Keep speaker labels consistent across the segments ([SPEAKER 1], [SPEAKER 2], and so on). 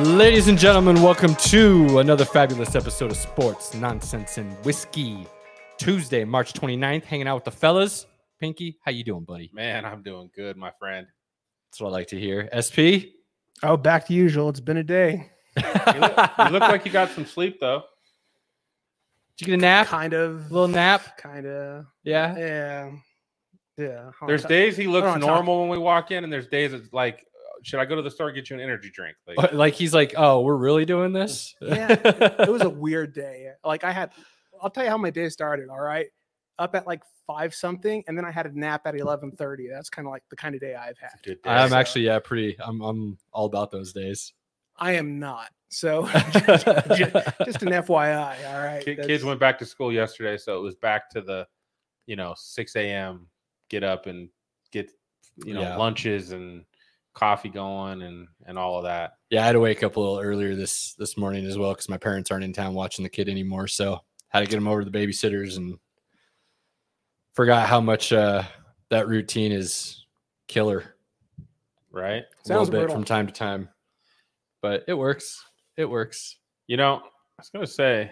[SPEAKER 1] Ladies and gentlemen, welcome to another fabulous episode of Sports Nonsense and Whiskey. Tuesday, March 29th, hanging out with the fellas. Pinky, how you doing, buddy?
[SPEAKER 2] Man, I'm doing good, my friend.
[SPEAKER 1] That's what I like to hear. SP?
[SPEAKER 3] Oh, back to usual. It's been a day.
[SPEAKER 2] You look, you look like you got some sleep though.
[SPEAKER 1] Did you get a nap?
[SPEAKER 3] Kind of.
[SPEAKER 1] little nap?
[SPEAKER 3] Kind of.
[SPEAKER 1] Yeah.
[SPEAKER 3] Yeah. Yeah. Hold
[SPEAKER 2] There's
[SPEAKER 3] on.
[SPEAKER 2] days he looks
[SPEAKER 3] Hold on, Tom.
[SPEAKER 2] normal when we walk in, and there's days it's like, uh, should I go to the store and get you an energy drink? Like,
[SPEAKER 1] But, Like he's like, oh, we're really doing this?
[SPEAKER 3] Yeah, It was a weird day. Like I had, I'll tell you how my day started. All right, up at like five something, and then I had a nap at eleven thirty. That's kind of like the kind of day I've had.
[SPEAKER 2] good day.
[SPEAKER 1] I'm actually, yeah, pretty. I'm, I'm all about those days.
[SPEAKER 3] I am not. So just,
[SPEAKER 1] That's
[SPEAKER 3] just an FYI. All right.
[SPEAKER 2] Ki- kids
[SPEAKER 3] that's-
[SPEAKER 2] went back to school yesterday, so it was back to the, you know, 6 a.m. get up and get, you know,
[SPEAKER 1] Yeah.
[SPEAKER 2] lunches and coffee going and and all of that.
[SPEAKER 1] Yeah, I had to wake up a little earlier this this morning as well because my parents aren't in town watching the kid anymore. So had to get him over to the babysitters and forgot how much uh, that routine is killer.
[SPEAKER 2] Right?
[SPEAKER 1] A little
[SPEAKER 3] Sounds
[SPEAKER 1] bit
[SPEAKER 3] brutal.
[SPEAKER 1] from time to time, but it works. It works.
[SPEAKER 2] You know, I was gonna say,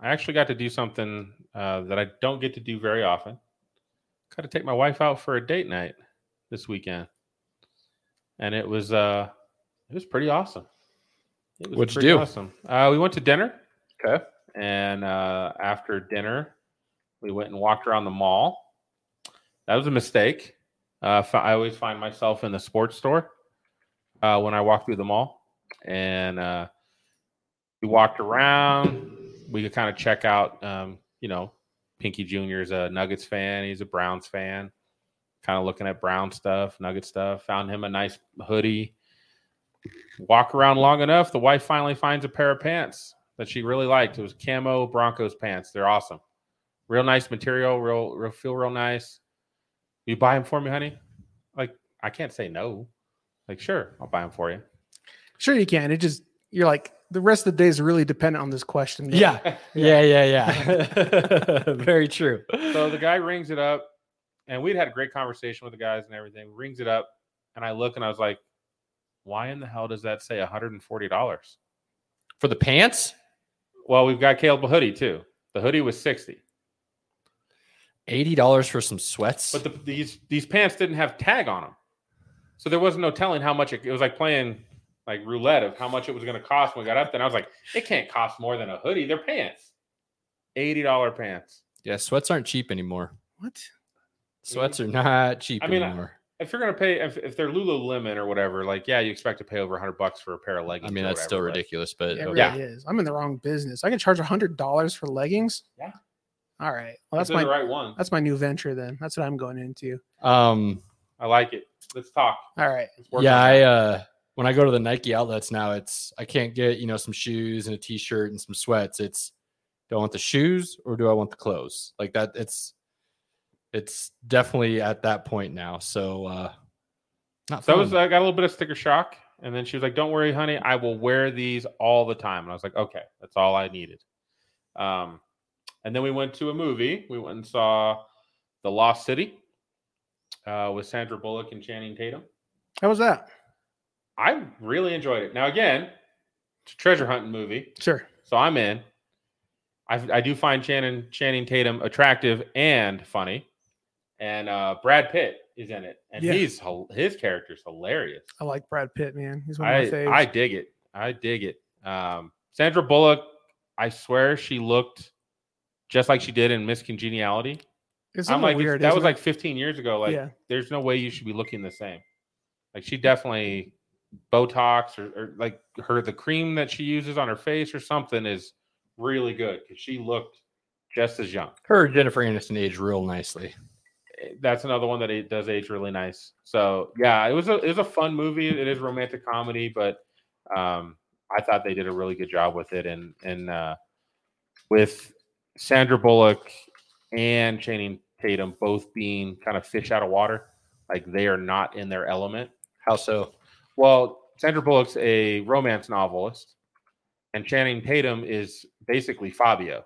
[SPEAKER 2] I actually got to do something uh, that I don't get to do very often. Got to take my wife out for a date night this weekend, and it was uh, it was pretty awesome. It
[SPEAKER 1] What'd you
[SPEAKER 2] pretty
[SPEAKER 1] do?
[SPEAKER 2] Awesome. Uh, we went to dinner,
[SPEAKER 1] Okay.
[SPEAKER 2] and uh, after dinner, we went and walked around the mall. That was a mistake. Uh, fi- I always find myself in the sports store uh, when I walk through the mall, and uh, we walked around. We could kind of check out, um, you know, Pinky Jr. is a Nuggets fan. He's a Browns fan. Kind of looking at Brown stuff, Nugget stuff. Found him a nice hoodie. Walk around long enough, the wife finally finds a pair of pants that she really liked. It was camo Broncos pants. They're awesome. Real nice material. Real, real feel real nice. You buy them for me, honey? Like I can't say no. Like sure, I'll buy them for you.
[SPEAKER 3] Sure, you can. It just you're like the rest of the day is really dependent on this question. though.
[SPEAKER 1] Yeah. Yeah. Yeah. Yeah. Very true.
[SPEAKER 2] so the guy rings it up, and we'd had a great conversation with the guys and everything. Rings it up, and I look and I was like, "Why in the hell does that say one hundred and forty dollars?"
[SPEAKER 1] For the pants,
[SPEAKER 2] Well, we've got Caleb a hoodie too. The hoodie was sixty,
[SPEAKER 1] eighty dollars for some sweats.
[SPEAKER 2] but the, these these pants didn't have tag on them, so there was no telling how much it, it was like playing like roulette of how much it was going to cost when we got up. Then I was like, "It can't cost more than a hoodie. They're pants, eighty dollar pants."
[SPEAKER 1] yeah, sweats aren't cheap anymore.
[SPEAKER 3] What?
[SPEAKER 1] Sweats are not cheap
[SPEAKER 2] I mean, I-
[SPEAKER 1] anymore.
[SPEAKER 2] If you're gonna pay, if, if they're Lululemon or whatever, like yeah, you expect to pay over hundred bucks for a pair of
[SPEAKER 1] I,
[SPEAKER 2] leggings.
[SPEAKER 1] mean,
[SPEAKER 2] or
[SPEAKER 1] that's still
[SPEAKER 2] whatever, but-
[SPEAKER 1] ridiculous, but
[SPEAKER 3] It
[SPEAKER 1] okay.
[SPEAKER 3] really is. I'm in the wrong business. I can charge hundred dollars for leggings.
[SPEAKER 2] Yeah.
[SPEAKER 3] All right. Well, that's
[SPEAKER 2] Those are
[SPEAKER 3] my
[SPEAKER 2] the right one.
[SPEAKER 3] that's my new venture. Then that's what I'm going into.
[SPEAKER 1] Um,
[SPEAKER 2] I like it. Let's talk.
[SPEAKER 3] All right.
[SPEAKER 2] Let's work
[SPEAKER 1] yeah,
[SPEAKER 2] on
[SPEAKER 1] I
[SPEAKER 2] that.
[SPEAKER 1] uh when I go to the Nike outlets now, it's I can't get, you know, some shoes and a t-shirt and some sweats. It's do I want the shoes or do I want the clothes? Like that it's it's definitely at that point now. So uh not
[SPEAKER 2] so I
[SPEAKER 1] fun.
[SPEAKER 2] was I got a little bit of sticker shock, and then she was like, "Don't worry, honey, I will wear these all the time." And I was like, "Okay, that's all I needed." Um, and then we went to a movie. We went and saw The Lost City uh, with Sandra Bullock and Channing Tatum.
[SPEAKER 3] How was that?
[SPEAKER 2] I really enjoyed it. Now again, it's a treasure hunting movie,
[SPEAKER 3] Sure.
[SPEAKER 2] so I'm in. I, I do find Channing Channing Tatum attractive and funny, and uh, Brad Pitt is in it, and
[SPEAKER 3] Yeah.
[SPEAKER 2] he's hil- his character's hilarious.
[SPEAKER 3] I like Brad Pitt, man. He's one of
[SPEAKER 2] I
[SPEAKER 3] my faves.
[SPEAKER 2] I dig it. I dig it. Um, Sandra Bullock, I swear she looked just like she did in Miss Congeniality.
[SPEAKER 3] it's
[SPEAKER 2] I'm
[SPEAKER 3] something
[SPEAKER 2] like it's-
[SPEAKER 3] weird.
[SPEAKER 2] that
[SPEAKER 3] isn't
[SPEAKER 2] was
[SPEAKER 3] it?
[SPEAKER 2] like 15 years ago. Like
[SPEAKER 3] yeah.
[SPEAKER 2] there's no way you should be looking the same. Like she definitely Botox or, or like her the cream that she uses on her face or something is really good because she looked just as young.
[SPEAKER 1] her and Jennifer Aniston aged real nicely.
[SPEAKER 2] That's another one that it does age really nice. So yeah, it was a it was a fun movie. It is romantic comedy, but um, I thought they did a really good job with it and and uh, with Sandra Bullock and Channing Tatum both being kind of fish out of water, like they are not in their element.
[SPEAKER 1] How so?
[SPEAKER 2] Well, Sandra Bullock's a romance novelist, and Channing Tatum is basically Fabio.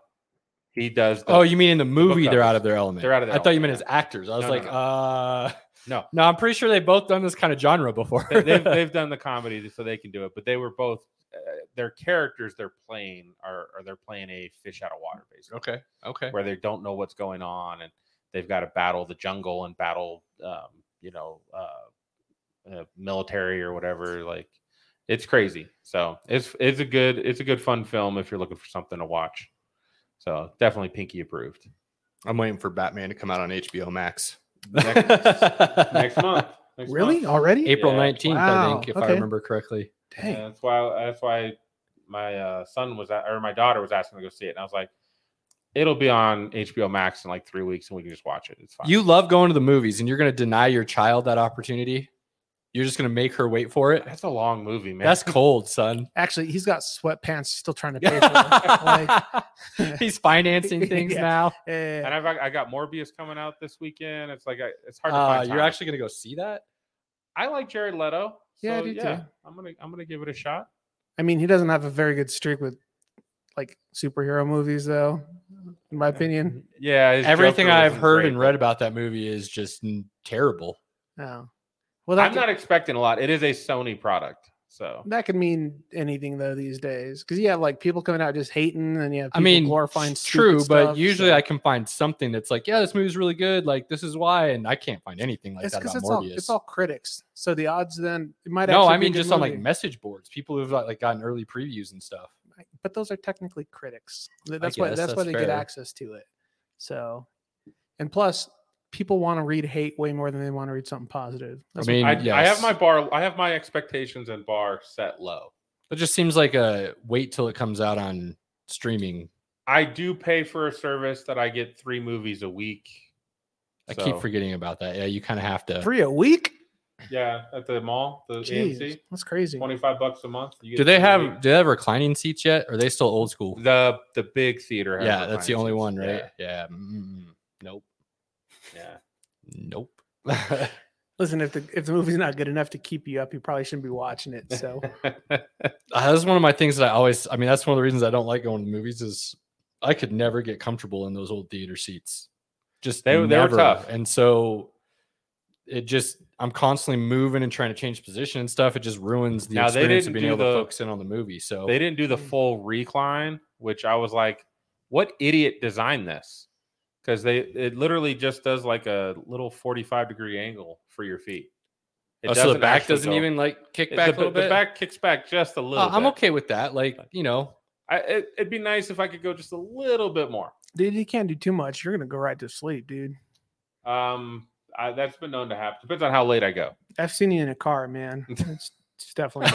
[SPEAKER 2] He does. The,
[SPEAKER 1] Oh, you mean in the movie they're out
[SPEAKER 2] covers.
[SPEAKER 1] of their element.
[SPEAKER 2] They're out of their
[SPEAKER 1] I thought you meant
[SPEAKER 2] element,
[SPEAKER 1] as actors. I was
[SPEAKER 2] No, no,
[SPEAKER 1] like,
[SPEAKER 2] no.
[SPEAKER 1] uh
[SPEAKER 2] No.
[SPEAKER 1] No, I'm pretty sure they've both done this kind of genre before.
[SPEAKER 2] they, have they've done the comedy, so they can do it. But they were both uh, their characters they're playing are, are they're playing a fish out of water basically
[SPEAKER 1] Okay. Okay.
[SPEAKER 2] where they don't know what's going on and they've got to battle the jungle and battle um, you know uh, uh, military or whatever like it's crazy so it's it's a good it's a good fun film if you're looking for something to watch so definitely pinky approved
[SPEAKER 1] I'm waiting for Batman to come out on HBO Max.
[SPEAKER 2] next, next month next
[SPEAKER 3] Really?
[SPEAKER 2] month.
[SPEAKER 3] Already?
[SPEAKER 1] April
[SPEAKER 2] Yeah.
[SPEAKER 1] 19th, I
[SPEAKER 3] Wow,
[SPEAKER 1] think, if I
[SPEAKER 3] okay.
[SPEAKER 1] remember correctly.
[SPEAKER 3] Dang.
[SPEAKER 2] Yeah, that's why that's why my uh, son was at, or my daughter was asking to go see it and i was like it'll be on hbo max in like three weeks and we can just watch it it's fine
[SPEAKER 1] You love going to the movies and you're going to deny your child that opportunity. You're just going to make her wait for it.
[SPEAKER 2] that's a long movie man
[SPEAKER 1] That's cold, son.
[SPEAKER 3] Actually, he's got sweatpants still trying to pay for. it. like,
[SPEAKER 1] He's financing things
[SPEAKER 3] Yeah.
[SPEAKER 1] now.
[SPEAKER 3] eh.
[SPEAKER 2] And I've I got Morbius coming out this weekend. It's like I, it's hard to
[SPEAKER 1] Uh,
[SPEAKER 2] find.
[SPEAKER 1] you're
[SPEAKER 2] time.
[SPEAKER 1] actually going to go see that?
[SPEAKER 2] I like Jared Leto.
[SPEAKER 3] Yeah, I
[SPEAKER 2] so
[SPEAKER 3] do
[SPEAKER 2] yeah,
[SPEAKER 3] too.
[SPEAKER 2] I'm gonna I'm gonna give it a shot.
[SPEAKER 3] I mean, he doesn't have a very good streak with like superhero movies, though. In my opinion,
[SPEAKER 2] Yeah, his
[SPEAKER 1] Everything
[SPEAKER 2] Joker
[SPEAKER 1] I've
[SPEAKER 2] wasn't
[SPEAKER 1] heard
[SPEAKER 2] great,
[SPEAKER 1] and read
[SPEAKER 2] but
[SPEAKER 1] about that movie is just n- terrible.
[SPEAKER 3] no. Well,
[SPEAKER 2] Mm-hmm.
[SPEAKER 3] that
[SPEAKER 2] I'm
[SPEAKER 3] could,
[SPEAKER 2] not expecting a lot. It is a Sony product, so
[SPEAKER 3] that could mean anything though these days, because you have like people coming out just hating, and you have
[SPEAKER 1] I
[SPEAKER 3] people
[SPEAKER 1] mean,
[SPEAKER 3] glorifying.
[SPEAKER 1] it's true,
[SPEAKER 3] stupid
[SPEAKER 1] but
[SPEAKER 3] stuff,
[SPEAKER 1] usually
[SPEAKER 3] so-
[SPEAKER 1] I can find something that's like, yeah, this movie's really good. Like, this is why. And I can't find anything like
[SPEAKER 3] it's
[SPEAKER 1] that about
[SPEAKER 3] because it's all
[SPEAKER 1] Morbius.
[SPEAKER 3] it's all critics. So the odds then it might
[SPEAKER 1] no,
[SPEAKER 3] actually
[SPEAKER 1] I
[SPEAKER 3] be a
[SPEAKER 1] mean
[SPEAKER 3] good
[SPEAKER 1] just on like
[SPEAKER 3] movie.
[SPEAKER 1] message boards, people who've like gotten early previews and stuff.
[SPEAKER 3] but those are technically critics. Th- That's why
[SPEAKER 1] guess
[SPEAKER 3] that's, why
[SPEAKER 1] that's
[SPEAKER 3] they get
[SPEAKER 1] fair.
[SPEAKER 3] access to it. So, and plus, people want to read hate way more than they want to read something positive. That's what-
[SPEAKER 1] mean,
[SPEAKER 2] I, I have
[SPEAKER 1] yes.
[SPEAKER 2] my bar. I have my expectations and bar set low.
[SPEAKER 1] That just seems like a wait till it comes out on streaming.
[SPEAKER 2] I do pay for a service that I get three movies a week.
[SPEAKER 1] I
[SPEAKER 2] So,
[SPEAKER 1] keep forgetting about that. Yeah, you kind of have to.
[SPEAKER 3] three a week.
[SPEAKER 2] Yeah, at the mall, the
[SPEAKER 3] Jeez,
[SPEAKER 2] AMC,
[SPEAKER 3] that's crazy.
[SPEAKER 2] twenty five bucks a month. you get
[SPEAKER 1] Do they
[SPEAKER 2] three a week.
[SPEAKER 1] have do they have reclining seats yet? Or are they still old school?
[SPEAKER 2] the the big theater? has
[SPEAKER 1] Yeah, that's the only
[SPEAKER 2] reclining seats.
[SPEAKER 1] one, right?
[SPEAKER 2] Yeah,
[SPEAKER 1] Yeah. mm, Nope.
[SPEAKER 2] yeah.
[SPEAKER 1] Nope. Uh,
[SPEAKER 3] Listen, if the if the movie's not good enough to keep you up, you probably shouldn't be watching it. So,
[SPEAKER 1] that's one of my things that I always. I mean, that's one of the reasons I don't like going to movies is I could never get comfortable in those old theater seats. Just
[SPEAKER 2] They were- they were
[SPEAKER 1] never.
[SPEAKER 2] tough.
[SPEAKER 1] and so it just I'm constantly moving and trying to change position and stuff. It just ruins the
[SPEAKER 2] Now, they
[SPEAKER 1] experience of
[SPEAKER 2] didn't
[SPEAKER 1] being
[SPEAKER 2] do
[SPEAKER 1] able to
[SPEAKER 2] the-
[SPEAKER 1] focus in on the movie. So
[SPEAKER 2] They didn't do the
[SPEAKER 3] Mm.
[SPEAKER 2] full recline, which I was like, what idiot designed this? Because they it literally just does like a little 45 degree angle for your feet. It
[SPEAKER 1] oh, so the
[SPEAKER 2] doesn't
[SPEAKER 1] back
[SPEAKER 2] actually
[SPEAKER 1] doesn't
[SPEAKER 2] go-
[SPEAKER 1] even like kick
[SPEAKER 2] it-
[SPEAKER 1] back
[SPEAKER 2] the,
[SPEAKER 1] a little
[SPEAKER 2] the
[SPEAKER 1] bit.
[SPEAKER 2] back kicks back just a
[SPEAKER 1] Uh,
[SPEAKER 2] little.
[SPEAKER 1] I'm
[SPEAKER 2] bit.
[SPEAKER 1] okay with that. Like you know,
[SPEAKER 2] I, it, it'd be nice if I could go just a little bit more.
[SPEAKER 3] dude, you can't do too much. You're gonna go right to sleep, dude.
[SPEAKER 2] Um, I, that's been known to happen. Depends on how late I go.
[SPEAKER 3] I've seen you in a car, man. It's, it's definitely.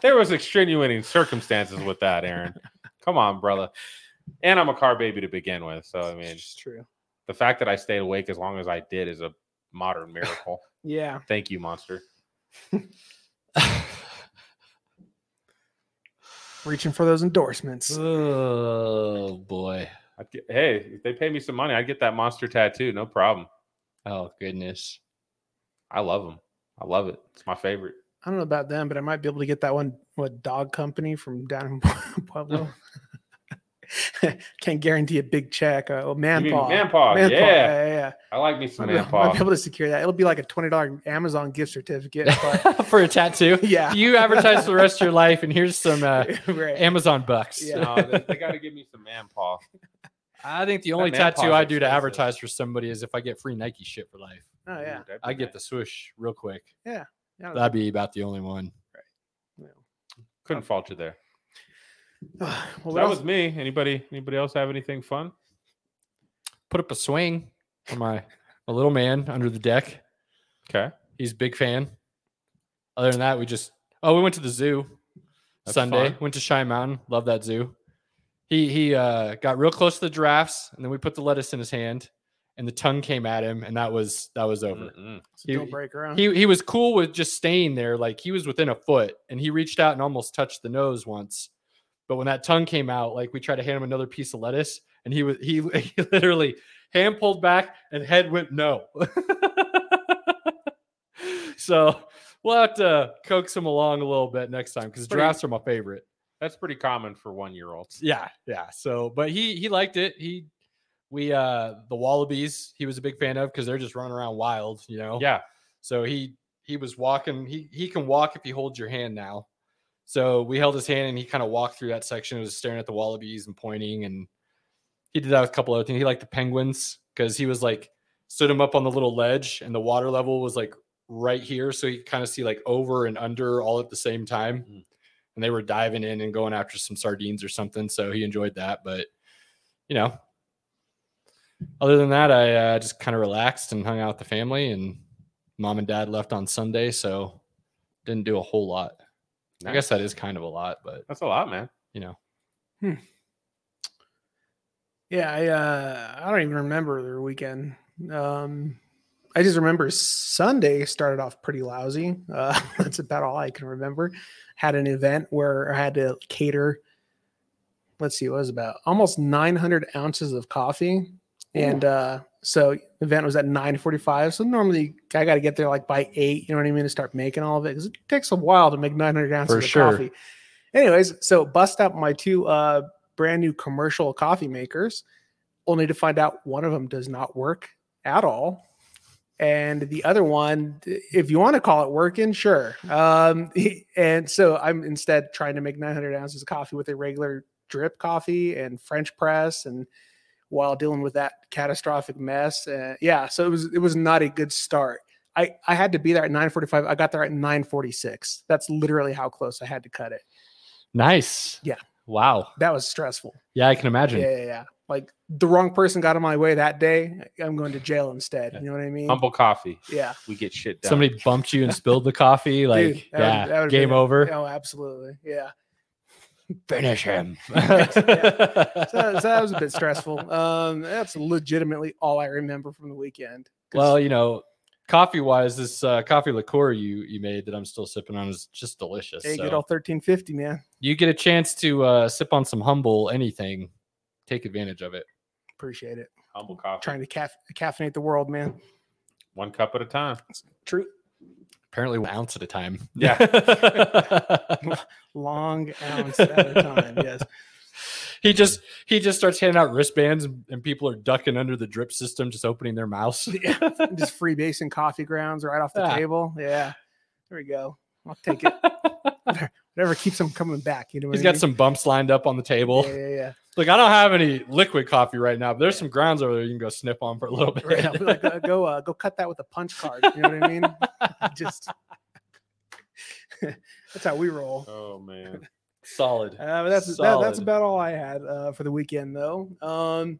[SPEAKER 2] there was extenuating circumstances with that, Aaron. Come on, brother. And I'm a car baby to begin with, so I mean,
[SPEAKER 3] it's true.
[SPEAKER 2] the fact that I stayed awake as long as I did is a modern miracle.
[SPEAKER 3] Yeah.
[SPEAKER 2] Thank you, monster.
[SPEAKER 3] Reaching for those endorsements.
[SPEAKER 1] oh boy,
[SPEAKER 2] I'd get, hey, if they pay me some money, I'd get that monster tattoo. No problem.
[SPEAKER 1] oh goodness.
[SPEAKER 2] I love them. I love it. It's my favorite.
[SPEAKER 3] I don't know about them, but I might be able to get that one what dog company from down in Pueblo. Can't guarantee a big check. Uh, oh,
[SPEAKER 2] Oh. You mean
[SPEAKER 3] manpaw.
[SPEAKER 2] Manpaw.
[SPEAKER 3] Manpaw,
[SPEAKER 2] Yeah.
[SPEAKER 3] yeah, yeah.
[SPEAKER 2] I like me some
[SPEAKER 3] Might be- Might be
[SPEAKER 2] manpaw.
[SPEAKER 3] able to secure that. It'll be like a twenty dollar Amazon gift certificate. But
[SPEAKER 1] For a tattoo,
[SPEAKER 3] yeah,
[SPEAKER 1] you advertise for the rest of your life, and here's some uh,
[SPEAKER 3] right.
[SPEAKER 1] Amazon bucks.
[SPEAKER 3] Yeah.
[SPEAKER 2] No, they, they got to give me some manpaw.
[SPEAKER 1] I think the only
[SPEAKER 2] man
[SPEAKER 1] tattoo
[SPEAKER 2] paws
[SPEAKER 1] I
[SPEAKER 2] are
[SPEAKER 1] do to
[SPEAKER 2] expensive.
[SPEAKER 1] advertise for somebody is if I get free Nike shit for life.
[SPEAKER 3] oh yeah.
[SPEAKER 2] Ooh, that'd be
[SPEAKER 1] I get
[SPEAKER 2] nice.
[SPEAKER 1] the swoosh real quick.
[SPEAKER 3] Yeah,
[SPEAKER 1] That'd be about the only one.
[SPEAKER 3] yeah.
[SPEAKER 2] Couldn't fault you there.
[SPEAKER 3] well,
[SPEAKER 2] So
[SPEAKER 3] what
[SPEAKER 2] that
[SPEAKER 3] else-
[SPEAKER 2] was me. Anybody? Anybody else have anything fun?
[SPEAKER 1] Put up a swing for my a little man under the deck.
[SPEAKER 2] Okay.
[SPEAKER 1] He's a big fan. Other than that, we just oh we went to the zoo
[SPEAKER 2] That's
[SPEAKER 1] Sunday.
[SPEAKER 2] fun.
[SPEAKER 1] Went to Cheyenne Mountain. Love that zoo. He he uh, got real close to the giraffes, and then we put the lettuce in his hand, and the tongue came at him, and that was that was over.
[SPEAKER 2] Mm-mm.
[SPEAKER 3] it's a deal
[SPEAKER 1] he-
[SPEAKER 3] breaker, huh?
[SPEAKER 1] He he was cool with just staying there, like he was within a foot, and he reached out and almost touched the nose once. But when that tongue came out, like we tried to hand him another piece of lettuce, and he was he, he literally hand pulled back and head went no. so we'll have to coax him along a little bit next time because
[SPEAKER 2] Pretty-
[SPEAKER 1] drafts are my favorite.
[SPEAKER 2] That's pretty common for one year olds.
[SPEAKER 1] Yeah, yeah. So, but he he liked it. He we uh the wallabies he was a big fan of because they're just running around wild, you know.
[SPEAKER 2] Yeah.
[SPEAKER 1] So he he was walking. He he can walk if he holds your hand now. So we held his hand and he kind of walked through that section. He was staring at the wallabies and pointing. And he did that with a couple other things. He liked the penguins because he was like stood him up on the little ledge and the water level was like right here. So you kind of see like over and under all at the same time.
[SPEAKER 2] Mm.
[SPEAKER 1] And they were diving in and going after some sardines or something. So he enjoyed that. But, you know, other than that, I uh, just kind of relaxed and hung out with the family. And mom and dad left on Sunday. So didn't do a whole lot. I guess that is kind of a lot, but
[SPEAKER 2] that's a lot, man.
[SPEAKER 1] you know,
[SPEAKER 3] Yeah, I uh, I don't even remember their weekend. Um, I just remember Sunday started off pretty lousy. Uh, that's about all I can remember. Had an event where I had to cater. Let's see, what was it about almost 900 ounces of coffee, and uh, so event was at 9:45. So normally I got to get there like by eight. You know what I mean? To start making all of it because it takes a while to make 900 ounces
[SPEAKER 1] For
[SPEAKER 3] of
[SPEAKER 1] sure.
[SPEAKER 3] coffee. Anyways, so bust out my two uh, brand new commercial coffee makers, only to find out one of them does not work at all. And the other one, if you want to call it working, sure. Um, and so I'm instead trying to make 900 ounces of coffee with a regular drip coffee and French press, and while dealing with that catastrophic mess, uh, yeah. So it was it was not a good start. I I had to be there at 9:45. I got there at 9:46. That's literally how close I had to cut it.
[SPEAKER 1] nice.
[SPEAKER 3] Yeah.
[SPEAKER 1] Wow.
[SPEAKER 3] That was stressful.
[SPEAKER 1] Yeah, I can imagine.
[SPEAKER 3] Yeah, yeah, yeah. Like the wrong person got in my way that day. I'm going to jail instead. You know what I mean?
[SPEAKER 2] Humble coffee.
[SPEAKER 3] Yeah.
[SPEAKER 2] We get shit done.
[SPEAKER 1] Somebody bumped you and spilled the coffee. Like,
[SPEAKER 3] Dude, that would-
[SPEAKER 1] yeah,
[SPEAKER 3] that would've
[SPEAKER 1] game
[SPEAKER 3] been-
[SPEAKER 1] over.
[SPEAKER 3] Oh, absolutely. Yeah.
[SPEAKER 1] Finish him.
[SPEAKER 3] So, so that was a bit stressful. Um, that's legitimately all I remember from the weekend. 'Cause-
[SPEAKER 1] well, you know, coffee wise, this uh, coffee liqueur you you made that I'm still sipping on is just delicious.
[SPEAKER 3] hey, good
[SPEAKER 1] so.
[SPEAKER 3] old 1350, man.
[SPEAKER 1] you get a chance to uh, sip on some humble anything. Take advantage of it.
[SPEAKER 3] Appreciate it.
[SPEAKER 2] Humble coffee.
[SPEAKER 3] Trying to caf- caffeinate the world, man.
[SPEAKER 2] One cup at a time.
[SPEAKER 3] True.
[SPEAKER 1] Apparently, one ounce at a time.
[SPEAKER 2] Yeah.
[SPEAKER 3] Long ounce at a time. Yes.
[SPEAKER 1] He just he just starts handing out wristbands and, and people are ducking under the drip system, just opening their mouths.
[SPEAKER 3] Just free basin coffee grounds right off the
[SPEAKER 1] Ah.
[SPEAKER 3] table. Yeah. There we go. I'll take it. Whatever keeps them coming back. You know what
[SPEAKER 1] He's
[SPEAKER 3] I
[SPEAKER 1] got
[SPEAKER 3] mean?
[SPEAKER 1] some bumps lined up on the table.
[SPEAKER 3] Yeah, yeah, yeah.
[SPEAKER 1] Look, I don't have any liquid coffee right now, but there's some grounds over there you can go sniff on for a little bit.
[SPEAKER 3] Right. I'll be like, uh, go uh, go cut that with a punch card. You know what I mean? Just that's how we roll.
[SPEAKER 2] Oh man.
[SPEAKER 1] Solid.
[SPEAKER 3] Uh, but that's that, that's
[SPEAKER 1] Solid.
[SPEAKER 3] about all I had uh, for the weekend, though. Um,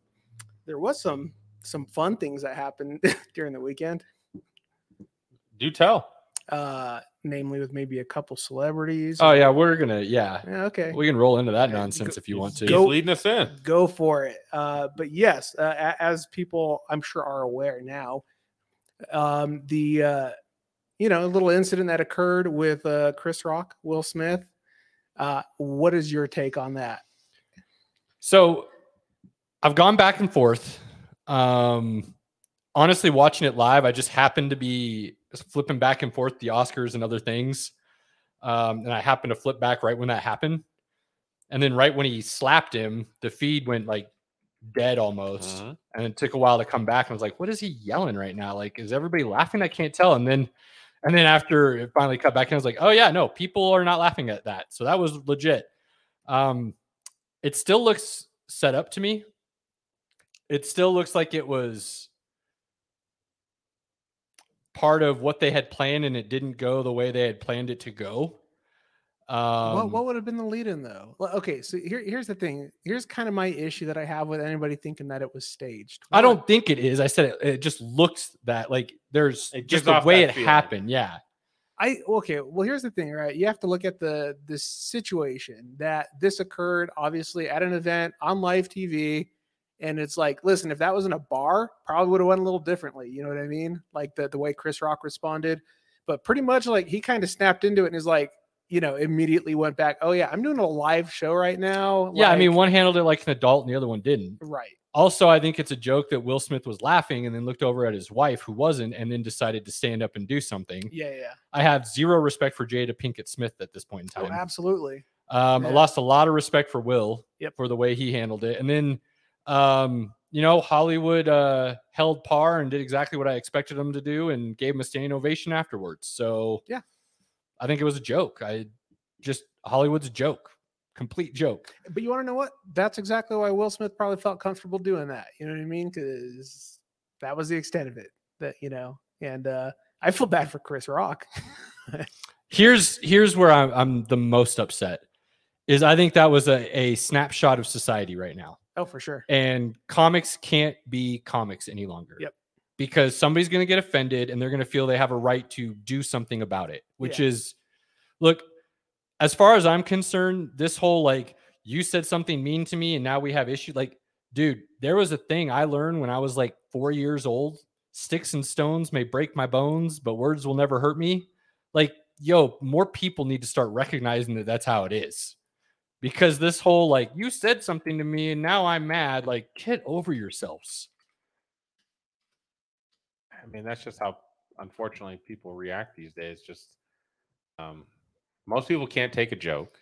[SPEAKER 3] there was some some fun things that happened during the weekend,
[SPEAKER 2] Do tell.
[SPEAKER 3] uh, namely with maybe a couple celebrities.
[SPEAKER 1] Oh yeah, we're gonna yeah.
[SPEAKER 3] Yeah, okay.
[SPEAKER 1] We can roll into that
[SPEAKER 3] Hey,
[SPEAKER 1] nonsense
[SPEAKER 3] go-
[SPEAKER 1] if you want to.
[SPEAKER 2] He's leading us in.
[SPEAKER 3] go for it. Uh, but yes, uh, a- as people I'm sure are aware now, um, the uh, you know little incident that occurred with uh, Chris Rock, Will Smith. Uh, what is your take on that?
[SPEAKER 1] So I've gone back and forth. Um, honestly, watching it live, I just happened to be flipping back and forth the Oscars and other things. Um, and I happened to flip back right when that happened. And then right when he slapped him, the feed went like dead almost.
[SPEAKER 2] Mhm.
[SPEAKER 1] and it took a while to come back. I was like, "What is he yelling right now? Like, is everybody laughing? I can't tell." And then, and then after it finally cut back, and I was like, "Oh yeah, no, people are not laughing at that." So that was legit. Um, it still looks set up to me. It still looks like it was part of what they had planned, and it didn't go the way they had planned it to go. Um,
[SPEAKER 3] what what would have been the lead in though? Well, okay, so here here's the thing. Here's kind of my issue that I have with anybody thinking that it was staged.
[SPEAKER 1] I
[SPEAKER 3] One,
[SPEAKER 1] don't think it is. I said it, it just looks that like there's
[SPEAKER 2] It gives
[SPEAKER 1] just the
[SPEAKER 2] off
[SPEAKER 1] way
[SPEAKER 2] that
[SPEAKER 1] it
[SPEAKER 2] feeling.
[SPEAKER 1] happened. Yeah.
[SPEAKER 3] I okay. Well, here's the thing, right? You have to look at the the situation that this occurred, obviously, at an event on live TV, and it's like, listen, if that was in a bar, probably would have went a little differently. You know what I mean? Like the the way Chris Rock responded, but pretty much like he kind of snapped into it and is like, you know, immediately went back. Oh yeah, I'm doing a live show right now.
[SPEAKER 1] Yeah, I mean,
[SPEAKER 3] like-
[SPEAKER 1] one handled it like an adult and the other one didn't.
[SPEAKER 3] right.
[SPEAKER 1] Also, I think it's a joke that Will Smith was laughing and then looked over at his wife, who wasn't, and then decided to stand up and do something.
[SPEAKER 3] Yeah, yeah.
[SPEAKER 1] I have zero respect for Jada Pinkett Smith at this point in
[SPEAKER 3] Oh,
[SPEAKER 1] time.
[SPEAKER 3] absolutely.
[SPEAKER 1] Um, I
[SPEAKER 3] Yeah.
[SPEAKER 1] lost a lot of respect for Will
[SPEAKER 3] Yep.
[SPEAKER 1] for the way he handled it. And then, um, you know, Hollywood uh, held par and did exactly what I expected him to do and gave him a standing ovation afterwards. So,
[SPEAKER 3] Yeah.
[SPEAKER 1] I think it was a joke. I just, Hollywood's a joke, complete joke.
[SPEAKER 3] But you want to know what? That's exactly why Will Smith probably felt comfortable doing that. You know what I mean? Because that was the extent of it. That you know, and uh, I feel bad for Chris Rock.
[SPEAKER 1] Here's here's where I'm, I'm the most upset is I think that was a, a snapshot of society right now.
[SPEAKER 3] oh, for sure.
[SPEAKER 1] and comics can't be comics any longer.
[SPEAKER 3] Yep.
[SPEAKER 1] Because somebody's going to get offended and they're going to feel they have a right to do something about it, which
[SPEAKER 3] Yeah.
[SPEAKER 1] is look, as far as I'm concerned, this whole like you said something mean to me and now we have issue like dude, there was a thing I learned when I was like 4 years old, sticks and stones may break my bones, but words will never hurt me. Like yo, more people need to start recognizing that that's how it is because this whole like you said something to me and now I'm mad. Like, get over yourselves.
[SPEAKER 2] I mean, that's just how unfortunately people react these days. Just um, most people can't take a joke.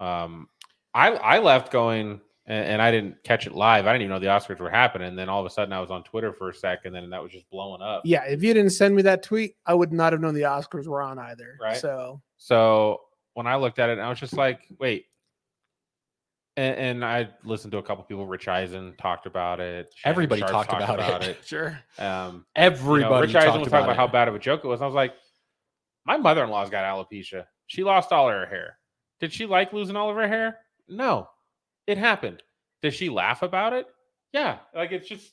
[SPEAKER 2] Um, I I left going and, and I didn't catch it live. I didn't even know the Oscars were happening. And then all of a sudden, I was on Twitter for a second, and then that was just blowing up.
[SPEAKER 3] Yeah, if you didn't send me that tweet, I would not have known the Oscars were on either.
[SPEAKER 2] Right.
[SPEAKER 3] So
[SPEAKER 2] So when I looked at it, I was just like, wait. And, and I listened to a couple people. Rich Eisen talked about it. Shannon
[SPEAKER 1] Everybody
[SPEAKER 2] Sharpe
[SPEAKER 1] talked about it.
[SPEAKER 3] sure.
[SPEAKER 2] Um, you know,
[SPEAKER 1] Everybody
[SPEAKER 2] Rich Eisen
[SPEAKER 1] talked
[SPEAKER 2] was
[SPEAKER 1] about,
[SPEAKER 2] talking about how bad of a joke it was. I was like, my mother in law's got alopecia. She lost all her hair. Did she like losing all of her hair? No, it happened. Did she laugh about it? Yeah, like it's just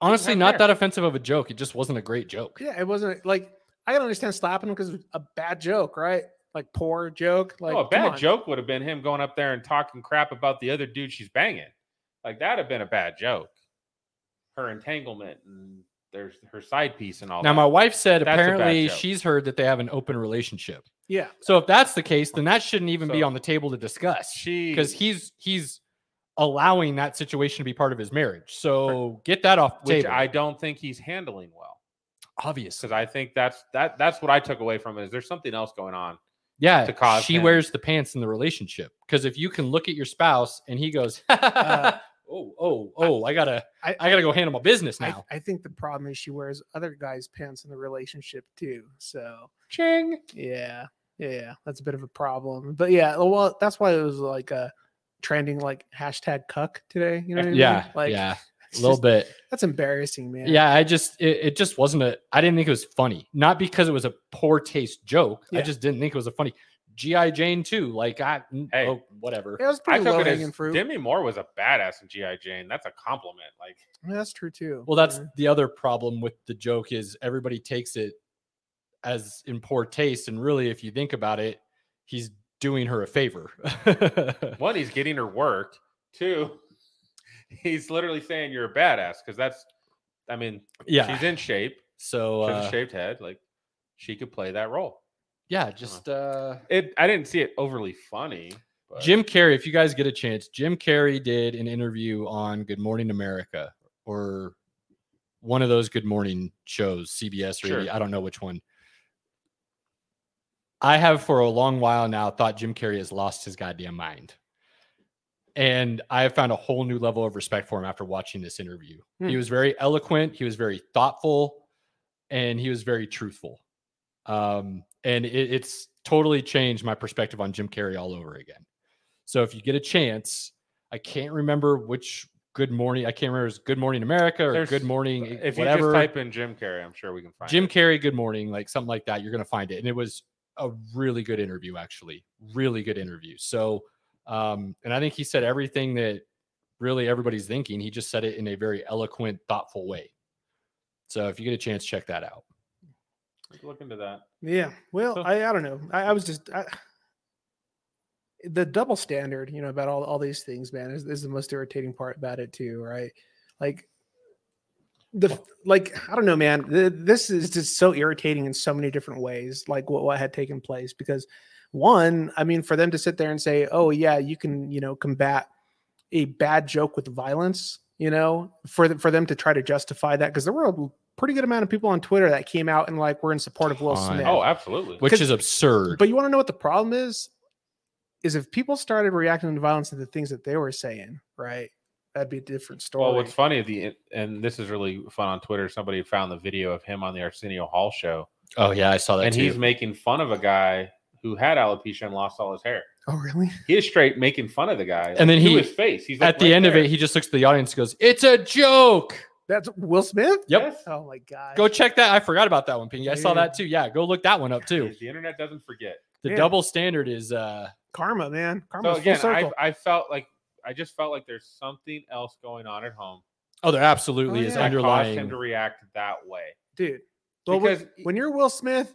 [SPEAKER 1] Honestly,
[SPEAKER 2] Right
[SPEAKER 1] not
[SPEAKER 2] there.
[SPEAKER 1] that offensive of a joke. It just wasn't a great joke.
[SPEAKER 3] Yeah, it wasn't like I can understand slapping him because it was a bad joke, right? Like poor joke. Like
[SPEAKER 2] oh, a
[SPEAKER 3] come
[SPEAKER 2] bad
[SPEAKER 3] on.
[SPEAKER 2] joke would have been him going up there and talking crap about the other dude she's banging. Like that'd have been a bad joke. Her entanglement and there's her side piece and all.
[SPEAKER 1] Now,
[SPEAKER 2] that.
[SPEAKER 1] my wife said
[SPEAKER 2] That's a bad
[SPEAKER 1] apparently
[SPEAKER 2] joke.
[SPEAKER 1] she's heard that they have an open relationship.
[SPEAKER 3] Yeah.
[SPEAKER 1] So if that's the case, then that shouldn't even be
[SPEAKER 2] So-
[SPEAKER 1] on the table to discuss
[SPEAKER 2] she
[SPEAKER 1] because he's he's allowing that situation to be part of his marriage. So get that off the
[SPEAKER 2] which
[SPEAKER 1] table.
[SPEAKER 2] I don't think he's handling well.
[SPEAKER 1] Obviously,
[SPEAKER 2] because I think that's that that's what I took away from it. Is there's something else going on?
[SPEAKER 1] yeah.
[SPEAKER 2] to cause
[SPEAKER 1] she
[SPEAKER 2] him-
[SPEAKER 1] wears the pants in the relationship because if you can look at your spouse and he goes, oh, oh, oh, I gotta,
[SPEAKER 3] I-
[SPEAKER 1] I, gotta go handle my business
[SPEAKER 3] I,
[SPEAKER 1] now.
[SPEAKER 3] I think the problem is she wears other guys' pants in the relationship too. So
[SPEAKER 2] Ching.
[SPEAKER 3] yeah, yeah, that's a bit of a problem. But yeah, oh, well, that's why it was like a trending like hashtag cuck today. You know what I mean?
[SPEAKER 1] Eh, yeah,
[SPEAKER 3] Like
[SPEAKER 1] yeah,
[SPEAKER 3] it's
[SPEAKER 1] a little
[SPEAKER 3] just-
[SPEAKER 1] bit.
[SPEAKER 3] That's embarrassing, man.
[SPEAKER 1] Yeah, I just, it, it just wasn't a. I didn't think it was funny. Not because it was a poor taste joke.
[SPEAKER 3] Yeah.
[SPEAKER 1] I just didn't think it was a funny. GI Jane too. Like I, n-
[SPEAKER 2] Hey.
[SPEAKER 1] oh, whatever.
[SPEAKER 3] It was
[SPEAKER 2] I
[SPEAKER 3] pretty
[SPEAKER 2] took
[SPEAKER 3] low
[SPEAKER 2] it as
[SPEAKER 3] hanging fruit.
[SPEAKER 2] Demi Moore was a badass in GI Jane. That's a compliment. Like
[SPEAKER 3] I mean, that's true too.
[SPEAKER 1] Well, that's
[SPEAKER 3] Yeah.
[SPEAKER 1] the other problem with the joke is everybody takes it as in poor taste, and really, if you think about it, he's doing her a favor.
[SPEAKER 2] one, he's getting her work. Two, he's literally saying you're a badass because that's. I mean,
[SPEAKER 1] yeah.
[SPEAKER 2] she's in shape.
[SPEAKER 1] so
[SPEAKER 2] She has a
[SPEAKER 1] uh,
[SPEAKER 2] shaved head. Like she could play that role.
[SPEAKER 1] yeah, just uh,
[SPEAKER 2] It. I didn't see it overly funny. But
[SPEAKER 1] Jim Carrey, if you guys get a chance, Jim Carrey did an interview on Good Morning America or one of those Good Morning shows, CBS or
[SPEAKER 2] Sure.
[SPEAKER 1] ABC, I don't know which one. I have for a long while now thought Jim Carrey has lost his goddamn mind. And I have found a whole new level of respect for him after watching this interview. He
[SPEAKER 3] Hmm.
[SPEAKER 1] was very eloquent, he was very thoughtful, and he was very truthful. Um, and it, it's totally changed my perspective on Jim Carrey all over again. So if you get a chance, I can't remember which Good Morning. I can't remember if it's Good Morning America or
[SPEAKER 2] There's- uh,
[SPEAKER 1] Good Morning
[SPEAKER 2] If
[SPEAKER 1] whatever.
[SPEAKER 2] you just type in Jim Carrey, I'm sure we can find
[SPEAKER 1] Jim
[SPEAKER 2] it.
[SPEAKER 1] Carrey Good Morning, like something like that, you're gonna find it. And it was a really good interview, actually, really good interview. So, um, and I think he said everything that really everybody's thinking. He just said it in a very eloquent, thoughtful way. So if you get a chance, check that out.
[SPEAKER 2] Look into that.
[SPEAKER 3] Yeah. Well,
[SPEAKER 2] Huh.
[SPEAKER 3] I, I don't know. I, I was just I, the double standard, you know, about all, all these things, man, is, is the most irritating part about it too, right? Like the f- like I don't know, man. Th this is just so irritating in so many different ways. Like what what had taken place because one, I mean, for them to sit there and say, "Oh yeah, you can," you know, combat a bad joke with violence, you know, for the, for them to try to justify that because there were a pretty good amount of people on Twitter that came out and like we're in support of Will
[SPEAKER 1] Ton.
[SPEAKER 3] Smith.
[SPEAKER 1] Yeah.
[SPEAKER 2] Oh, absolutely.
[SPEAKER 1] Which
[SPEAKER 3] 'Cause-
[SPEAKER 1] is absurd.
[SPEAKER 3] But you want to know what the problem is? Is if people started reacting to violence to the things that they were saying, right? That'd be a different story.
[SPEAKER 2] Well, what's funny the and this is really fun on Twitter. Somebody found the video of him on the Arsenio Hall show,
[SPEAKER 1] oh yeah, I saw that
[SPEAKER 2] and
[SPEAKER 1] too.
[SPEAKER 2] he's making fun of a guy who had alopecia and lost all his hair.
[SPEAKER 3] Oh, really?
[SPEAKER 2] He is straight making fun of the guy.
[SPEAKER 1] And then
[SPEAKER 2] Like, to
[SPEAKER 1] he-
[SPEAKER 2] his face. He's like
[SPEAKER 1] At the
[SPEAKER 2] right
[SPEAKER 1] end of
[SPEAKER 2] there.
[SPEAKER 1] it, he just looks at the audience and goes, It's a joke.
[SPEAKER 3] That's Will Smith?
[SPEAKER 1] Yep.
[SPEAKER 2] Yes.
[SPEAKER 3] Oh my god.
[SPEAKER 1] Go check that. I forgot about that one, Pinky. I saw
[SPEAKER 3] Dude.
[SPEAKER 1] that too. Yeah, go look that one up too.
[SPEAKER 2] Because The internet doesn't forget.
[SPEAKER 1] The
[SPEAKER 3] Yeah.
[SPEAKER 1] double standard is uh
[SPEAKER 3] karma, man. Karma
[SPEAKER 2] So again,
[SPEAKER 3] full
[SPEAKER 2] I,
[SPEAKER 3] circle.
[SPEAKER 2] I felt like I just felt like there's something else going on at home
[SPEAKER 1] oh, there absolutely
[SPEAKER 3] Oh,
[SPEAKER 1] is
[SPEAKER 3] yeah.
[SPEAKER 2] that caused him
[SPEAKER 1] underlying.
[SPEAKER 2] to react that way.
[SPEAKER 3] Dude. Well,
[SPEAKER 2] because
[SPEAKER 3] when, when you're Will Smith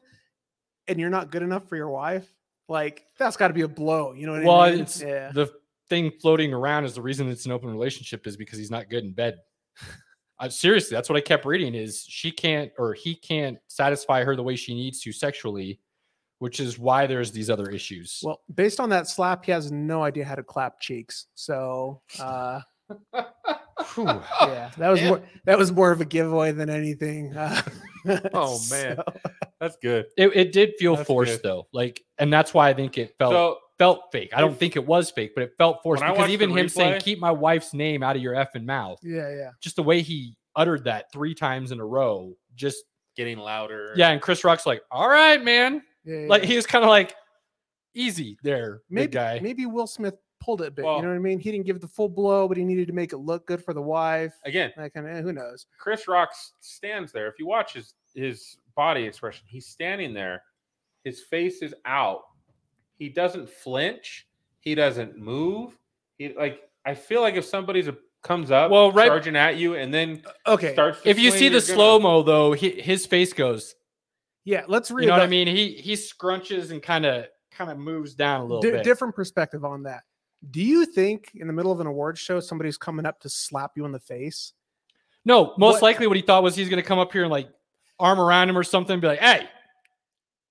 [SPEAKER 3] and you're not good enough for your wife, like that's got to be a blow. You know what
[SPEAKER 1] Well,
[SPEAKER 3] I mean?
[SPEAKER 1] it's-
[SPEAKER 3] yeah.
[SPEAKER 1] The thing floating around is the reason it's an open relationship is because he's not good in bed. I, seriously, that's what I kept reading is she can't or he can't satisfy her the way she needs to sexually, which is why there's these other issues.
[SPEAKER 3] Well, based on that slap, he has no idea how to clap cheeks. So, uh,
[SPEAKER 1] Phew.
[SPEAKER 3] yeah, that was
[SPEAKER 2] Yeah.
[SPEAKER 3] more that was more of a giveaway than anything. Uh,
[SPEAKER 2] Oh, man. That's good.
[SPEAKER 1] It, it did feel
[SPEAKER 2] That's
[SPEAKER 1] forced
[SPEAKER 2] good.
[SPEAKER 1] though. Like, and that's why I think it felt
[SPEAKER 2] So
[SPEAKER 1] felt fake. I don't
[SPEAKER 2] if-
[SPEAKER 1] think it was fake, but it felt forced
[SPEAKER 2] When I
[SPEAKER 1] because
[SPEAKER 2] watched
[SPEAKER 1] even
[SPEAKER 2] the
[SPEAKER 1] him saying
[SPEAKER 2] replay-
[SPEAKER 1] keep my wife's name out of your effing mouth,
[SPEAKER 3] yeah, yeah.
[SPEAKER 1] just the way he uttered that three times in a row, just
[SPEAKER 2] getting louder.
[SPEAKER 1] yeah, and Chris Rock's like, "All right, man."
[SPEAKER 3] yeah, yeah,
[SPEAKER 1] Like
[SPEAKER 3] yeah.
[SPEAKER 1] he was kind of like easy there,
[SPEAKER 3] maybe
[SPEAKER 1] big guy.
[SPEAKER 3] maybe Will Smith pulled it, but
[SPEAKER 2] Well-
[SPEAKER 3] you know what I mean. He didn't give the full blow, but he needed to make it look good for the wife.
[SPEAKER 2] Again,
[SPEAKER 3] That kind of who knows?
[SPEAKER 2] Chris Rock s- stands there. If you watch his his body expression, he's standing there. His face is out. He doesn't flinch. He doesn't move. He like I feel like if somebody's a, comes up,
[SPEAKER 1] Well, right-
[SPEAKER 2] charging at you, and then
[SPEAKER 3] Okay,
[SPEAKER 2] starts. to
[SPEAKER 1] If you
[SPEAKER 2] swing,
[SPEAKER 1] see the
[SPEAKER 2] you're gonna-
[SPEAKER 1] slow mo though, he, his face goes.
[SPEAKER 3] yeah. Let's read.
[SPEAKER 1] You know what I
[SPEAKER 3] about-
[SPEAKER 1] mean? He he scrunches and kind of kind of moves down a little
[SPEAKER 3] Di-
[SPEAKER 1] bit.
[SPEAKER 3] different perspective on that. Do you think in the middle of an award show somebody's coming up to slap you in the face?
[SPEAKER 1] No, most
[SPEAKER 3] What-
[SPEAKER 1] likely what he thought was he's going to come up here and like arm around him or something, and be like, "Hey,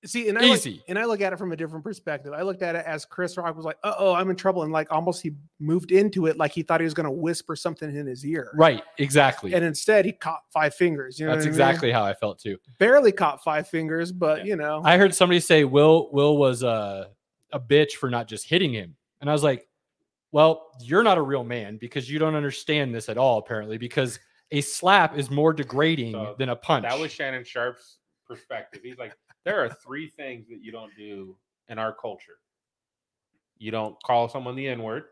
[SPEAKER 3] See, and I look-
[SPEAKER 1] Easy.
[SPEAKER 3] and I look at it from a different perspective. I looked at it as Chris Rock was like, "Uh oh, I'm in trouble," and like almost he moved into it like he thought he was going to whisper something in his ear.
[SPEAKER 1] right, exactly."
[SPEAKER 3] And instead, he caught five fingers. You know,
[SPEAKER 1] That's
[SPEAKER 3] what I mean?
[SPEAKER 1] exactly how I felt too.
[SPEAKER 3] barely caught five fingers, but
[SPEAKER 2] Yeah.
[SPEAKER 3] you know,
[SPEAKER 1] I heard somebody say Will Will was a a bitch for not just hitting him, and I was like, "Well, you're not a real man because you don't understand this at all, apparently, because a slap is more degrading
[SPEAKER 2] So,
[SPEAKER 1] than a punch."
[SPEAKER 2] That was Shannon Sharp's perspective. He's like, there are three things that you don't do in our culture. You don't call someone the N word.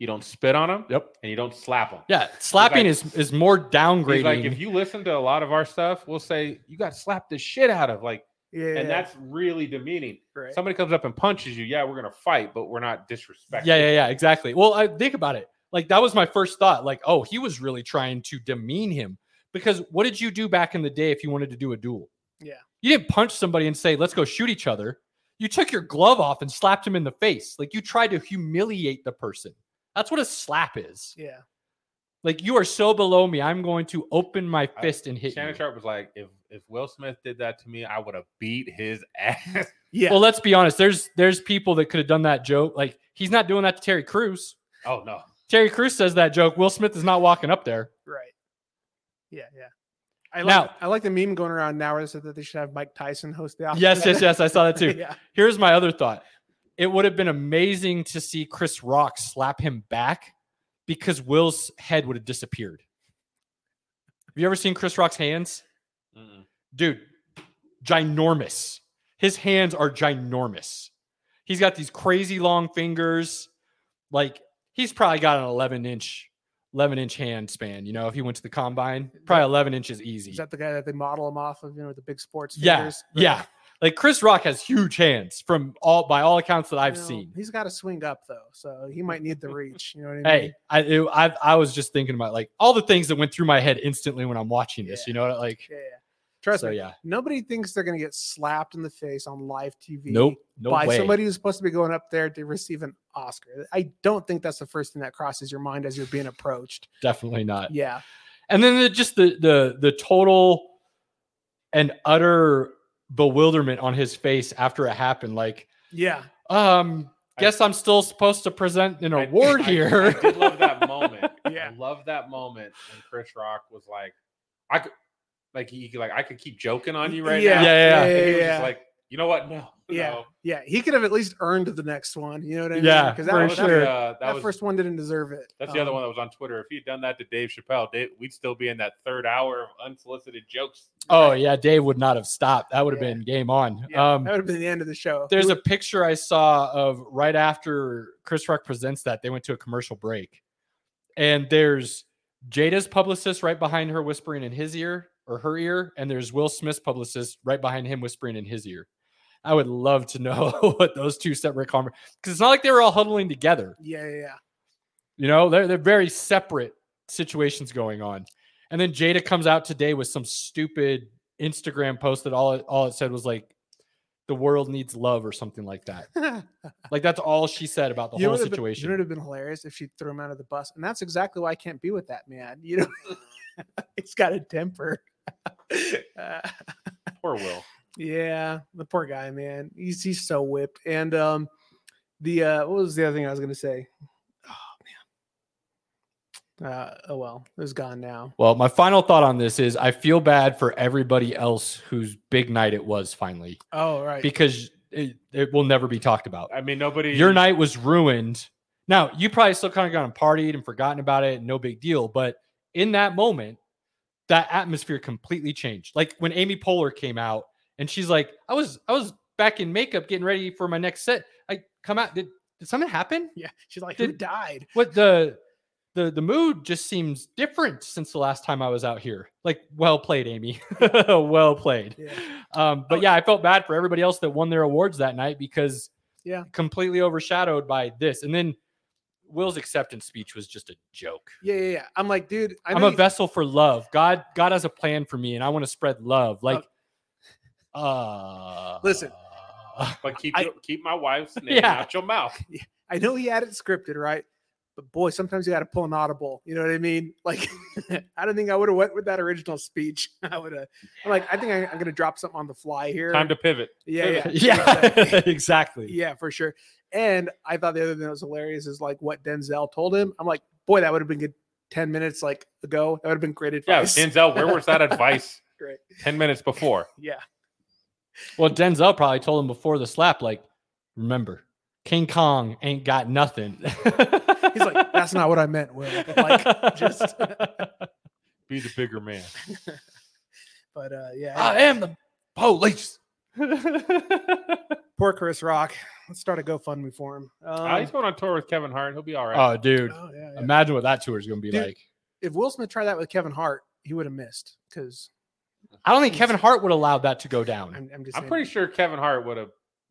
[SPEAKER 2] You don't spit on them,
[SPEAKER 1] yep.
[SPEAKER 2] and you don't slap them.
[SPEAKER 1] Yeah, slapping
[SPEAKER 2] like-
[SPEAKER 1] is is more downgrading.
[SPEAKER 2] He's like, if you listen to a lot of our stuff, we'll say you got slapped the shit out of, like,
[SPEAKER 3] yeah,
[SPEAKER 2] and that's really demeaning.
[SPEAKER 3] right.
[SPEAKER 2] Somebody comes up and punches you, yeah, we're gonna fight, but we're not disrespectful.
[SPEAKER 1] yeah, yeah, yeah, exactly. Well, I think about it. Like that was my first thought. Like, oh, he was really trying to demean him because what did you do back in the day if you wanted to do a duel?
[SPEAKER 3] Yeah.
[SPEAKER 1] You didn't punch somebody and say, "Let's go shoot each other." You took your glove off and slapped him in the face. Like you tried to humiliate the person. That's what a slap is.
[SPEAKER 3] yeah,
[SPEAKER 1] Like you are so below me, I'm going to open my
[SPEAKER 2] I-
[SPEAKER 1] fist and hit
[SPEAKER 2] Shannon
[SPEAKER 1] you.
[SPEAKER 2] Sharp was like, if if Will Smith did that to me, I would have beat his ass.
[SPEAKER 3] yeah.
[SPEAKER 1] Well, let's be honest. There's there's people that could have done that joke. Like he's not doing that to Terry Crews.
[SPEAKER 2] oh no.
[SPEAKER 1] Terry Crews says that joke. Will Smith is not walking up there.
[SPEAKER 3] right. Yeah, yeah. I like,
[SPEAKER 1] Now-
[SPEAKER 3] I like the meme going around now where they said that they should have Mike Tyson host the. Oscars.
[SPEAKER 1] Yes, yes, yes. I saw that too.
[SPEAKER 3] yeah,
[SPEAKER 1] Here's my other thought. It would have been amazing to see Chris Rock slap him back because Will's head would have disappeared. Have you ever seen Chris Rock's hands?
[SPEAKER 2] Mm-mm.
[SPEAKER 1] Dude, ginormous. His hands are ginormous. He's got these crazy long fingers. Like he's probably got an 11 inch, 11 inch hand span. You know, if he went to the combine, probably 11 inches easy.
[SPEAKER 3] is that the guy that they model him off of? You know, with the big sports.
[SPEAKER 1] Yeah,
[SPEAKER 3] fingers?
[SPEAKER 1] yeah. Like Chris Rock has huge hands from all by all accounts that I've
[SPEAKER 3] Well,
[SPEAKER 1] seen.
[SPEAKER 3] He's got to swing up though, so he might need the reach. You know what I mean?
[SPEAKER 1] Hey, I, it- I I was just thinking about like all the things that went through my head instantly when I'm watching this.
[SPEAKER 3] Yeah.
[SPEAKER 1] You know, like
[SPEAKER 3] yeah. Trust
[SPEAKER 1] so
[SPEAKER 3] me,
[SPEAKER 1] yeah.
[SPEAKER 3] nobody thinks they're gonna get slapped in the face on live TV.
[SPEAKER 1] Nope, no
[SPEAKER 3] by
[SPEAKER 1] way.
[SPEAKER 3] somebody who's supposed to be going up there to receive an Oscar. I don't think that's the first thing that crosses your mind as you're being approached.
[SPEAKER 1] Definitely not.
[SPEAKER 3] Yeah,
[SPEAKER 1] And then the, just the the the total and utter bewilderment on his face after it happened. Like,
[SPEAKER 3] yeah.
[SPEAKER 1] um,
[SPEAKER 2] I-
[SPEAKER 1] guess I'm still supposed to present an
[SPEAKER 2] I-
[SPEAKER 1] award
[SPEAKER 2] I-
[SPEAKER 1] here.
[SPEAKER 2] I did love that moment.
[SPEAKER 3] Yeah.
[SPEAKER 2] I love that moment when Chris Rock was like, I could like he like I could keep joking on you right
[SPEAKER 1] Yeah,
[SPEAKER 2] now.
[SPEAKER 1] yeah,
[SPEAKER 2] And
[SPEAKER 3] yeah,
[SPEAKER 2] he was
[SPEAKER 3] yeah.
[SPEAKER 2] just like, you know what? No.
[SPEAKER 3] Yeah.
[SPEAKER 2] No.
[SPEAKER 3] Yeah, he could have at least earned the next one. You know what I mean?
[SPEAKER 1] Yeah,
[SPEAKER 3] because
[SPEAKER 1] for
[SPEAKER 3] that, was- that,
[SPEAKER 1] sure.
[SPEAKER 2] That, uh, that
[SPEAKER 3] that
[SPEAKER 2] was,
[SPEAKER 3] first one didn't deserve it.
[SPEAKER 2] that's the other
[SPEAKER 3] Um,
[SPEAKER 2] one that was on Twitter. If he'd done that to Dave Chappelle, Dave, we'd still be in that third hour of unsolicited jokes.
[SPEAKER 1] Oh yeah, Dave would not have stopped. That would have
[SPEAKER 3] Yeah.
[SPEAKER 1] been game on.
[SPEAKER 3] Yeah,
[SPEAKER 1] um,
[SPEAKER 3] that would have been the end of the show.
[SPEAKER 1] there's a picture I saw of right after Chris Rock presents that they went to a commercial break, and there's Jada's publicist right behind her whispering in his ear or her ear, and there's Will Smith's publicist right behind him whispering in his ear. I would love to know what those two separate conversations because it's not like they were all huddling together.
[SPEAKER 3] yeah, yeah, yeah.
[SPEAKER 1] You know, they're they're very separate situations going on. And then Jada comes out today with some stupid Instagram post that all it, all it said was like, "The world needs love" or something like that. Like that's all she said about the
[SPEAKER 3] You know
[SPEAKER 1] whole
[SPEAKER 3] what would've been-
[SPEAKER 1] situation.
[SPEAKER 3] you know what would have been hilarious if she threw him out of the bus, and that's exactly why I can't be with that man. You know, he's got a temper. Uh,
[SPEAKER 2] Poor Will.
[SPEAKER 3] yeah, the poor guy, man. He's he's so whipped. And um, the uh, what was the other thing I was gonna say? Oh man. Uh, oh well, it was gone now.
[SPEAKER 1] well, my final thought on this is I feel bad for everybody else whose big night it was finally
[SPEAKER 3] Oh right.
[SPEAKER 1] because it, it will never be talked about.
[SPEAKER 2] I mean, nobody.
[SPEAKER 1] Your night was ruined. Now, you probably still kind of gone and partied and forgotten about it, no big deal. But in that moment, that atmosphere completely changed. Like when Amy Poehler came out and she's like, I was I was back in makeup getting ready for my next set. I come out. Did did something happen?
[SPEAKER 3] yeah, she's like, who
[SPEAKER 1] Did-
[SPEAKER 3] died?
[SPEAKER 1] What the the the mood just seems different since the last time I was out here. Like, well played, Amy. well played.
[SPEAKER 3] Yeah.
[SPEAKER 1] Um, but
[SPEAKER 3] Oh.
[SPEAKER 1] yeah, I felt bad for everybody else that won their awards that night because
[SPEAKER 3] Yeah.
[SPEAKER 1] completely overshadowed by this. And then Will's acceptance speech was just a joke.
[SPEAKER 3] Yeah, yeah, yeah. I'm like, dude, I
[SPEAKER 1] I'm
[SPEAKER 3] know
[SPEAKER 1] a
[SPEAKER 3] you-
[SPEAKER 1] vessel for love. God, God has a plan for me, and I want to spread love. Like, uh,
[SPEAKER 3] Listen.
[SPEAKER 2] But keep
[SPEAKER 3] I-
[SPEAKER 2] your- keep my wife's name
[SPEAKER 1] Yeah.
[SPEAKER 2] out your mouth.
[SPEAKER 3] I know he had it scripted, right? But boy, sometimes you got to pull an audible. You know what I mean? Like, I don't think I would have went with that original speech. I would have. I'm like, I think I, I'm going to drop something on the fly here.
[SPEAKER 2] Time to pivot.
[SPEAKER 3] yeah, yeah,
[SPEAKER 1] yeah, exactly.
[SPEAKER 3] yeah, for sure. And I thought the other thing that was hilarious is like what Denzel told him. I'm like, boy, that would have been good ten minutes like ago. That would have been great
[SPEAKER 2] Yeah,
[SPEAKER 3] advice.
[SPEAKER 2] Denzel, where was that advice
[SPEAKER 3] Great.
[SPEAKER 2] 10 minutes before?
[SPEAKER 3] Yeah,
[SPEAKER 1] Well, Denzel probably told him before the slap, like, remember, King Kong ain't got nothing.
[SPEAKER 3] he's like, that's not what I meant. Will. Like, just-
[SPEAKER 2] Be the bigger man.
[SPEAKER 3] but uh, yeah,
[SPEAKER 2] Ah,
[SPEAKER 1] I am the police.
[SPEAKER 3] poor Chris Rock. Let's start a GoFundMe for him. Um,
[SPEAKER 2] Uh, he's going on tour with Kevin Hart. He'll be all right.
[SPEAKER 1] Oh, dude.
[SPEAKER 3] oh, yeah, yeah.
[SPEAKER 1] Imagine what that tour is going to be
[SPEAKER 3] Dude.
[SPEAKER 1] like.
[SPEAKER 3] if Will Smith tried that with Kevin Hart, he would have missed because
[SPEAKER 1] I don't think Kevin Hart would allow that to go down.
[SPEAKER 3] I'm, I'm just
[SPEAKER 2] I'm
[SPEAKER 3] saying-
[SPEAKER 2] pretty sure Kevin Hart would have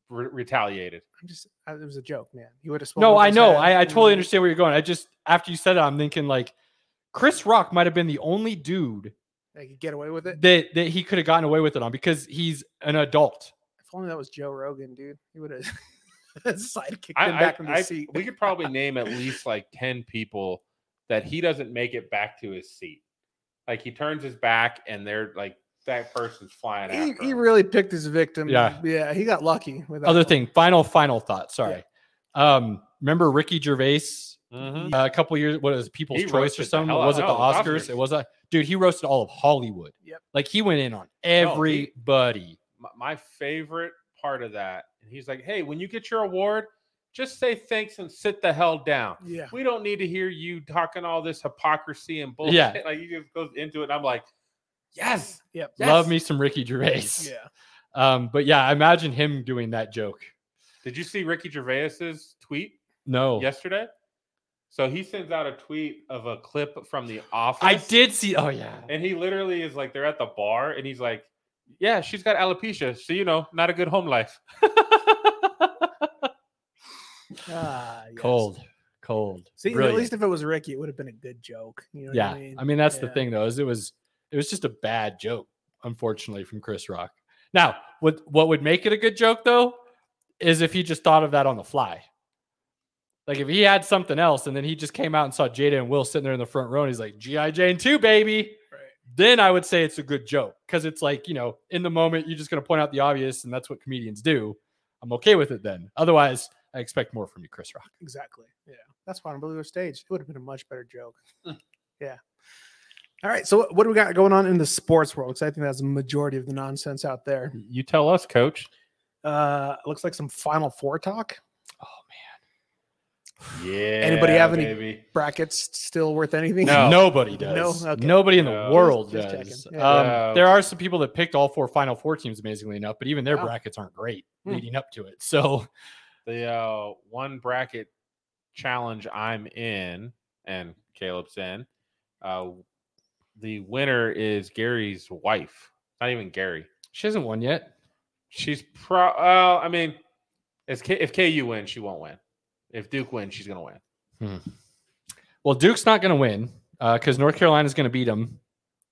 [SPEAKER 2] re- retaliated.
[SPEAKER 3] I'm just I, it was a joke, man. He would have
[SPEAKER 1] No, I know. I, I totally understand where you're going. I just, after you said it, I'm thinking like Chris Rock might have been the only dude
[SPEAKER 3] I could get away with it.
[SPEAKER 1] that, that he could have gotten away with it on because he's an adult.
[SPEAKER 3] If only that was Joe Rogan, dude. He would have sidekicked
[SPEAKER 2] I,
[SPEAKER 3] him back
[SPEAKER 2] I-
[SPEAKER 3] from the
[SPEAKER 2] I-
[SPEAKER 3] seat.
[SPEAKER 2] we could probably name at least like 10 people that he doesn't make it back to his seat. Like he turns his back and they're like, that person's flying
[SPEAKER 3] He,
[SPEAKER 2] after
[SPEAKER 3] he
[SPEAKER 2] him.
[SPEAKER 3] really picked his victim.
[SPEAKER 1] Yeah.
[SPEAKER 3] yeah. He got lucky with that
[SPEAKER 1] Other
[SPEAKER 3] one.
[SPEAKER 1] thing, final, final thought. Sorry. Um, remember Ricky Gervais
[SPEAKER 2] Mhm.
[SPEAKER 1] uh, a couple years. What is it, People's
[SPEAKER 2] He
[SPEAKER 1] Choice
[SPEAKER 2] roasted
[SPEAKER 1] or
[SPEAKER 2] the
[SPEAKER 1] something?
[SPEAKER 2] hell
[SPEAKER 1] was it the
[SPEAKER 2] out of
[SPEAKER 1] Oscars?
[SPEAKER 2] those Oscars.
[SPEAKER 1] It was a dude. He roasted all of Hollywood.
[SPEAKER 3] Yep.
[SPEAKER 1] Like he went
[SPEAKER 2] Oh,
[SPEAKER 1] in on everybody.
[SPEAKER 2] my, my favorite part of that. And he's like, hey, when you get your award, just say thanks and sit the hell down.
[SPEAKER 3] Yeah.
[SPEAKER 2] We don't need to hear you talking all this hypocrisy and bullshit.
[SPEAKER 1] Yeah.
[SPEAKER 2] Like he just goes into it. And I'm like, yes.
[SPEAKER 3] Yep.
[SPEAKER 2] Yes.
[SPEAKER 1] Love me some Ricky Gervais.
[SPEAKER 3] Yeah.
[SPEAKER 1] Um, but yeah, imagine him doing that joke.
[SPEAKER 2] Did you see Ricky Gervais's tweet Oh.
[SPEAKER 1] No.
[SPEAKER 2] yesterday? So he sends out a tweet of a clip from The Office.
[SPEAKER 1] I did see. Oh yeah.
[SPEAKER 2] And he literally is like, they're at the bar and he's like, yeah, she's got alopecia. So, you know, not a good home life.
[SPEAKER 3] Ah, yes.
[SPEAKER 1] Cold. Cold.
[SPEAKER 3] See, you know, at
[SPEAKER 1] Brilliant.
[SPEAKER 3] least if it was Ricky, it would have been a good joke. You know what
[SPEAKER 1] yeah.
[SPEAKER 3] I mean?
[SPEAKER 1] that's the
[SPEAKER 3] Yeah.
[SPEAKER 1] thing though, is it was it was just a bad joke, unfortunately, from Chris Rock. Now, what what would make it a good joke though is if he just thought of that on the fly. Like if he had something else and then he just came out and saw Jada and Will sitting there in the front row and he's like, G.I. Jane 2, baby.
[SPEAKER 3] Right.
[SPEAKER 1] Then I would say it's a good joke because it's like, you know, in the moment, you're just going to point out the obvious and that's what comedians do. I'm okay with it then. Otherwise, I expect more from you, Chris Rock.
[SPEAKER 3] Exactly. Yeah. That's why on Blue Stage, it would have been a much better joke. yeah. All right. So what- what do we got going on in the sports world? Because I think that's the majority of the nonsense out there.
[SPEAKER 2] You tell us, coach.
[SPEAKER 3] Uh, looks like some Final Four talk.
[SPEAKER 2] Yeah.
[SPEAKER 3] Anybody have any-
[SPEAKER 2] baby.
[SPEAKER 3] Brackets still worth anything?
[SPEAKER 2] No.
[SPEAKER 1] Nobody does.
[SPEAKER 3] No? Okay.
[SPEAKER 1] Nobody in the
[SPEAKER 2] No.
[SPEAKER 1] world
[SPEAKER 3] Just- just
[SPEAKER 1] does.
[SPEAKER 3] checking.
[SPEAKER 1] Um,
[SPEAKER 2] Yeah.
[SPEAKER 1] There are some people that picked all four Final Four teams, amazingly enough, but even their
[SPEAKER 3] Wow.
[SPEAKER 1] brackets aren't great
[SPEAKER 3] Oh. Hmm.
[SPEAKER 1] leading up to it. So
[SPEAKER 2] the uh, one bracket challenge I'm in and Caleb's in, uh, the winner is Gary's wife. Not even Gary.
[SPEAKER 1] she hasn't won yet.
[SPEAKER 2] She's pro. Uh, I mean, as K- if KU wins, she won't win. If Duke wins, she's gonna win.
[SPEAKER 1] Well, Duke's not going to win because North Carolina's going to beat them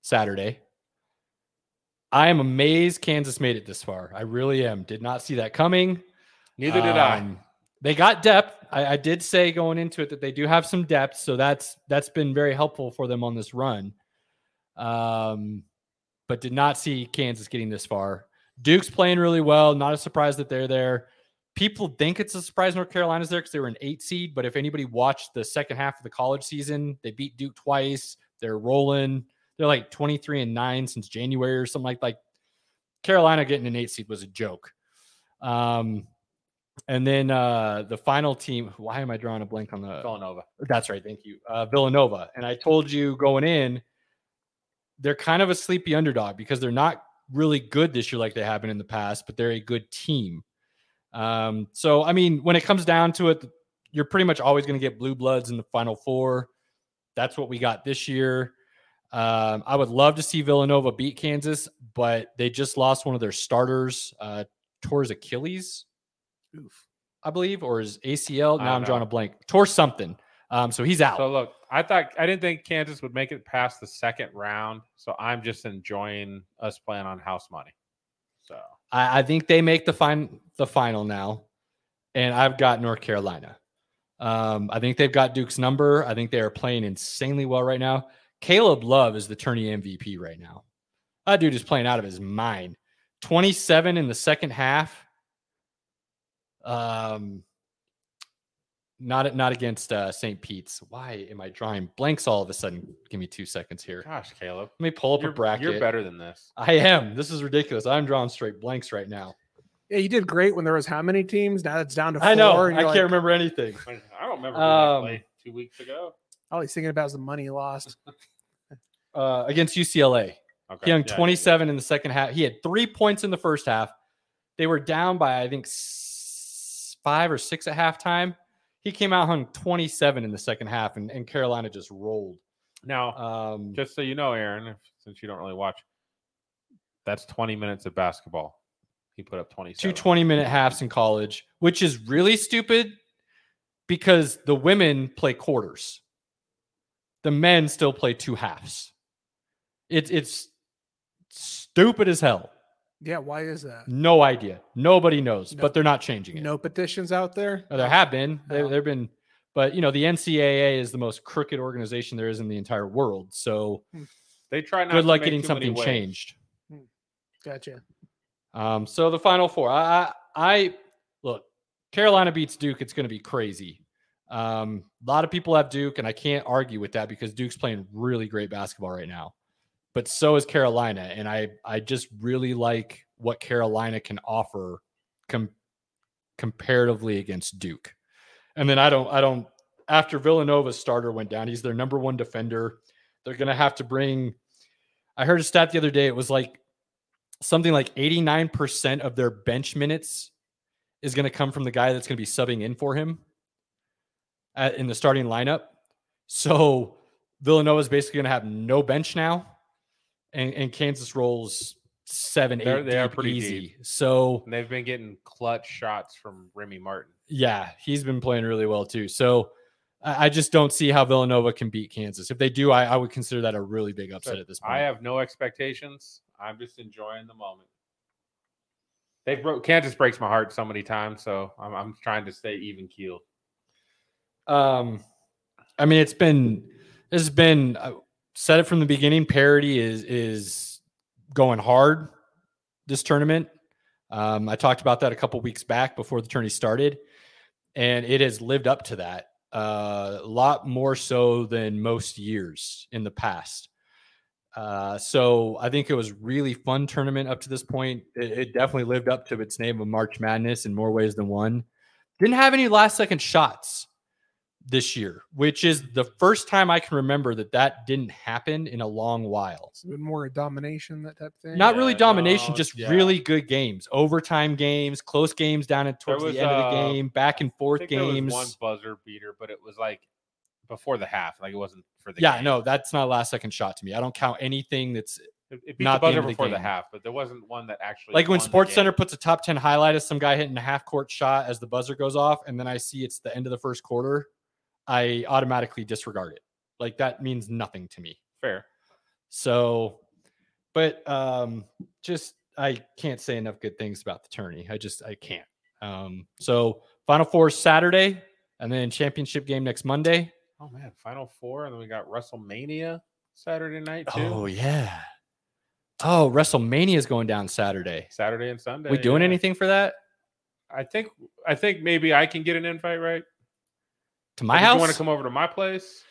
[SPEAKER 1] Saturday. I am amazed Kansas made it this far. I really am. Did not see that coming.
[SPEAKER 2] Neither did I.
[SPEAKER 1] Um, They got depth. I, I did say going into it that they do have some depth, so that's that's been very helpful for them on this run. Um, but did not see Kansas getting this far. Duke's playing really well. Not a surprise that they're there. People think it's a surprise North Carolina's there because they were an eight seed. But if anybody watched the second half of the college season, they beat Duke twice. They're rolling. They're like 23 and nine since January or something like like Carolina getting an eight seed was a joke. Um, and then uh, the final team. Why am I drawing a blank on the
[SPEAKER 2] Villanova.
[SPEAKER 1] that's right. Thank you. Uh, Villanova. And I told you going in, they're kind of a sleepy underdog because they're not really good this year like they have been in the past, but they're a good team. Um, so, I mean, when it comes down to it, you're pretty much always going to get blue bloods in the final four. That's what we got this year. Um, I would love to see Villanova beat Kansas, but they just lost one of their starters, uh, towards Achilles,
[SPEAKER 3] Oof.
[SPEAKER 1] I believe, or his ACL.
[SPEAKER 2] I
[SPEAKER 1] Now
[SPEAKER 2] don't
[SPEAKER 1] I'm
[SPEAKER 2] know.
[SPEAKER 1] drawing a blank. Tore something. Um, so he's out.
[SPEAKER 2] So look, I thought I didn't think Kansas would make it past the second round. So I'm just enjoying us playing on house money. So
[SPEAKER 1] I, I think they make the fin- the final now, and I've got North Carolina. Um, I think they've got Duke's number. I think they are playing insanely well right now. Caleb Love is the tourney MVP right now. That dude is playing out of his mind. 27 in the second half. Um, not not against uh, St. Pete's. Why am I drawing blanks all of a sudden? Give me two seconds here. Let
[SPEAKER 2] gosh, Caleb.
[SPEAKER 1] me pull up
[SPEAKER 2] You're,
[SPEAKER 1] a bracket.
[SPEAKER 2] you're better than this.
[SPEAKER 1] I am. This is ridiculous. I'm drawing straight blanks right now.
[SPEAKER 3] Yeah, you did great when there was how many teams? Now it's down to four.
[SPEAKER 1] I know. I
[SPEAKER 3] and
[SPEAKER 1] can't
[SPEAKER 3] you're like,
[SPEAKER 1] remember anything.
[SPEAKER 2] I don't remember
[SPEAKER 1] who I Um, played
[SPEAKER 2] two weeks ago.
[SPEAKER 3] All he's thinking about is the money lost.
[SPEAKER 1] Uh, against UCLA,
[SPEAKER 2] Okay.
[SPEAKER 1] he hung 27 in the second half. He had three points in the first half. They were down by I think s- five or six at halftime. He came out hung 27 in the second half, and, and Carolina just rolled.
[SPEAKER 2] Now,
[SPEAKER 1] Um,
[SPEAKER 2] just so you know, Aaron, if, since you don't really watch, that's 20 minutes of basketball. He put up 27.
[SPEAKER 1] two 20 minute halves in college, which is really stupid because the women play quarters. The men still play two halves. It's it's stupid as hell.
[SPEAKER 3] Yeah, why is that?
[SPEAKER 1] No idea. Nobody knows,
[SPEAKER 3] No.
[SPEAKER 1] but they're not changing it.
[SPEAKER 3] No petitions out there.
[SPEAKER 1] Uh, There have been. There
[SPEAKER 3] No.
[SPEAKER 1] have been, but you know, the NCAA is the most crooked organization there is in the entire world. So
[SPEAKER 2] They try not
[SPEAKER 1] good
[SPEAKER 2] to
[SPEAKER 1] luck
[SPEAKER 2] make
[SPEAKER 1] getting
[SPEAKER 2] too many
[SPEAKER 1] something
[SPEAKER 2] waves.
[SPEAKER 1] changed.
[SPEAKER 3] Gotcha.
[SPEAKER 1] Um, so the final four, I, I, I look, Carolina beats Duke. It's going to be crazy. Um, a lot of people have Duke, and I can't argue with that because Duke's playing really great basketball right now. But so is Carolina, and I, I just really like what Carolina can offer com- comparatively against Duke. And then I don't, I don't. After Villanova's starter went down, he's their number one defender. They're going to have to bring. I heard a stat the other day. It was like something like 89% of their bench minutes is going to come from the guy that's going to be subbing in for him at, in the starting lineup. So Villanova is basically going to have no bench now, and, and Kansas rolls seven,
[SPEAKER 2] They're-
[SPEAKER 1] eight.
[SPEAKER 2] they are
[SPEAKER 1] deep
[SPEAKER 2] pretty
[SPEAKER 1] easy.
[SPEAKER 2] deep.
[SPEAKER 1] So
[SPEAKER 2] And they've been getting clutch shots from Remy Martin.
[SPEAKER 1] yeah, he's been playing really well too. So I, I just don't see how Villanova can beat Kansas. If they do, I, I would consider that a really big upset
[SPEAKER 2] But
[SPEAKER 1] at this point.
[SPEAKER 2] I have no expectations. I'm just enjoying the moment. They broke Kansas breaks my heart so many times, so I'm, I'm trying to stay even keeled.
[SPEAKER 1] um i mean it's been it's been I said it from the beginning parity is is going hard this tournament um i talked about that a couple weeks back before the tourney started and it has lived up to that uh, a lot more so than most years in the past Uh, so I think it was really fun tournament up to this point. It, it definitely lived up to its name of March Madness in more ways than one. Didn't have any last second shots this year, which is the first time I can remember that that didn't happen in a long while.
[SPEAKER 3] It's been more a domination that type thing.
[SPEAKER 1] Not really
[SPEAKER 2] Yeah,
[SPEAKER 1] domination,
[SPEAKER 2] no,
[SPEAKER 1] just
[SPEAKER 2] yeah.
[SPEAKER 1] really good games, overtime games, close games down at towards
[SPEAKER 2] was,
[SPEAKER 1] the end of the
[SPEAKER 2] uh,
[SPEAKER 1] game, back and
[SPEAKER 2] I
[SPEAKER 1] forth
[SPEAKER 2] think there was
[SPEAKER 1] games.
[SPEAKER 2] one buzzer beater, but it was like before the half. Like it wasn't for the
[SPEAKER 1] yeah,
[SPEAKER 2] game.
[SPEAKER 1] no, that's not a last second shot to me. I don't count anything that's
[SPEAKER 2] It, it beat
[SPEAKER 1] Not the end
[SPEAKER 2] the buzzer
[SPEAKER 1] of the
[SPEAKER 2] before the,
[SPEAKER 1] game.
[SPEAKER 2] half, but there wasn't one that actually
[SPEAKER 1] like when
[SPEAKER 2] won the
[SPEAKER 1] Sports
[SPEAKER 2] game.
[SPEAKER 1] Center puts a top 10 highlight of some guy hitting a half court shot as the buzzer goes off, and then I see it's the end of the first quarter, I automatically disregard it. Like that means nothing to me.
[SPEAKER 2] fair.
[SPEAKER 1] So, but um, just I can't say enough good things about the tourney. I just I can't. Um, so Final Four is Saturday, and then championship game next Monday.
[SPEAKER 2] Oh man, Final Four, and then we got WrestleMania Saturday night too.
[SPEAKER 1] Oh yeah. Oh, WrestleMania is going down Saturday.
[SPEAKER 2] Saturday and Sunday.
[SPEAKER 1] We doing
[SPEAKER 2] yeah.
[SPEAKER 1] anything for that
[SPEAKER 2] I think I think maybe I can get an invite, right?
[SPEAKER 1] to my
[SPEAKER 2] Like, If
[SPEAKER 1] house?
[SPEAKER 2] you want to come over to my place?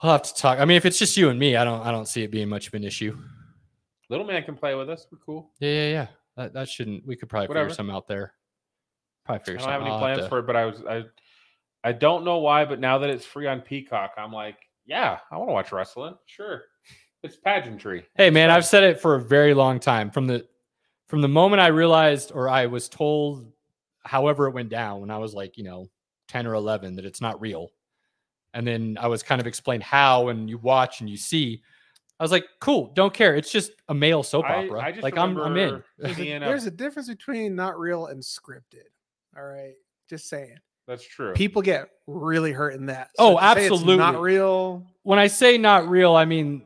[SPEAKER 1] I'll have to talk. I mean, if it's just you and me, I don't I don't see it being much of an issue.
[SPEAKER 2] Little man can play with us. We're cool.
[SPEAKER 1] Yeah, yeah, yeah. That, that shouldn't. We could probably
[SPEAKER 2] Whatever.
[SPEAKER 1] figure some out there. Probably
[SPEAKER 2] I
[SPEAKER 1] figure
[SPEAKER 2] don't have
[SPEAKER 1] something.
[SPEAKER 2] any
[SPEAKER 1] I'll
[SPEAKER 2] plans
[SPEAKER 1] to-
[SPEAKER 2] for it, but I was I I don't know why, but now that it's free on Peacock, I'm like, yeah, I want to watch wrestling. Sure. It's pageantry.
[SPEAKER 1] Hey man, I've said it for a very long time. From the from the moment I realized or I was told however it went down when I was like, you know, 10 or 11 that it's not real. And then I was kind of explained how and you watch and you see. I was like, cool, don't care. It's just a male soap
[SPEAKER 2] I-
[SPEAKER 1] opera.
[SPEAKER 2] I just
[SPEAKER 1] like I'm I'm in.
[SPEAKER 2] remember
[SPEAKER 3] There's a,
[SPEAKER 2] being a-
[SPEAKER 3] there's a difference between not real and scripted. All right. Just saying.
[SPEAKER 2] That's true.
[SPEAKER 3] People get really hurt in that.
[SPEAKER 1] Oh,
[SPEAKER 3] to say it's
[SPEAKER 1] absolutely.
[SPEAKER 3] not real.
[SPEAKER 1] When I say not real, I mean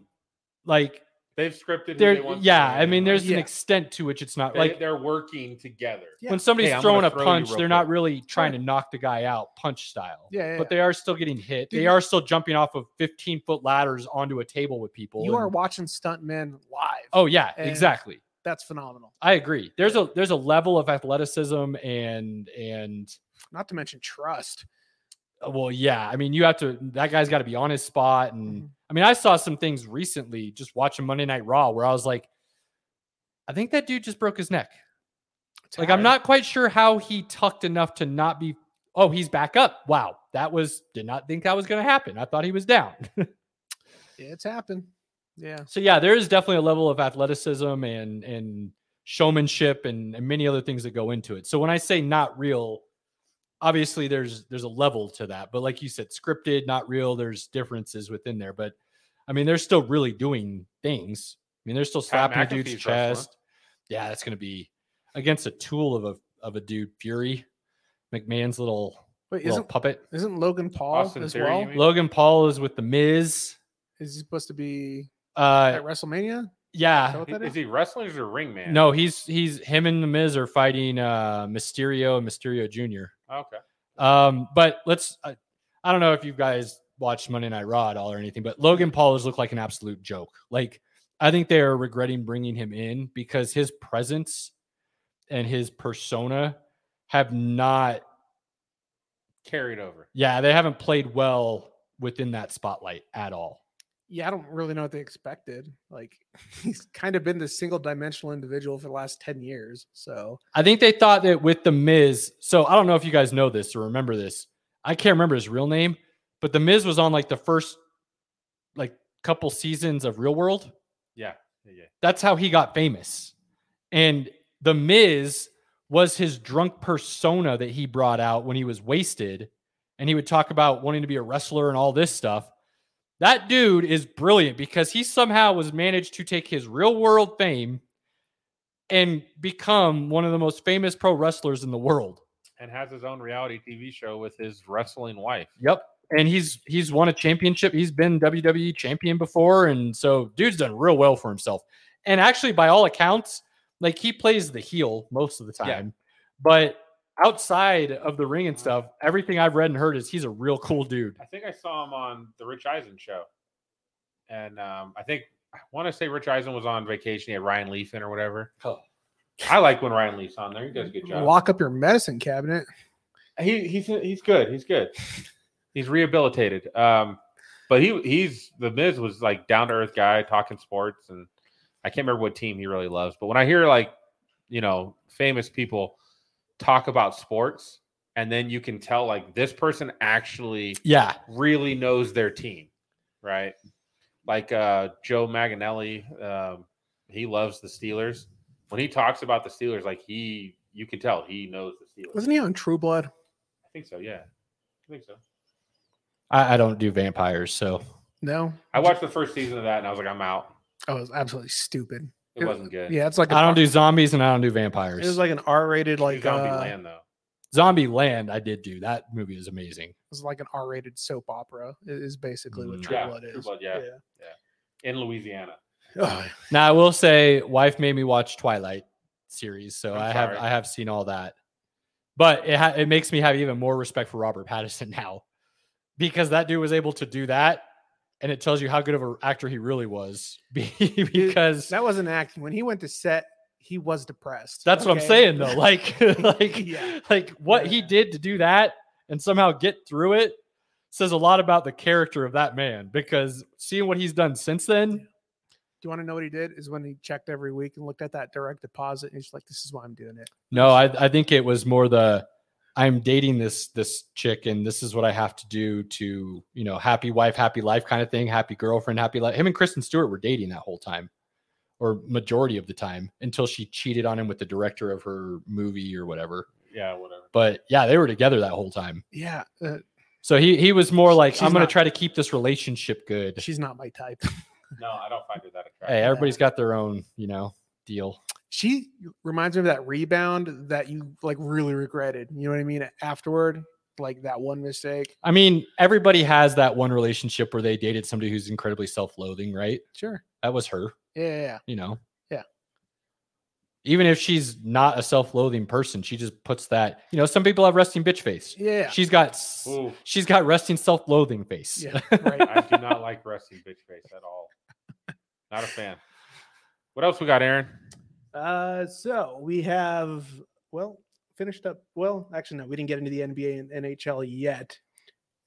[SPEAKER 1] like
[SPEAKER 2] They've scripted. who
[SPEAKER 1] there
[SPEAKER 2] they want to
[SPEAKER 1] yeah,
[SPEAKER 2] win,
[SPEAKER 1] I mean
[SPEAKER 2] like,
[SPEAKER 1] there's
[SPEAKER 3] Yeah.
[SPEAKER 1] an extent to which it's not
[SPEAKER 2] they,
[SPEAKER 1] like
[SPEAKER 2] they're working together.
[SPEAKER 3] Yeah.
[SPEAKER 1] when somebody's
[SPEAKER 2] Hey, I'm
[SPEAKER 1] throwing
[SPEAKER 2] gonna
[SPEAKER 1] a
[SPEAKER 2] throw you
[SPEAKER 1] punch,
[SPEAKER 2] real
[SPEAKER 1] they're not
[SPEAKER 2] quick.
[SPEAKER 1] really trying
[SPEAKER 3] Right.
[SPEAKER 1] to knock the guy out punch style.
[SPEAKER 3] Yeah. yeah,
[SPEAKER 1] but
[SPEAKER 3] yeah.
[SPEAKER 1] they are still getting hit. They
[SPEAKER 3] Dude.
[SPEAKER 1] are still jumping off of 15 foot ladders onto a table with people.
[SPEAKER 3] you are
[SPEAKER 1] and-
[SPEAKER 3] watching stuntmen live.
[SPEAKER 1] oh yeah,
[SPEAKER 3] and-
[SPEAKER 1] exactly.
[SPEAKER 3] That's phenomenal.
[SPEAKER 1] I agree. There's a there's a level of athleticism and and
[SPEAKER 3] Not to mention trust.
[SPEAKER 1] uh, well, yeah. I mean, you have to that guy's got to be on his spot.
[SPEAKER 2] Mm.
[SPEAKER 1] And
[SPEAKER 3] Mhm.
[SPEAKER 1] I mean, I saw some things recently just watching Monday Night Raw where I was like, I think that dude just broke his neck. Like, I'm
[SPEAKER 3] Tired.
[SPEAKER 1] not quite sure how he tucked enough to not be. Oh, he's back up. Wow, that was did not think that was going to happen. I thought he was down.
[SPEAKER 3] It's happened. Yeah.
[SPEAKER 1] So yeah, there is definitely a level of athleticism and and showmanship and, and many other things that go into it. So when I say not real, obviously there's there's a level to that. But like you said, scripted, not real, there's differences within there. But I mean, they're still really doing things. I mean, they're still
[SPEAKER 2] Pat
[SPEAKER 1] slapping a dude's
[SPEAKER 2] McAfee's
[SPEAKER 1] chest.
[SPEAKER 2] wrestling.
[SPEAKER 1] Yeah, that's gonna be against a tool of a of a dude, Fury, McMahon's little,
[SPEAKER 3] Wait,
[SPEAKER 1] little
[SPEAKER 3] isn't
[SPEAKER 1] puppet.
[SPEAKER 3] isn't Logan Paul
[SPEAKER 2] Austin
[SPEAKER 3] as
[SPEAKER 2] Theory, you
[SPEAKER 3] well?
[SPEAKER 2] mean?
[SPEAKER 1] Logan Paul is with the Miz.
[SPEAKER 3] Is he supposed to be
[SPEAKER 1] Uh
[SPEAKER 3] at WrestleMania?
[SPEAKER 1] yeah,
[SPEAKER 3] What that
[SPEAKER 2] Is
[SPEAKER 3] is?
[SPEAKER 2] he wrestling or ring man?
[SPEAKER 1] No, he's he's him and the Miz are fighting uh Mysterio and Mysterio Jr.
[SPEAKER 2] Okay.
[SPEAKER 1] Um, but let's I, I don't know if you guys watched Monday Night Raw at all or anything, but Logan Paul has looked like an absolute joke. Like I think they are regretting bringing him in because his presence and his persona have not
[SPEAKER 2] Carried over.
[SPEAKER 1] yeah, they haven't played well within that spotlight at all.
[SPEAKER 3] Yeah, I don't really know what they expected. Like he's kind of been this single dimensional individual for the last 10 years. So
[SPEAKER 1] I think they thought that with the Miz. So I don't know if you guys know this or remember this. I can't remember his real name, but the Miz was on like the first like couple seasons of Real World.
[SPEAKER 2] Yeah. Yeah. yeah.
[SPEAKER 1] That's how he got famous. And the Miz was his drunk persona that he brought out when he was wasted and he would talk about wanting to be a wrestler and all this stuff. That dude is brilliant because he somehow was managed to take his real world fame and become one of the most famous pro wrestlers in the world.
[SPEAKER 2] And has his own reality TV show with his wrestling wife.
[SPEAKER 1] Yep. And he's he's won a championship. He's been WWE champion before. And so dude's done real well for himself. And actually, by all accounts, like he plays the heel most of the time.
[SPEAKER 2] Yeah.
[SPEAKER 1] But outside of the ring and stuff, everything I've read and heard is he's a real cool dude.
[SPEAKER 2] I think I saw him on the Rich Eisen show, and um, I think I want to say Rich Eisen was on vacation. He had Ryan Leaf in or whatever.
[SPEAKER 1] Oh.
[SPEAKER 2] I like when Ryan Leaf's on there. He does a good job.
[SPEAKER 3] lock up your medicine cabinet.
[SPEAKER 2] He, he's he's good. He's good. He's rehabilitated. Um, But he he's the Miz was like down to earth guy talking sports, and I can't remember what team he really loves. But when I hear like you know famous people talk about sports, and then you can tell like this person actually
[SPEAKER 1] Yeah.
[SPEAKER 2] really knows their team, right? Like uh, Joe Manganelli, um, he loves the Steelers. When he talks about the Steelers, like he, you can tell he knows the Steelers.
[SPEAKER 3] Wasn't he on True Blood?
[SPEAKER 2] I think so. Yeah, I think so.
[SPEAKER 1] I, I don't do vampires, so
[SPEAKER 3] No,
[SPEAKER 2] I watched the first season of that, and I was like, I'm out.
[SPEAKER 3] oh, it was absolutely stupid.
[SPEAKER 2] It wasn't good.
[SPEAKER 3] Yeah, it's like
[SPEAKER 1] I
[SPEAKER 3] an
[SPEAKER 1] don't
[SPEAKER 3] R-
[SPEAKER 1] do zombies and I don't do vampires.
[SPEAKER 3] It was like an R-rated, like
[SPEAKER 2] Zombie
[SPEAKER 3] uh,
[SPEAKER 2] Land though.
[SPEAKER 1] Zombie Land, I did do that movie is amazing.
[SPEAKER 3] it was like an R-rated soap opera. i- Is basically what
[SPEAKER 1] Mm.
[SPEAKER 3] True
[SPEAKER 2] Yeah,
[SPEAKER 3] Blood
[SPEAKER 2] True
[SPEAKER 3] is.
[SPEAKER 2] Blood, yeah. in Louisiana.
[SPEAKER 3] Oh,
[SPEAKER 1] Now I will say, wife made me watch Twilight series, so
[SPEAKER 2] I'm
[SPEAKER 1] i have
[SPEAKER 2] sorry.
[SPEAKER 1] I have seen all that, but it ha- it makes me have even more respect for Robert Pattinson now, because that dude was able to do that, and it tells you how good of an actor he really was, be- because
[SPEAKER 3] that wasn't acting. When he went to set, he was depressed.
[SPEAKER 1] that's what I'm
[SPEAKER 3] okay?
[SPEAKER 1] saying though, like like
[SPEAKER 3] Yeah.
[SPEAKER 1] like what he
[SPEAKER 3] Yeah.
[SPEAKER 1] did to do that and somehow get through it says a lot about the character of that man because seeing what he's done since then
[SPEAKER 3] Do you want to know what he did? Is when he checked every week and looked at that direct deposit, and he's like, "This is why I'm doing it."
[SPEAKER 1] No, I I think it was more the I'm dating this this chick and this is what I have to do to, you know, happy wife, happy life kind of thing, happy girlfriend, happy life. Him and Kristen Stewart were dating that whole time or majority of the time until she cheated on him with the director of her movie or whatever.
[SPEAKER 2] Yeah, whatever.
[SPEAKER 1] But yeah, they were together that whole time.
[SPEAKER 3] Yeah, uh,
[SPEAKER 1] So he he was more like
[SPEAKER 3] She's
[SPEAKER 1] I'm going
[SPEAKER 3] not-
[SPEAKER 1] to try to keep this relationship good.
[SPEAKER 3] she's not my type.
[SPEAKER 2] No, I don't find it that attractive.
[SPEAKER 1] Hey, everybody's got their own, you know, deal.
[SPEAKER 3] She reminds me of that rebound that you like really regretted. You know what I mean? Afterward, like that one mistake.
[SPEAKER 1] I mean, everybody has that one relationship where they dated somebody who's incredibly self-loathing, right?
[SPEAKER 3] Sure.
[SPEAKER 1] That was her.
[SPEAKER 3] Yeah, yeah, yeah.
[SPEAKER 1] you know
[SPEAKER 3] Yeah.
[SPEAKER 1] even if she's not a self-loathing person she just puts that you know some people have resting bitch face
[SPEAKER 3] yeah.
[SPEAKER 1] she's got s-
[SPEAKER 2] Ooh,
[SPEAKER 1] she's got resting self-loathing face
[SPEAKER 3] Yeah, right.
[SPEAKER 2] I do not like rusty bitch face at all. Not a fan. What else we got, Aaron?
[SPEAKER 3] Uh, so we have well finished up. Well, actually, no, we didn't get into the NBA and NHL yet,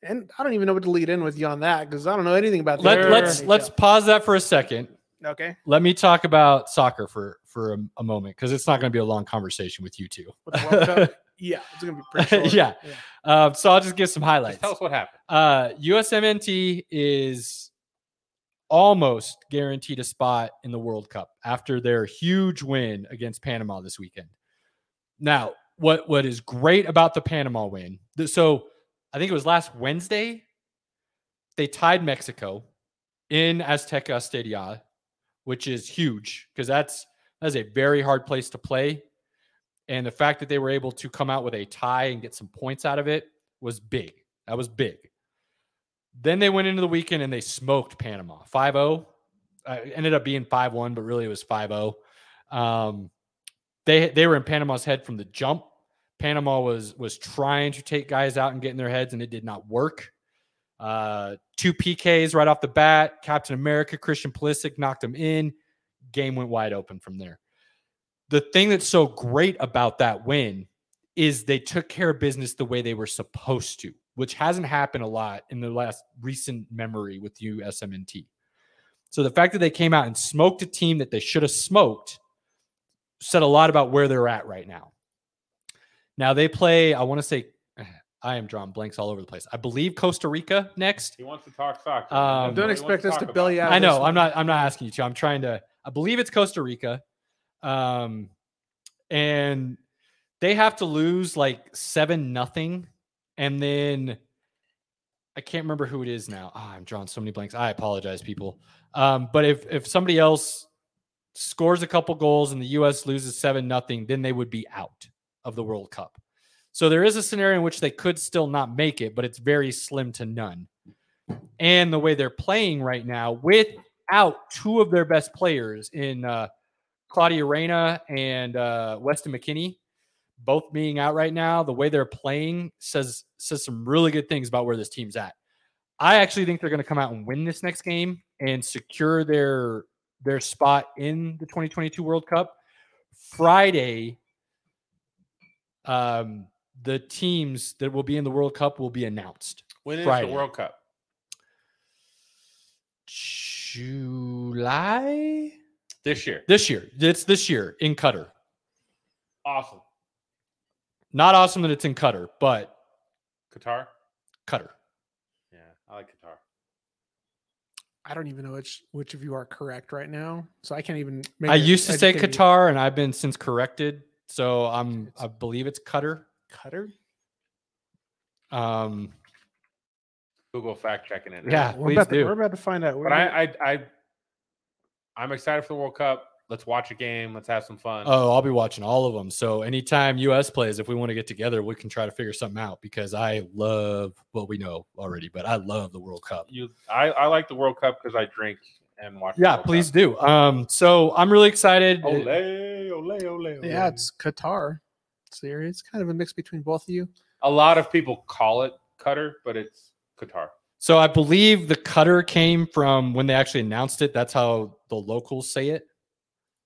[SPEAKER 3] and I don't even know what to lead in with you on that because I don't know anything about. the
[SPEAKER 1] Let,
[SPEAKER 3] NBA or
[SPEAKER 1] let's
[SPEAKER 3] NHL.
[SPEAKER 1] let's pause that for a second
[SPEAKER 3] okay.
[SPEAKER 1] let me talk about soccer for for a, a moment because it's not going to be a long conversation with you two
[SPEAKER 3] With the World Cup, yeah, it's gonna be pretty short.
[SPEAKER 1] Yeah. uh, so i'll just give some highlights
[SPEAKER 2] Just tell us what happened.
[SPEAKER 1] uh USMNT is almost guaranteed a spot in the World Cup after their huge win against Panama this weekend. Now, what what is great about the Panama win? th- So, I think it was last Wednesday they tied Mexico in Azteca Stadia, which is huge because that's that's a very hard place to play. And the fact that they were able to come out with a tie and get some points out of it was big. That was big. Then they went into the weekend and they smoked Panama 5 0. Uh, it ended up being 5 1, but really it was 5 0. Um, they, they were in Panama's head from the jump. Panama was was trying to take guys out and get in their heads, and it did not work. Uh, two PKs right off the bat. Captain America, Christian Pulisic knocked him in. Game went wide open from there. The thing that's so great about that win is they took care of business the way they were supposed to, which hasn't happened a lot in the last recent memory with USMNT. So the fact that they came out and smoked a team that they should have smoked said a lot about where they're at right now. Now they play, I want to say, I am drawing blanks all over the place. I believe Costa Rica next.
[SPEAKER 2] He wants to talk soccer.
[SPEAKER 1] Um,
[SPEAKER 3] Don't expect us to belly out.
[SPEAKER 1] I
[SPEAKER 3] this
[SPEAKER 1] know.
[SPEAKER 3] one.
[SPEAKER 1] I'm not. I'm not asking you to. I'm trying to. I believe it's Costa Rica, um, and they have to lose like seven nothing, and then I can't remember who it is now. Ah, I'm drawing so many blanks. I apologize, people. Um, but if if somebody else scores a couple goals and the U.S. loses seven nothing, then they would be out of the World Cup. So there is a scenario in which they could still not make it, but it's very slim to none. And the way they're playing right now, without two of their best players in uh, Claudia Reyna and uh, Weston McKinney, both being out right now, the way they're playing says says some really good things about where this team's at. I actually think they're going to come out and win this next game and secure their their spot in the 2022 World Cup. Friday, um, the teams that will be in the World Cup will be announced.
[SPEAKER 2] When is
[SPEAKER 1] Friday.
[SPEAKER 2] the World Cup?
[SPEAKER 1] July
[SPEAKER 2] this year.
[SPEAKER 1] this year. It's this year in Qatar.
[SPEAKER 2] Awesome.
[SPEAKER 1] Not awesome that it's in Qatar, but
[SPEAKER 2] Qatar.
[SPEAKER 1] Qatar.
[SPEAKER 2] Yeah, I like Qatar.
[SPEAKER 3] I don't even know which which of you are correct right now, so I can't even. Make
[SPEAKER 1] I
[SPEAKER 3] a
[SPEAKER 1] used to say
[SPEAKER 3] educated-
[SPEAKER 1] Qatar, and I've been since corrected. So I'm, I believe it's Qatar.
[SPEAKER 3] Qatar.
[SPEAKER 1] Um,
[SPEAKER 2] Google fact checking it.
[SPEAKER 1] Yeah,
[SPEAKER 3] we're
[SPEAKER 1] please
[SPEAKER 3] about
[SPEAKER 1] do.
[SPEAKER 3] To, we're about to find out. We're
[SPEAKER 2] but
[SPEAKER 3] gonna-
[SPEAKER 2] I, I, I, I'm excited for the World Cup. Let's watch a game. Let's have some fun.
[SPEAKER 1] oh, I'll be watching all of them. So anytime US plays, if we want to get together, we can try to figure something out because I love well, we know already, but I love the World Cup.
[SPEAKER 2] you, I, I like the World Cup because I drink and watch. the
[SPEAKER 1] Yeah,
[SPEAKER 2] World
[SPEAKER 1] please
[SPEAKER 2] Cup.
[SPEAKER 1] do. Um, so I'm really excited.
[SPEAKER 2] Ole, ole, ole, ole.
[SPEAKER 3] yeah, it's Qatar. So you're- it's kind of a mix between both of you.
[SPEAKER 2] a lot of people call it Qatar, but it's Qatar.
[SPEAKER 1] So I believe the cutter came from when they actually announced it. That's how the locals say it.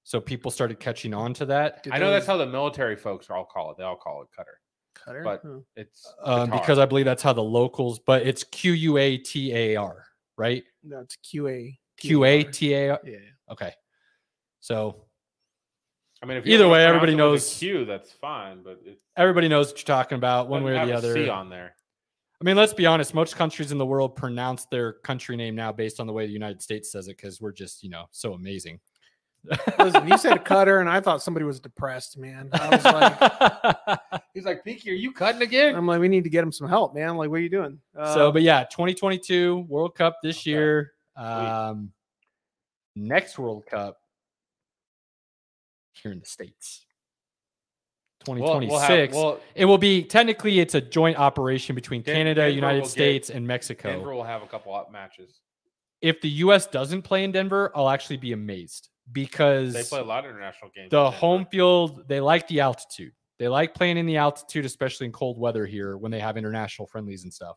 [SPEAKER 1] So people started catching on to that.
[SPEAKER 3] Did
[SPEAKER 2] I know
[SPEAKER 3] they-
[SPEAKER 2] that's how the military folks all call it. They all call it Qatar.
[SPEAKER 3] Qatar.
[SPEAKER 2] but-
[SPEAKER 3] Oh.
[SPEAKER 2] It's
[SPEAKER 1] Um,
[SPEAKER 2] Qatar.
[SPEAKER 1] because I believe that's how the locals, but it's Q U A T A R, right?
[SPEAKER 3] No, it's QA.
[SPEAKER 1] Q A T A R.
[SPEAKER 3] Yeah.
[SPEAKER 1] Okay. So
[SPEAKER 2] I mean, if
[SPEAKER 1] Either
[SPEAKER 2] wanna
[SPEAKER 1] way,
[SPEAKER 2] pronounce
[SPEAKER 1] everybody
[SPEAKER 2] it with a
[SPEAKER 1] knows-
[SPEAKER 2] Q. That's fine, but it
[SPEAKER 1] everybody knows what you're talking about, one way
[SPEAKER 2] doesn't
[SPEAKER 1] or
[SPEAKER 2] have
[SPEAKER 1] the
[SPEAKER 2] a C
[SPEAKER 1] other.
[SPEAKER 2] on there.
[SPEAKER 1] I mean, let's be honest. Most countries in the world pronounce their country name now based on the way the United States says it because we're just, you know, so amazing.
[SPEAKER 3] Listen, you said Qatar, and I thought somebody was depressed, man. I was like,
[SPEAKER 2] He's like, Pinky, are you cutting again?
[SPEAKER 3] I'm like, we need to get him some help, man. Like, what are you doing?
[SPEAKER 1] so,
[SPEAKER 3] Uh,
[SPEAKER 1] but yeah, 2022 World Cup this
[SPEAKER 2] Um, Okay.
[SPEAKER 1] year. Um, next World Cup here in the states.
[SPEAKER 2] We'll,
[SPEAKER 1] 2026.
[SPEAKER 2] we'll have, well,
[SPEAKER 1] it will be technically it's a joint operation between
[SPEAKER 2] Den-
[SPEAKER 1] Canada,
[SPEAKER 2] Denver will
[SPEAKER 1] United
[SPEAKER 2] get-
[SPEAKER 1] States, and Mexico.
[SPEAKER 2] Denver will have a couple up matches.
[SPEAKER 1] If the U.S. doesn't play in Denver, I'll actually be amazed because
[SPEAKER 2] They play a lot of international games. in
[SPEAKER 1] the
[SPEAKER 2] Denver.
[SPEAKER 1] home field they like the altitude they like playing in the altitude especially in cold weather here when they have international friendlies and stuff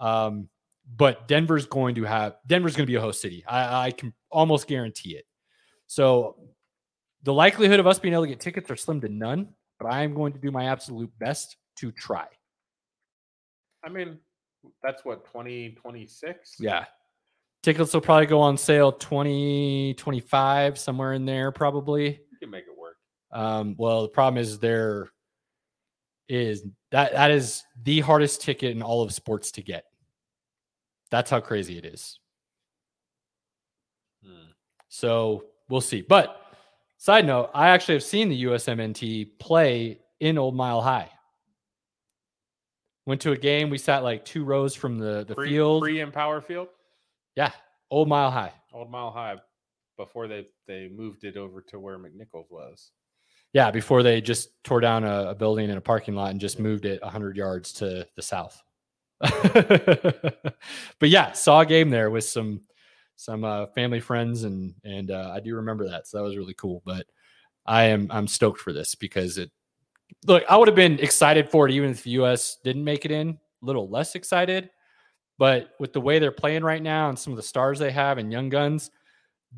[SPEAKER 1] um, but denver's going to have denver's going to be a host city I, I can almost guarantee it so the likelihood of us being able to get tickets are slim to none but i am going to do my absolute best to try
[SPEAKER 2] I mean, that's what twenty twenty six.
[SPEAKER 1] yeah tickets will probably go on sale 20 25 somewhere in there probably
[SPEAKER 2] you can make it work.
[SPEAKER 1] Um, well, the problem is there is that that is the hardest ticket in all of sports to get. That's how crazy it is.
[SPEAKER 2] Hmm.
[SPEAKER 1] So we'll see. But side note, I actually have seen the USMNT play in Old Mile High. Went to a game. We sat like two rows from the the
[SPEAKER 2] Free,
[SPEAKER 1] field.
[SPEAKER 2] free and power field,
[SPEAKER 1] Yeah, Old Mile High.
[SPEAKER 2] old mile high. Before they they moved it over to where McNichols was.
[SPEAKER 1] Yeah, before they just tore down a, a building and a parking lot and just moved it 100 yards to the south. but yeah, saw a game there with some some uh, family friends and and uh, I do remember that, so that was really cool. But I am I'm stoked for this because it look I would have been excited for it even if the U.S. didn't make it in, a little less excited. But with the way they're playing right now and some of the stars they have and young guns,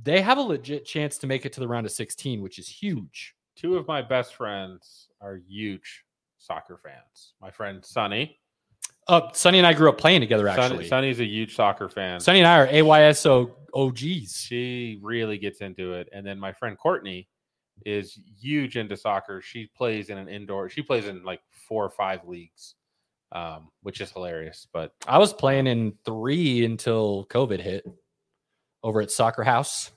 [SPEAKER 1] they have a legit chance to make it to the round of 16, which is huge.
[SPEAKER 2] Two of my best friends are huge soccer fans. My friend Sonny.
[SPEAKER 1] Uh, Sonny and I grew up playing together,
[SPEAKER 2] Sonny
[SPEAKER 1] actually.
[SPEAKER 2] Sonny's a huge soccer fan.
[SPEAKER 1] Sonny and I are AYSO OGs.
[SPEAKER 2] she really gets into it. And then my friend Courtney is huge into soccer. She plays in an indoor. She plays in like four or five leagues, um, which is hilarious. But
[SPEAKER 1] I was playing in three until COVID hit over at Soccer House.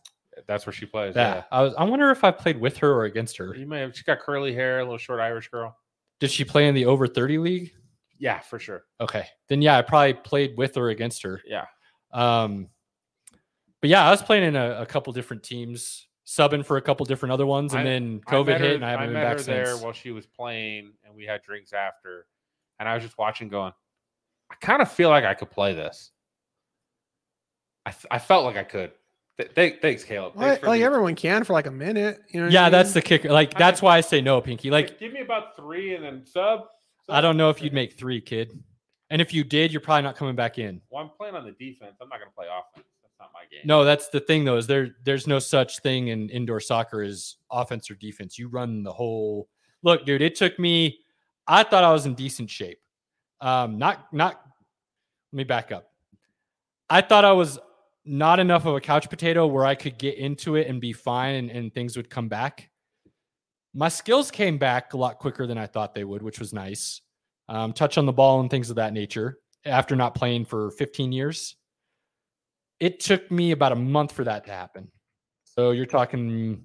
[SPEAKER 2] that's where she plays.
[SPEAKER 1] Yeah. I was. I wonder if I played with her or against
[SPEAKER 2] yeah.
[SPEAKER 1] her.
[SPEAKER 2] you may have. She got curly hair, a little short Irish girl.
[SPEAKER 1] Did she play in the over 30 league?
[SPEAKER 2] Yeah, for sure.
[SPEAKER 1] Okay. Then, yeah, I probably played with or against her.
[SPEAKER 2] Yeah,
[SPEAKER 1] Um, but yeah, I was playing in a, a couple different teams, subbing for a couple different other ones, and
[SPEAKER 2] I-
[SPEAKER 1] then
[SPEAKER 2] I
[SPEAKER 1] COVID
[SPEAKER 2] met
[SPEAKER 1] hit,
[SPEAKER 2] her-
[SPEAKER 1] and I haven't been
[SPEAKER 2] met
[SPEAKER 1] back
[SPEAKER 2] her
[SPEAKER 1] since.
[SPEAKER 2] there while she was playing, and we had drinks after. And I was just watching, going, I kind of feel like I could play this. I, th- I felt like I could. Th- th- thanks, Caleb. Thanks
[SPEAKER 3] Like,
[SPEAKER 2] for
[SPEAKER 3] like
[SPEAKER 2] the-
[SPEAKER 3] everyone can for like a minute. You know what I
[SPEAKER 1] yeah, that's
[SPEAKER 3] mean?
[SPEAKER 1] the kicker. Like,
[SPEAKER 2] I-
[SPEAKER 1] that's why I say no, Pinky. Like,
[SPEAKER 2] give me about three and then sub.
[SPEAKER 1] I don't know if you'd make three, kid. And if you did, you're probably not coming back in.
[SPEAKER 2] Well, I'm playing on the defense. I'm not going to play offense. That's not my game.
[SPEAKER 1] No, that's the thing though, is there there's no such thing in indoor soccer as offense or defense. You run the whole look, dude. It took me, I thought I was in decent shape. Um, not not let me back up. I thought I was not enough of a couch potato where I could get into it and be fine and, and things would come back. My skills came back a lot quicker than I thought they would, which was nice. Um, touch on the ball and things of that nature after not playing for 15 years. It took me about a month for that to happen. So you're talking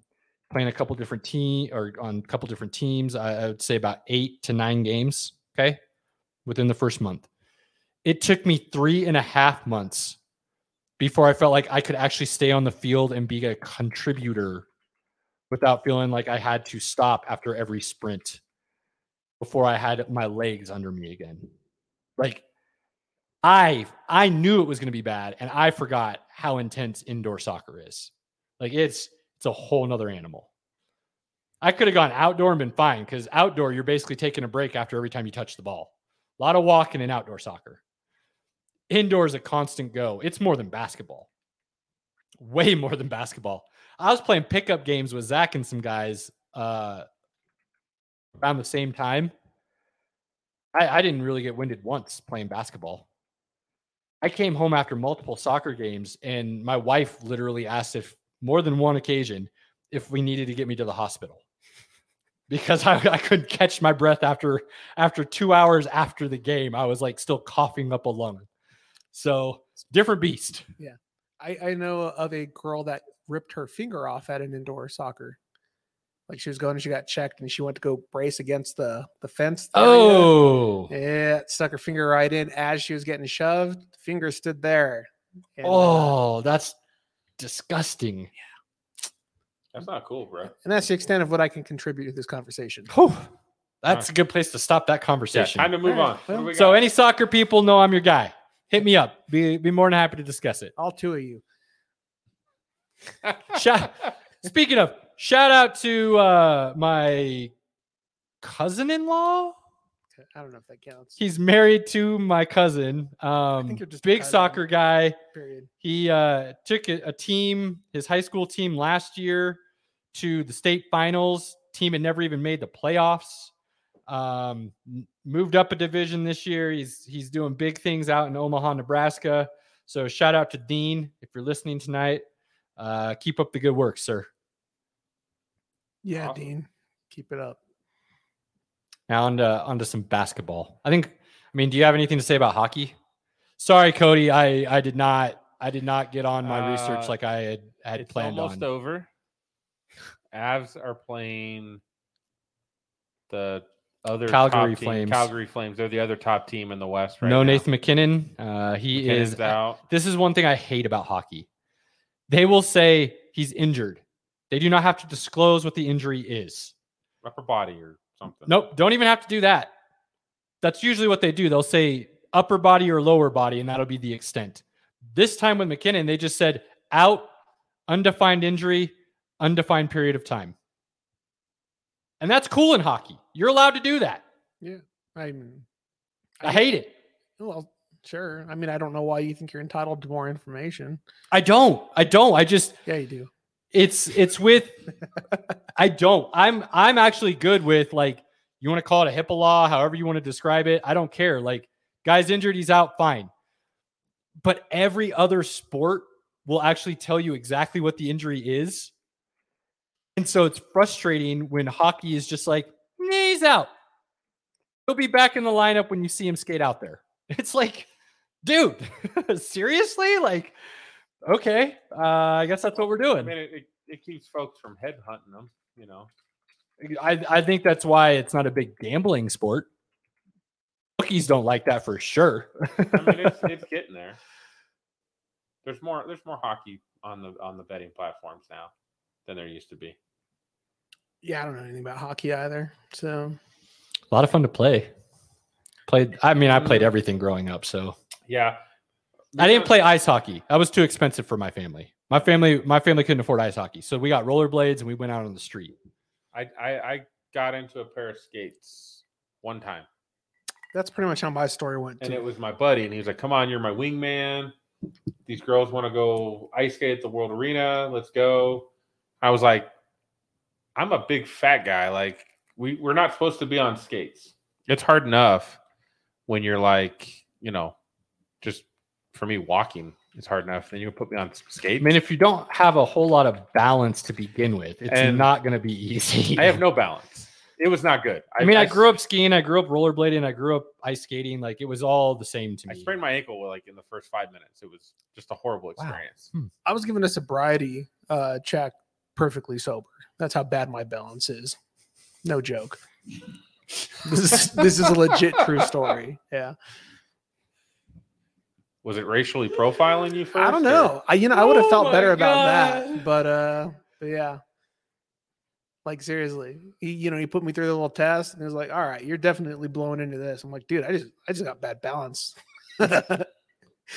[SPEAKER 1] playing a couple different team or on a couple different teams. I, I would say about eight to nine games. Okay, within the first month, it took me three and a half months before I felt like I could actually stay on the field and be a contributor without feeling like I had to stop after every sprint before I had my legs under me again. Like I I knew it was going to be bad and I forgot how intense indoor soccer is. Like it's it's a whole nother animal. I could have gone outdoor and been fine because outdoor, you're basically taking a break after every time you touch the ball. A lot of walking in outdoor soccer. Indoor is a constant go. It's more than basketball, way more than basketball. I was playing pickup games with Zach and some guys uh, around the same time. I, I didn't really get winded once playing basketball. I came home after multiple soccer games, and my wife literally asked if more than one occasion if we needed to get me to the hospital because I, I couldn't catch my breath after after two hours after the game. I was like still coughing up a lung. So different beast.
[SPEAKER 3] I, I know of a girl that ripped her finger off at an indoor soccer. Like she was going and she got checked and she went to go brace against the the fence. area.
[SPEAKER 1] Oh,
[SPEAKER 3] yeah, it stuck her finger right in as she was getting shoved. The finger stood there. And, uh,
[SPEAKER 1] oh, that's disgusting.
[SPEAKER 2] That's not cool, bro.
[SPEAKER 3] and that's the extent of what I can contribute to this conversation.
[SPEAKER 1] Whew. That's a good place to stop that
[SPEAKER 2] Yeah,
[SPEAKER 1] conversation.
[SPEAKER 2] time to move on. What do we
[SPEAKER 1] so
[SPEAKER 2] got?
[SPEAKER 1] any soccer people know I'm your guy. Hit me up. Be be more than happy to discuss it.
[SPEAKER 3] All two of you.
[SPEAKER 1] Shout, speaking of, shout out to uh, my cousin-in-law.
[SPEAKER 3] Okay, I don't know if that counts.
[SPEAKER 1] He's married to my cousin. Um,
[SPEAKER 3] think you're just a
[SPEAKER 1] big
[SPEAKER 3] cousin.
[SPEAKER 1] soccer guy.
[SPEAKER 3] Period.
[SPEAKER 1] He uh, took a, a team, his high school team last year, to the state finals. Team had never even made the playoffs. Um, m- moved up a division this year. He's he's doing big things out in Omaha, Nebraska. So shout out to Dean if you're listening tonight. Uh, keep up the good work, sir.
[SPEAKER 3] Yeah,
[SPEAKER 2] Awesome.
[SPEAKER 3] Dean. Keep it up.
[SPEAKER 1] Now on to, on to some basketball. I think. I mean, do you have anything to say about hockey? Sorry, Cody. I I did not I did not get on my research
[SPEAKER 2] Uh,
[SPEAKER 1] like I had had
[SPEAKER 2] it's
[SPEAKER 1] planned
[SPEAKER 2] almost
[SPEAKER 1] on.
[SPEAKER 2] over. Avs are playing the other
[SPEAKER 1] Calgary
[SPEAKER 2] top team-
[SPEAKER 1] Flames.
[SPEAKER 2] Calgary Flames. They're the other top team in the West right
[SPEAKER 1] no
[SPEAKER 2] now.
[SPEAKER 1] Nathan McKinnon. Uh, he
[SPEAKER 2] McKinnon's
[SPEAKER 1] is.
[SPEAKER 2] out.
[SPEAKER 1] This is one thing I hate about hockey. They will say he's injured. They do not have to disclose what the injury is.
[SPEAKER 2] Upper body or something.
[SPEAKER 1] Nope, don't even have to do that. That's usually what they do. They'll say upper body or lower body, and that'll be the extent. This time with McKinnon, they just said out, undefined injury, undefined period of time. And that's cool in hockey. You're allowed to do that.
[SPEAKER 3] I mean,
[SPEAKER 1] I hate it.
[SPEAKER 3] well, sure. I mean, I don't know why you think you're entitled to more information.
[SPEAKER 1] I don't. I don't. I just
[SPEAKER 3] Yeah, you do.
[SPEAKER 1] it's it's with I don't. I'm I'm actually good with like you want to call it a HIPAA law, however you want to describe it. I don't care. Like guy's injured, he's out, fine. But every other sport will actually tell you exactly what the injury is. And so it's frustrating when hockey is just like, "Nah, he's out. He'll be back in the lineup when you see him skate out there. It's like, dude, seriously? Like, okay. Uh, I guess that's what we're doing.
[SPEAKER 2] I mean, it, it, it keeps folks from headhunting them, you know.
[SPEAKER 1] I, I think that's why it's not a big gambling sport. Bookies don't like that for sure.
[SPEAKER 2] I mean, it's, it's getting there. There's more. There's more hockey on the on the betting platforms now than there used to be.
[SPEAKER 3] Yeah, I don't know anything about hockey either. So
[SPEAKER 1] A lot of fun to play. Played. I mean, I played
[SPEAKER 2] Mm.
[SPEAKER 1] everything growing up, so
[SPEAKER 2] Yeah,
[SPEAKER 1] I didn't play ice hockey. That was too expensive for my family. My family, my family couldn't afford ice hockey, so we got rollerblades and we went out on the street.
[SPEAKER 2] I, I I got into a pair of skates one time,
[SPEAKER 3] that's pretty much how my story went.
[SPEAKER 2] and
[SPEAKER 3] Too.
[SPEAKER 2] it was my buddy, and he was like, "Come on, you're my wingman. These girls want to go ice skate at the World Arena. Let's go." I was like, "I'm a big fat guy. Like, we we're not supposed to be on skates. It's hard enough when you're like, you know, just for me walking is hard enough. Then you put me on s-
[SPEAKER 1] I
[SPEAKER 2] skates.
[SPEAKER 1] mean, if you don't have a whole lot of balance to begin with, it's
[SPEAKER 2] And-
[SPEAKER 1] not going to be easy.
[SPEAKER 2] I have no balance. It was not good.
[SPEAKER 1] I mean, I, grew up skiing, I grew up rollerblading, I grew up ice skating. Like it was all the same to
[SPEAKER 2] I
[SPEAKER 1] me.
[SPEAKER 2] sprained my ankle like in the first five minutes. It was just a horrible experience.
[SPEAKER 3] I was given a sobriety uh, check perfectly sober. That's how bad my balance is. No joke. this is this is a legit true story. Yeah.
[SPEAKER 2] Was it racially profiling you first?
[SPEAKER 3] I don't
[SPEAKER 2] or-
[SPEAKER 3] know. I you know I would
[SPEAKER 2] Oh
[SPEAKER 3] have felt
[SPEAKER 2] my
[SPEAKER 3] better about
[SPEAKER 2] God.
[SPEAKER 3] that, but uh, but yeah. Like seriously, he, you know, he put me through the little test, and he was like, "All right, you're definitely blowing into this." I'm like, "Dude, I just I just got bad balance." Yeah,
[SPEAKER 1] Did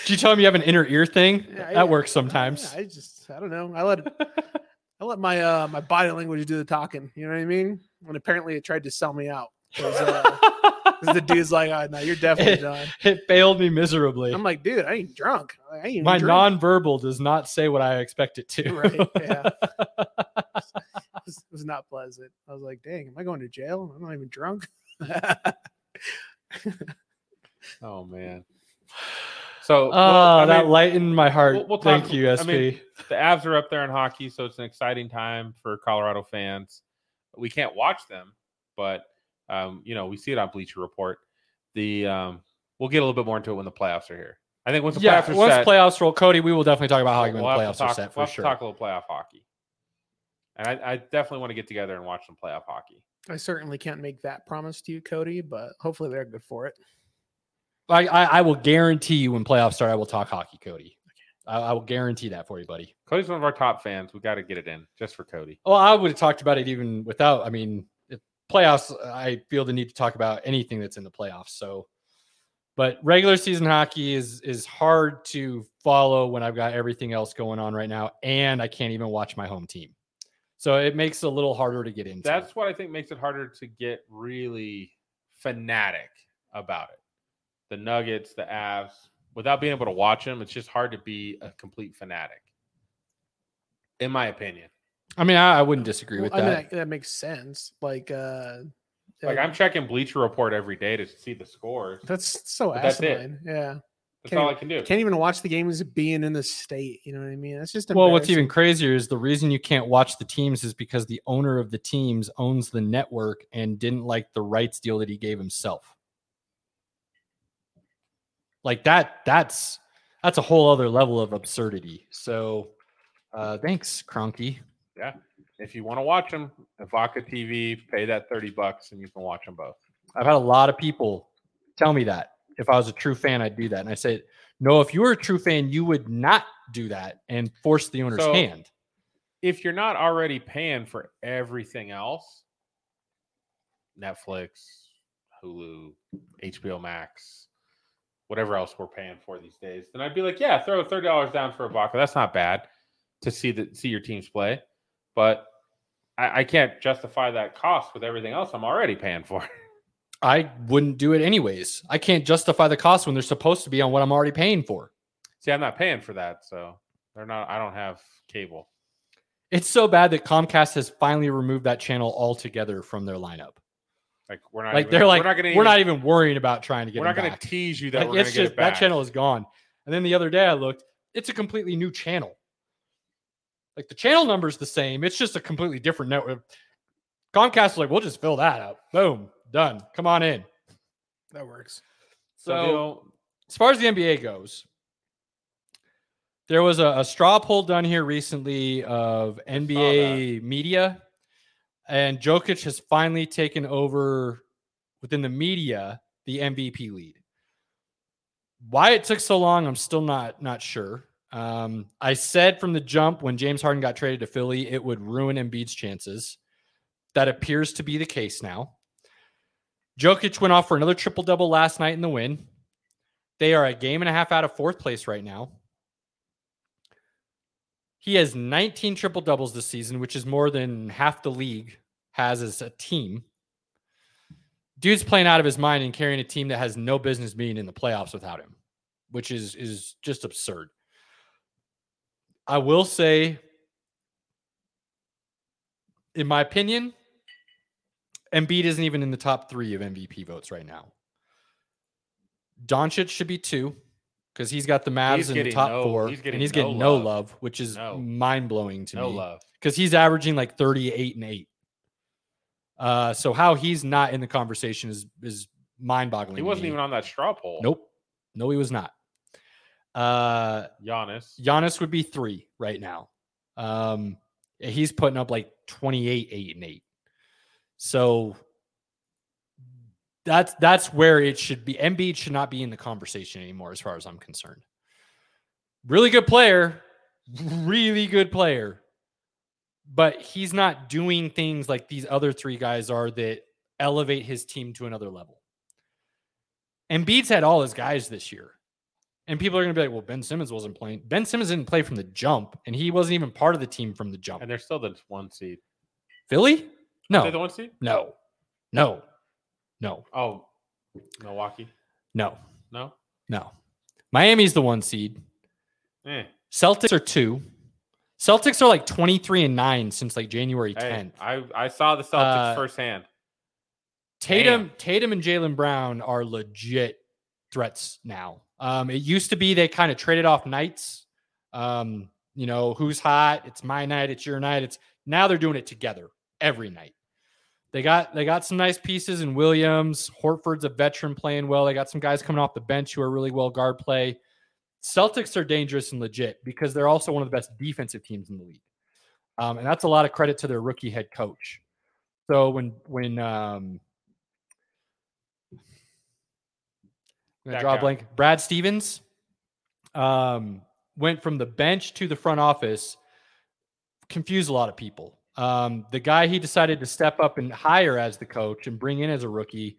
[SPEAKER 1] you tell him you have an inner ear thing?
[SPEAKER 3] Yeah, yeah.
[SPEAKER 1] that works sometimes.
[SPEAKER 3] I just I don't know. I let I let my uh my body language do the talking. You know what I mean? And apparently, it tried to sell me out. 'Cause, uh, 'cause the dude's like, "Oh no, you're definitely done."
[SPEAKER 1] it failed me miserably.
[SPEAKER 3] I'm like, "Dude, I ain't drunk. I ain't even
[SPEAKER 1] my
[SPEAKER 3] drink."
[SPEAKER 1] nonverbal does not say what I expect it to.
[SPEAKER 3] right yeah it was, it was not pleasant i was like dang am i going to jail i'm not even drunk
[SPEAKER 2] Oh man. So
[SPEAKER 1] Oh,
[SPEAKER 2] well, I
[SPEAKER 1] that
[SPEAKER 2] mean,
[SPEAKER 1] lightened my heart.
[SPEAKER 2] we'll- we'll talk-
[SPEAKER 1] Thank you,
[SPEAKER 2] I
[SPEAKER 1] SP.
[SPEAKER 2] mean, the Avs are up there in hockey, so it's an exciting time for Colorado fans. We can't watch them, but um, you know we see it on Bleacher Report. The um, we'll get a little bit more into it when the playoffs are here. I think once the
[SPEAKER 1] yeah,
[SPEAKER 2] playoffs are
[SPEAKER 1] once
[SPEAKER 2] set,
[SPEAKER 1] playoffs roll, Cody, we will definitely talk about hockey
[SPEAKER 2] we'll
[SPEAKER 1] when the
[SPEAKER 2] have to
[SPEAKER 1] playoffs
[SPEAKER 2] talk,
[SPEAKER 1] are set for
[SPEAKER 2] we'll have to
[SPEAKER 1] sure.
[SPEAKER 2] talk a little playoff hockey. And I, I definitely want to get together and watch some playoff hockey.
[SPEAKER 3] i certainly can't make that promise to you cody but hopefully they're good for it
[SPEAKER 1] I, I, I will guarantee you when playoffs start, I will talk hockey, Cody. I, I will guarantee that for you, buddy.
[SPEAKER 2] Cody's one of our top fans. We got to get it in just for Cody.
[SPEAKER 1] Well, I would have talked about it even without. I mean, if playoffs. I feel the need to talk about anything that's in the playoffs. So, but regular season hockey is is hard to follow when I've got everything else going on right now, and I can't even watch my home team. So it makes it a little harder to get into.
[SPEAKER 2] That's what I think makes it harder to get really fanatic about it. The Nuggets, the Avs, without being able to watch them, it's just hard to be a complete fanatic, in my opinion.
[SPEAKER 1] I mean, I, I wouldn't disagree with
[SPEAKER 3] Well, i
[SPEAKER 1] that.
[SPEAKER 3] mean that, that makes sense like uh
[SPEAKER 2] Like
[SPEAKER 3] uh,
[SPEAKER 2] I'm checking Bleacher Report every day to see the scores.
[SPEAKER 3] that's so
[SPEAKER 2] but that's it.
[SPEAKER 3] asinine yeah
[SPEAKER 2] That's
[SPEAKER 3] Can't
[SPEAKER 2] all I
[SPEAKER 3] even-
[SPEAKER 2] can do.
[SPEAKER 3] can't even watch the games being in the state you know what i mean that's just
[SPEAKER 1] well, what's
[SPEAKER 3] embarrassing.
[SPEAKER 1] even crazier is the reason you can't watch the teams is because the owner of the teams owns the network and didn't like the rights deal that he gave himself. Like that, that's that's a whole other level of absurdity. So uh thanks, Cronky.
[SPEAKER 2] If you want to watch them, Vodka TV, pay that thirty bucks, and you can watch them both.
[SPEAKER 1] I've had a lot of people tell me that. If I was a true fan, I'd do that. And I say, no, if you were a true fan, you would not do that and force the owner's
[SPEAKER 2] So-
[SPEAKER 1] hand.
[SPEAKER 2] If you're not already paying for everything else, Netflix, Hulu, HBO Max, whatever else we're paying for these days, then I'd be like, yeah, throw thirty dollars down for a vodka. That's not bad to see the see your teams play, but I, I can't justify that cost with everything else I'm already paying for.
[SPEAKER 1] I wouldn't do it anyways. I can't justify the cost when they're supposed to be on what I'm already paying for.
[SPEAKER 2] see, I'm not paying for that, so they're not. I don't have cable.
[SPEAKER 1] It's so bad that Comcast has finally removed that channel altogether from their lineup.
[SPEAKER 2] Like we're not.
[SPEAKER 1] like
[SPEAKER 2] even-
[SPEAKER 1] they're like we're not,
[SPEAKER 2] gonna even-
[SPEAKER 1] even worrying about trying to get
[SPEAKER 2] we're not
[SPEAKER 1] them
[SPEAKER 2] going
[SPEAKER 1] back.
[SPEAKER 2] to tease you that
[SPEAKER 1] Like,
[SPEAKER 2] we're going
[SPEAKER 1] it's
[SPEAKER 2] to get
[SPEAKER 1] just
[SPEAKER 2] it back.
[SPEAKER 1] that channel is gone. And then the other day I looked, it's a completely new channel. Like the channel number's the same. It's just a completely different network. Comcast was like, we'll just fill that out. Boom, done. Come on in.
[SPEAKER 3] that works
[SPEAKER 2] So,
[SPEAKER 1] So-
[SPEAKER 2] you know,
[SPEAKER 1] as far as the NBA goes, there was a, a straw poll done here recently of NBA media, and Jokic has finally taken over within the media the MVP lead. Why it took so long, I'm still not not sure. Um, I said from the jump when James Harden got traded to Philly, it would ruin Embiid's chances. That appears to be the case now. Jokic went off for another triple double last night in the win. They are a game and a half out of fourth place right now. He has 19 triple doubles this season, which is more than half the league has as a team. Dude's playing out of his mind and carrying a team that has no business being in the playoffs without him, which is is just absurd. I will say, in my opinion, Embiid isn't even in the top three of MVP votes right now. Doncic should be two. because he's got the Mavs
[SPEAKER 2] He's
[SPEAKER 1] in the
[SPEAKER 2] getting
[SPEAKER 1] top
[SPEAKER 2] no-
[SPEAKER 1] four,
[SPEAKER 2] he's getting
[SPEAKER 1] and he's
[SPEAKER 2] no
[SPEAKER 1] getting no
[SPEAKER 2] love.
[SPEAKER 1] love, which is
[SPEAKER 2] No.
[SPEAKER 1] mind blowing to
[SPEAKER 2] No
[SPEAKER 1] me.
[SPEAKER 2] love.
[SPEAKER 1] because he's averaging like 38 and 8. Uh, so how he's not in the conversation is is mind boggling.
[SPEAKER 2] He wasn't even on that straw poll.
[SPEAKER 1] Nope. No, he was not. Uh,
[SPEAKER 2] Giannis.
[SPEAKER 1] Giannis would be three right now. Um, he's putting up like 28, 8, and 8. So that's that's where it should be. Embiid should not be in the conversation anymore, as far as I'm concerned. Really good player, really good player, but he's not doing things like these other three guys are that elevate his team to another level. Embiid's had all his guys this year. And people are going to be like, well, Ben Simmons wasn't playing. Ben Simmons didn't play from the jump, and he wasn't even part of the team from the jump.
[SPEAKER 2] And they're still the one seed.
[SPEAKER 1] Philly?
[SPEAKER 2] Are they
[SPEAKER 1] No.
[SPEAKER 2] the one seed?
[SPEAKER 1] No. No. No.
[SPEAKER 2] Oh, Milwaukee.
[SPEAKER 1] No.
[SPEAKER 2] No.
[SPEAKER 1] No. Miami's the one seed.
[SPEAKER 2] Eh.
[SPEAKER 1] Celtics are two. Celtics are like 23 and 9 since like January 10th.
[SPEAKER 2] Hey, I, I saw the Celtics
[SPEAKER 1] Uh,
[SPEAKER 2] firsthand.
[SPEAKER 1] Tatum, Tatum and Jalen Brown are legit threats now. Um, it used to be they kind of traded off nights. Um, you know, who's hot? It's my night, it's your night. It's now they're doing it together every night. They got they got some nice pieces in Williams. Hortford's a veteran playing well. They got some guys coming off the bench who are really well guard play. Celtics are dangerous and legit because they're also one of the best defensive teams in the league. Um, and that's a lot of credit to their rookie head coach. So when when um I'm gonna
[SPEAKER 2] That
[SPEAKER 1] draw a
[SPEAKER 2] guy.
[SPEAKER 1] blank, Brad Stevens um went from the bench to the front office, confused a lot of people. Um, the guy he decided to step up and hire as the coach and bring in as a rookie,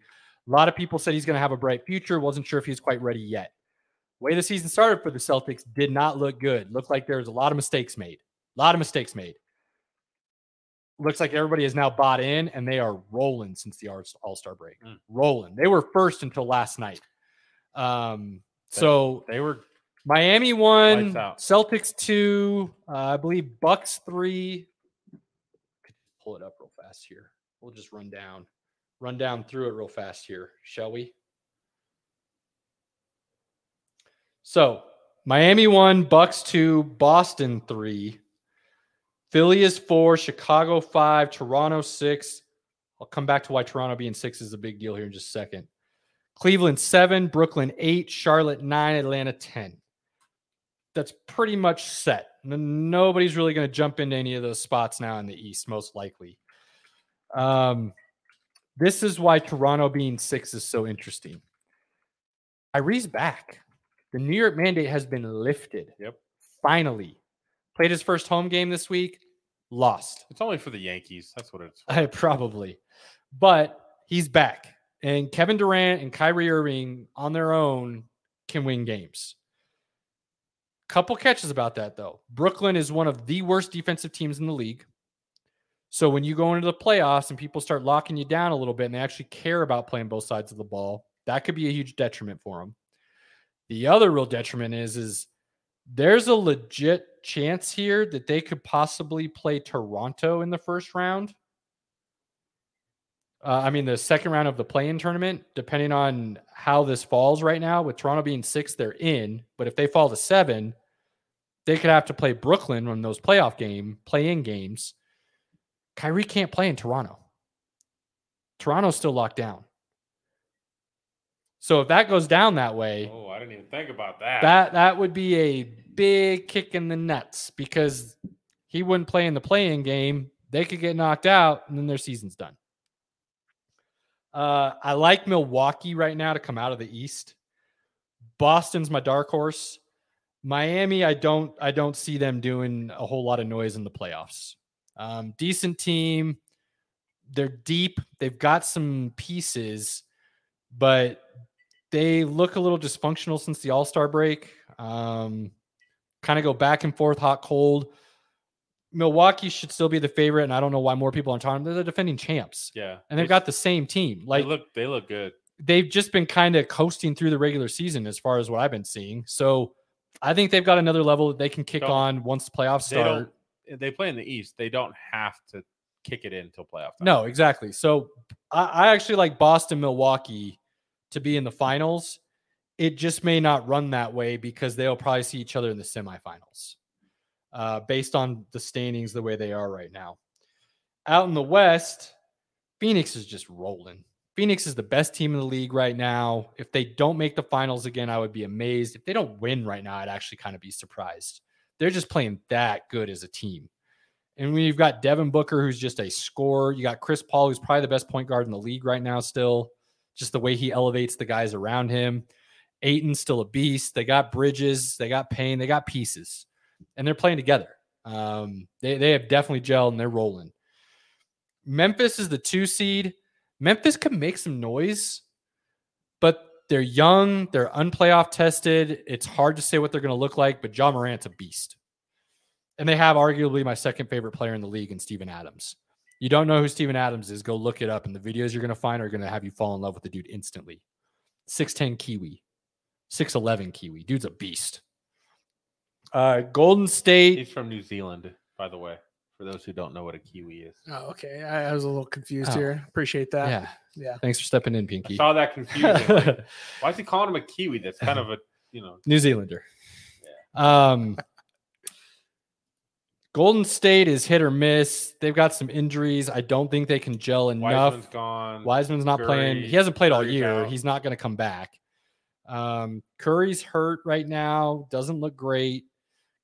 [SPEAKER 1] a lot of people said he's going to have a bright future. Wasn't sure if he's quite ready yet way the season started for the Celtics did not look good. Looked like there was a lot of mistakes made. A lot of mistakes made. Looks like everybody is now bought in and they are rolling since the All Star break.
[SPEAKER 2] Mm.
[SPEAKER 1] Rolling. They were first until last night. Um, so
[SPEAKER 2] They were
[SPEAKER 1] Miami one,
[SPEAKER 2] Lights out.
[SPEAKER 1] Celtics two, uh, I believe Bucks three. Pull it up real fast here. We'll just run down, run down through it real fast here, shall we? So Miami one, Bucks two, Boston three, Philly is four, Chicago five, Toronto six. I'll come back to why Toronto being six is a big deal here in just a second. Cleveland seven, Brooklyn eight, Charlotte nine, Atlanta 10. That's pretty much set. N- Nobody's really going to jump into any of those spots now in the East, most likely. Um, this is why Toronto being six is so interesting. Kyrie's back. The New York mandate has been lifted.
[SPEAKER 2] Yep.
[SPEAKER 1] Finally. Played his first home game this week, lost.
[SPEAKER 2] it's only for the Yankees. That's what it's for.
[SPEAKER 1] I probably, but he's back, and Kevin Durant and Kyrie Irving on their own can win games. Couple catches about that though. Brooklyn is one of the worst defensive teams in the league. So when you go into the playoffs and people start locking you down a little bit and they actually care about playing both sides of the ball, that could be a huge detriment for them. The other real detriment is is there's a legit chance here that they could possibly play Toronto in the first round uh, I mean, the second round of the play-in tournament, depending on how this falls right now, with Toronto being six, they're in. But if they fall to seven, they could have to play Brooklyn on those playoff game play-in games. Kyrie can't play in Toronto. Toronto's still locked down. So if that goes down that way,
[SPEAKER 2] Oh, I didn't even think about that.
[SPEAKER 1] that that would be a big kick in the nuts because he wouldn't play in the playing game. They could get knocked out, and then their season's done. Uh, I like Milwaukee right now to come out of the East. Boston's my dark horse. Miami, I don't, I don't see them doing a whole lot of noise in the playoffs. Um, decent team. They're deep. They've got some pieces, but they look a little dysfunctional since the All Star break. Um, kind of go back and forth, hot cold. Milwaukee should still be the favorite, and I don't know why more people aren't talking. They're the defending champs,
[SPEAKER 2] yeah.
[SPEAKER 1] and they've
[SPEAKER 2] They-
[SPEAKER 1] got the same team. Like
[SPEAKER 2] they look they look good.
[SPEAKER 1] they've just been kind of coasting through the regular season as far as what I've been seeing. So I think they've got another level that they can kick
[SPEAKER 2] Don't-
[SPEAKER 1] on once the playoffs
[SPEAKER 2] They don't
[SPEAKER 1] start.
[SPEAKER 2] they play in the East. They don't have to kick it in until playoff time.
[SPEAKER 1] No, exactly. So I, I actually like Boston, Milwaukee to be in the finals. it just may not run that way because they'll probably see each other in the semifinals uh, based on the standings the way they are right now. Out in the West, Phoenix is just rolling. Phoenix is the best team in the league right now. If they don't make the finals again, I would be amazed. If they don't win right now, I'd actually kind of be surprised. They're just playing that good as a team. And when you've got Devin Booker, who's just a scorer, you got Chris Paul, who's probably the best point guard in the league right now, still, just the way he elevates the guys around him. Aiton's still a beast. They got Bridges, they got Payne, they got pieces, and they're playing together. Um, they they have definitely gelled and they're rolling. Memphis is the two seed. Memphis can make some noise, but they're young, they're unplayoff tested. It's hard to say what they're going to look like, but John Morant's a beast. And they have arguably my second favorite player in the league in Steven Adams. You don't know who Steven Adams is, go look it up, and the videos you're going to find are going to have you fall in love with the dude instantly. 6'10 Kiwi. 6'11 Kiwi. Dude's a beast. Uh, Golden State.
[SPEAKER 2] He's from New Zealand, by the way. For those who don't know what a kiwi is,
[SPEAKER 3] Oh, okay. I, I was a little confused
[SPEAKER 1] Oh.
[SPEAKER 3] here. Appreciate that.
[SPEAKER 1] Yeah.
[SPEAKER 3] Yeah.
[SPEAKER 1] Thanks for stepping in,
[SPEAKER 2] I
[SPEAKER 1] Pinky.
[SPEAKER 2] saw that confusion. like, why is he calling him a kiwi? That's kind of a you know.
[SPEAKER 1] New Zealander. Um, Golden State is hit or miss. They've got some injuries. I don't think they can gel enough.
[SPEAKER 2] Wiseman's gone.
[SPEAKER 1] Wiseman's not playing.
[SPEAKER 2] Curry-
[SPEAKER 1] He hasn't played all
[SPEAKER 2] Curry's
[SPEAKER 1] year.
[SPEAKER 2] out.
[SPEAKER 1] He's not going to come back. Um, Curry's hurt right now. Doesn't look great.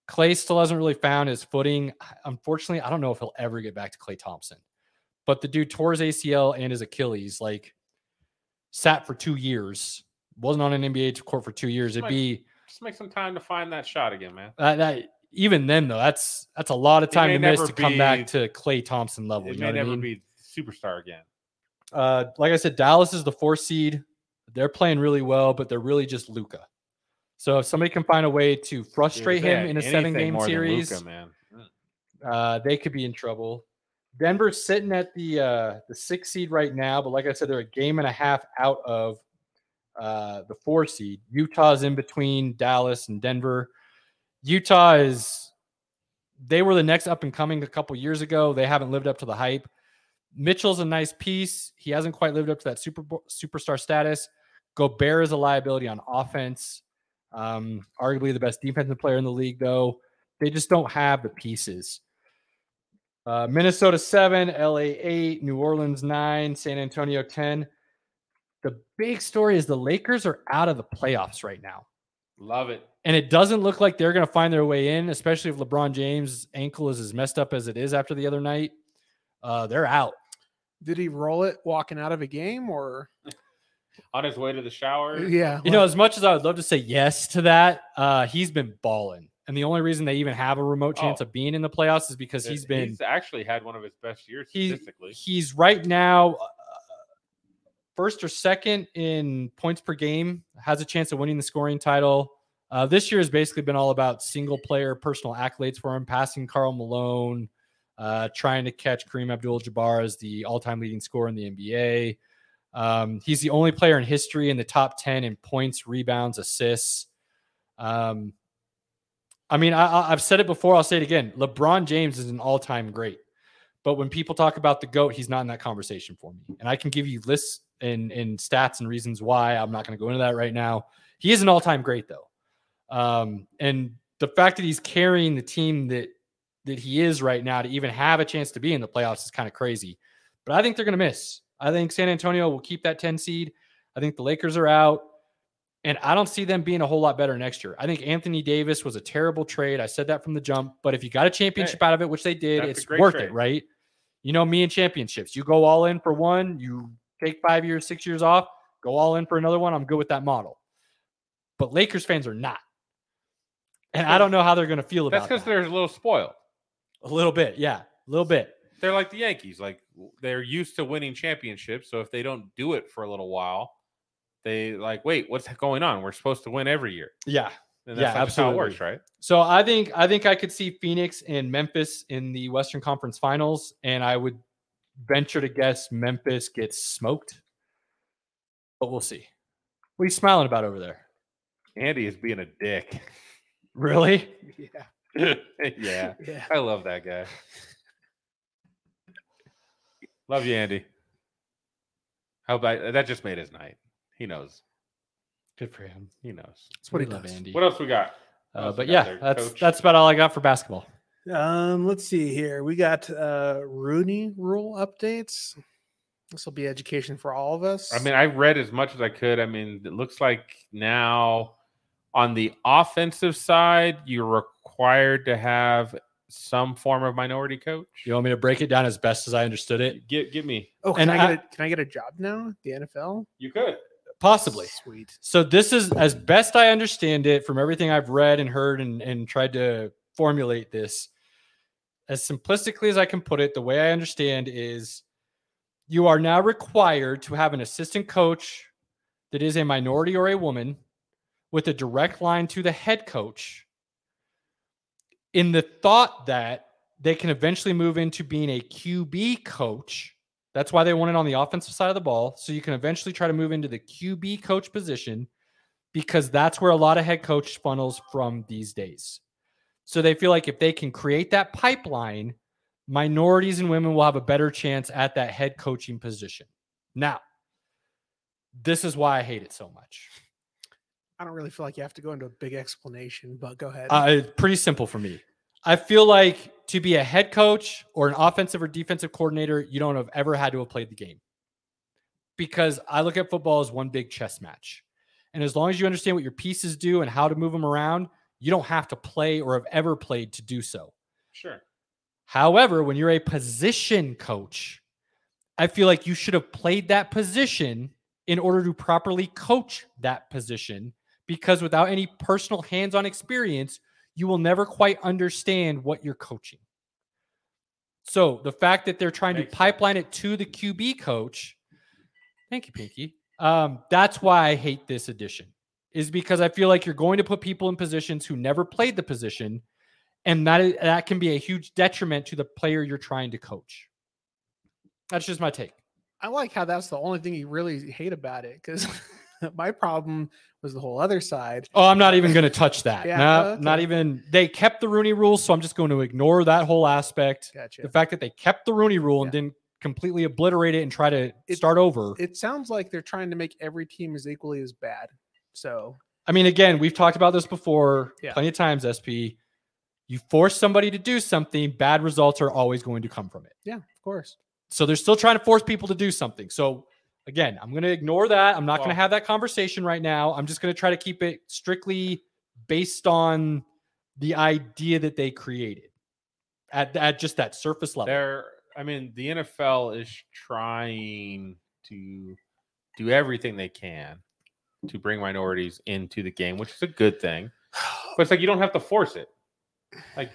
[SPEAKER 1] Clay still hasn't really found his footing. Unfortunately, I don't know if he'll ever get back to Clay Thompson. But the dude tore his ACL and his Achilles. Like, sat for two years. Wasn't on an NBA court for two years. It'd
[SPEAKER 2] Mike,
[SPEAKER 1] be
[SPEAKER 2] Just make some time to find that shot again, man.
[SPEAKER 1] that, that even then though. That's that's a lot of
[SPEAKER 2] It
[SPEAKER 1] time
[SPEAKER 2] may
[SPEAKER 1] to miss
[SPEAKER 2] never
[SPEAKER 1] to come back
[SPEAKER 2] be-
[SPEAKER 1] to Clay Thompson level.
[SPEAKER 2] it
[SPEAKER 1] you
[SPEAKER 2] may
[SPEAKER 1] know what I
[SPEAKER 2] never
[SPEAKER 1] mean?
[SPEAKER 2] be superstar again.
[SPEAKER 1] uh, like I said, Dallas is the four seed. They're playing really well, but they're really just Luca. So if somebody can find a way to
[SPEAKER 2] Dude, if
[SPEAKER 1] frustrate
[SPEAKER 2] they
[SPEAKER 1] him
[SPEAKER 2] had
[SPEAKER 1] in a
[SPEAKER 2] anything
[SPEAKER 1] seven game
[SPEAKER 2] more than
[SPEAKER 1] series,
[SPEAKER 2] Luka, man. Mm.
[SPEAKER 1] uh, they could be in trouble. Denver's sitting at the uh, the six seed right now, but like I said, they're a game and a half out of uh, the four seed. Utah's in between Dallas and Denver. Utah is they were the next up and coming a couple years ago. They haven't lived up to the hype. Mitchell's a nice piece. He hasn't quite lived up to that super superstar status. Gobert is a liability on offense. Um, arguably the best defensive player in the league, though. They just don't have the pieces. Uh, Minnesota seven, LA eight, New Orleans nine, San Antonio ten. The big story is the Lakers are out of the playoffs right now,
[SPEAKER 2] Love it.
[SPEAKER 1] and it doesn't look like they're going to find their way in. Especially if LeBron James' ankle is as messed up as it is after the other night, uh, they're out.
[SPEAKER 3] Did he roll it walking out of a game or?
[SPEAKER 2] On his way to the shower.
[SPEAKER 3] Yeah.
[SPEAKER 1] You know, as much as I would love to say yes to that, uh, he's been balling, and the only reason they even have a remote chance
[SPEAKER 2] Oh.
[SPEAKER 1] of being in the playoffs is because
[SPEAKER 2] That-
[SPEAKER 1] he's been
[SPEAKER 2] eh, He's actually had one of his best years
[SPEAKER 1] He-
[SPEAKER 2] statistically.
[SPEAKER 1] He's right now uh, first or second in points per game, has a chance of winning the scoring title. Uh, this year has basically been all about single player personal accolades for him, passing Carl Malone, uh, trying to catch Kareem Abdul Jabbar as the all time leading scorer in the NBA. Um, he's the only player in history in the top 10 in points, rebounds, assists. Um, I mean, I, I- I've said it before, I'll say it again. LeBron James is an all time great. But when people talk about the GOAT, he's not in that conversation for me. And I can give you lists and, and stats and reasons why. I'm not going to go into that right now. He is an all time great, though. Um, and the fact that he's carrying the team that that he is right now to even have a chance to be in the playoffs is kind of crazy. But I think they're going to miss. I think San Antonio will keep that 10 seed. I think the Lakers are out. And I don't see them being a whole lot better next year. I think Anthony Davis was a terrible trade. I said that from the jump. But if you got a championship out of it, which they did,
[SPEAKER 2] that's a
[SPEAKER 1] it's
[SPEAKER 2] great
[SPEAKER 1] worth
[SPEAKER 2] trade.
[SPEAKER 1] it, right? You know me and championships. You go all in for one, you take five years, six years off, go all in for another one. I'm good with that model. But Lakers fans are not. And I don't know how they're going to feel
[SPEAKER 2] That's
[SPEAKER 1] about
[SPEAKER 2] because
[SPEAKER 1] that.
[SPEAKER 2] they're a little spoiled.
[SPEAKER 1] A little bit, yeah, a little bit.
[SPEAKER 2] They're like the Yankees. Like they're used to winning championships. So if they don't do it for a little while, they like, wait, what's going on? We're supposed to win every year.
[SPEAKER 1] Yeah.
[SPEAKER 2] And
[SPEAKER 1] Yeah,
[SPEAKER 2] that's not just how it works,
[SPEAKER 1] absolutely.
[SPEAKER 2] right?
[SPEAKER 1] So I think I think I could see Phoenix and Memphis in the Western Conference Finals, and I would venture to guess Memphis gets smoked. But we'll see. What are you smiling about over there?
[SPEAKER 2] Andy is being a dick.
[SPEAKER 1] Really?
[SPEAKER 3] Yeah.
[SPEAKER 2] yeah.
[SPEAKER 3] Yeah.
[SPEAKER 2] I love that guy. love you, Andy. How about that? Just made his night. He knows.
[SPEAKER 1] Good for him.
[SPEAKER 2] He knows.
[SPEAKER 3] That's what
[SPEAKER 1] we
[SPEAKER 3] he
[SPEAKER 1] love
[SPEAKER 3] does.
[SPEAKER 1] Andy.
[SPEAKER 2] What else we got?
[SPEAKER 1] Uh,
[SPEAKER 2] else
[SPEAKER 1] but
[SPEAKER 2] we got
[SPEAKER 1] yeah,
[SPEAKER 2] there,
[SPEAKER 1] that's
[SPEAKER 2] coach?
[SPEAKER 1] that's about all I got for basketball.
[SPEAKER 3] Um, let's see here. We got uh Rooney Rule updates. This will be education for all of us.
[SPEAKER 2] I mean, I read as much as I could. I mean, it looks like now on the offensive side, you're required to have some form of minority coach.
[SPEAKER 1] You want me to break it down as best as I understood it?
[SPEAKER 2] Give, give me.
[SPEAKER 3] oh, can
[SPEAKER 1] and
[SPEAKER 3] I, get
[SPEAKER 1] I-
[SPEAKER 3] a, can I get a job now? at The NFL?
[SPEAKER 2] You could.
[SPEAKER 1] Possibly.
[SPEAKER 3] Sweet.
[SPEAKER 1] So this is as best I understand it from everything I've read and heard and, and tried to formulate this. As simplistically as I can put it, the way I understand is you are now required to have an assistant coach that is a minority or a woman with a direct line to the head coach in the thought that they can eventually move into being a QB coach. That's why they want it on the offensive side of the ball. So you can eventually try to move into the QB coach position because that's where a lot of head coach funnels from these days. So they feel like if they can create that pipeline, minorities and women will have a better chance at that head coaching position. Now, this is why I hate it so much.
[SPEAKER 3] I don't really feel like you have to go into a big explanation, but go ahead.
[SPEAKER 1] Uh, it's pretty simple for me. I feel like to be a head coach or an offensive or defensive coordinator, you don't have ever had to have played the game. Because I look at football as one big chess match. And as long as you understand what your pieces do and how to move them around, you don't have to play or have ever played to do so.
[SPEAKER 2] Sure.
[SPEAKER 1] However, when you're a position coach, I feel like you should have played that position in order to properly coach that position because without any personal hands on experience, you will never quite understand what you're coaching. So the fact that they're trying
[SPEAKER 2] Makes
[SPEAKER 1] to
[SPEAKER 2] sense.
[SPEAKER 1] pipeline it to the QB coach, thank you, Pinky. Um, that's why I hate this addition, is because I feel like you're going to put people in positions who never played the position and that is, that can be a huge detriment to the player you're trying to coach. That's just my take.
[SPEAKER 3] I like how that's the only thing you really hate about it because my problem was the whole other side.
[SPEAKER 1] Oh, I'm not even going to touch that.
[SPEAKER 3] Yeah, oh,
[SPEAKER 1] No,
[SPEAKER 3] okay.
[SPEAKER 1] not even. They kept the Rooney Rule, so I'm just going to ignore that whole aspect.
[SPEAKER 3] Gotcha.
[SPEAKER 1] The fact that they kept the Rooney Rule and
[SPEAKER 3] Yeah.
[SPEAKER 1] didn't completely obliterate it and try to
[SPEAKER 3] It-
[SPEAKER 1] start over.
[SPEAKER 3] It sounds like they're trying to make every team as equally as bad. So
[SPEAKER 1] I mean, again, we've talked about this before
[SPEAKER 3] Yeah.
[SPEAKER 1] plenty of times. SP, you force somebody to do something, bad results are always going to come from it.
[SPEAKER 3] yeah, of course.
[SPEAKER 1] So they're still trying to force people to do something. So again, I'm going to ignore that. I'm not going
[SPEAKER 2] Well-
[SPEAKER 1] to have that conversation right now. I'm just going to try to keep it strictly based on the idea that they created at, at just that surface level.
[SPEAKER 2] There, I mean, the NFL is trying to do everything they can to bring minorities into the game, which is a good thing. But it's like you don't have to force it. Like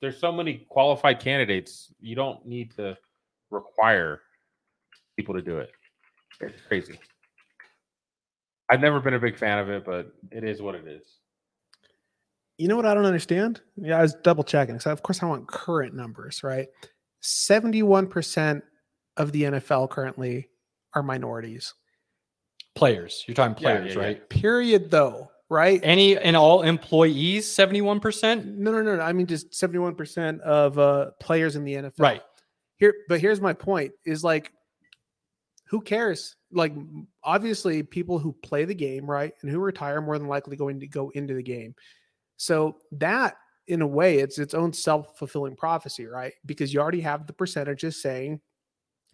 [SPEAKER 2] there's so many qualified candidates, you don't need to require people to do it. It's crazy. I've never been a big fan of it, but it is what it is.
[SPEAKER 3] You know what I don't understand? Yeah, I was double checking. So of course I want current numbers, right? 71% of the NFL currently are minorities.
[SPEAKER 1] players, you're talking
[SPEAKER 2] Yeah, yeah,
[SPEAKER 1] players,
[SPEAKER 2] yeah.
[SPEAKER 1] right?
[SPEAKER 3] Period though, right?
[SPEAKER 1] Any and all employees, 71%.
[SPEAKER 3] no, no, no, no. I mean just 71% of uh players in the NFL.
[SPEAKER 1] Right.
[SPEAKER 3] Here but here's my point is like who cares? Like m- obviously people who play the game, right? And who retire are more than likely going to go into the game. So that in a way it's its own self-fulfilling prophecy, right? Because you already have the percentages saying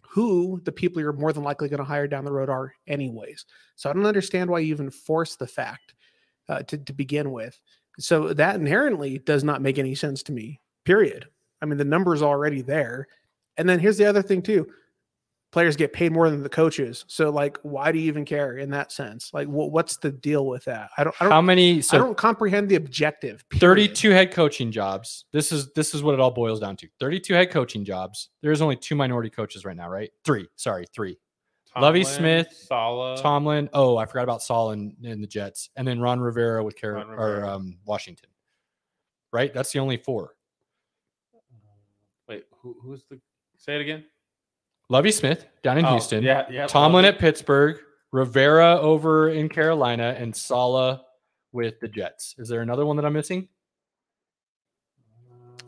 [SPEAKER 3] who the people you're more than likely going to hire down the road are anyways. So I don't understand why you even force the fact uh, to, to begin with. So that inherently does not make any sense to me, period. I mean, the number's already there. And then here's the other thing too. Players get paid more than the coaches. So like, why do you even care in that sense? Like wh- what's the deal with that? I don't, I don't,
[SPEAKER 1] How many?
[SPEAKER 3] I
[SPEAKER 1] So
[SPEAKER 3] don't comprehend the objective. period.
[SPEAKER 1] 32 head coaching jobs. This is this is what it all boils down to. 32 head coaching jobs. There's only two minority coaches right now, right? Three. Sorry, three. Lovie Smith,
[SPEAKER 2] Sala,
[SPEAKER 1] Tomlin. Oh, I forgot about Saul in, in the Jets, and then Ron Rivera with Car-
[SPEAKER 2] Ron Rivera.
[SPEAKER 1] or um, Washington. Right, that's the only four.
[SPEAKER 2] Wait, who, who's the? Say it again.
[SPEAKER 1] Lovey Smith down in
[SPEAKER 2] Oh,
[SPEAKER 1] Houston.
[SPEAKER 2] Yeah, yeah.
[SPEAKER 1] Tomlin
[SPEAKER 2] Lovie.
[SPEAKER 1] at Pittsburgh. Rivera over in Carolina, and Sala with the Jets. Is there another one that I'm missing?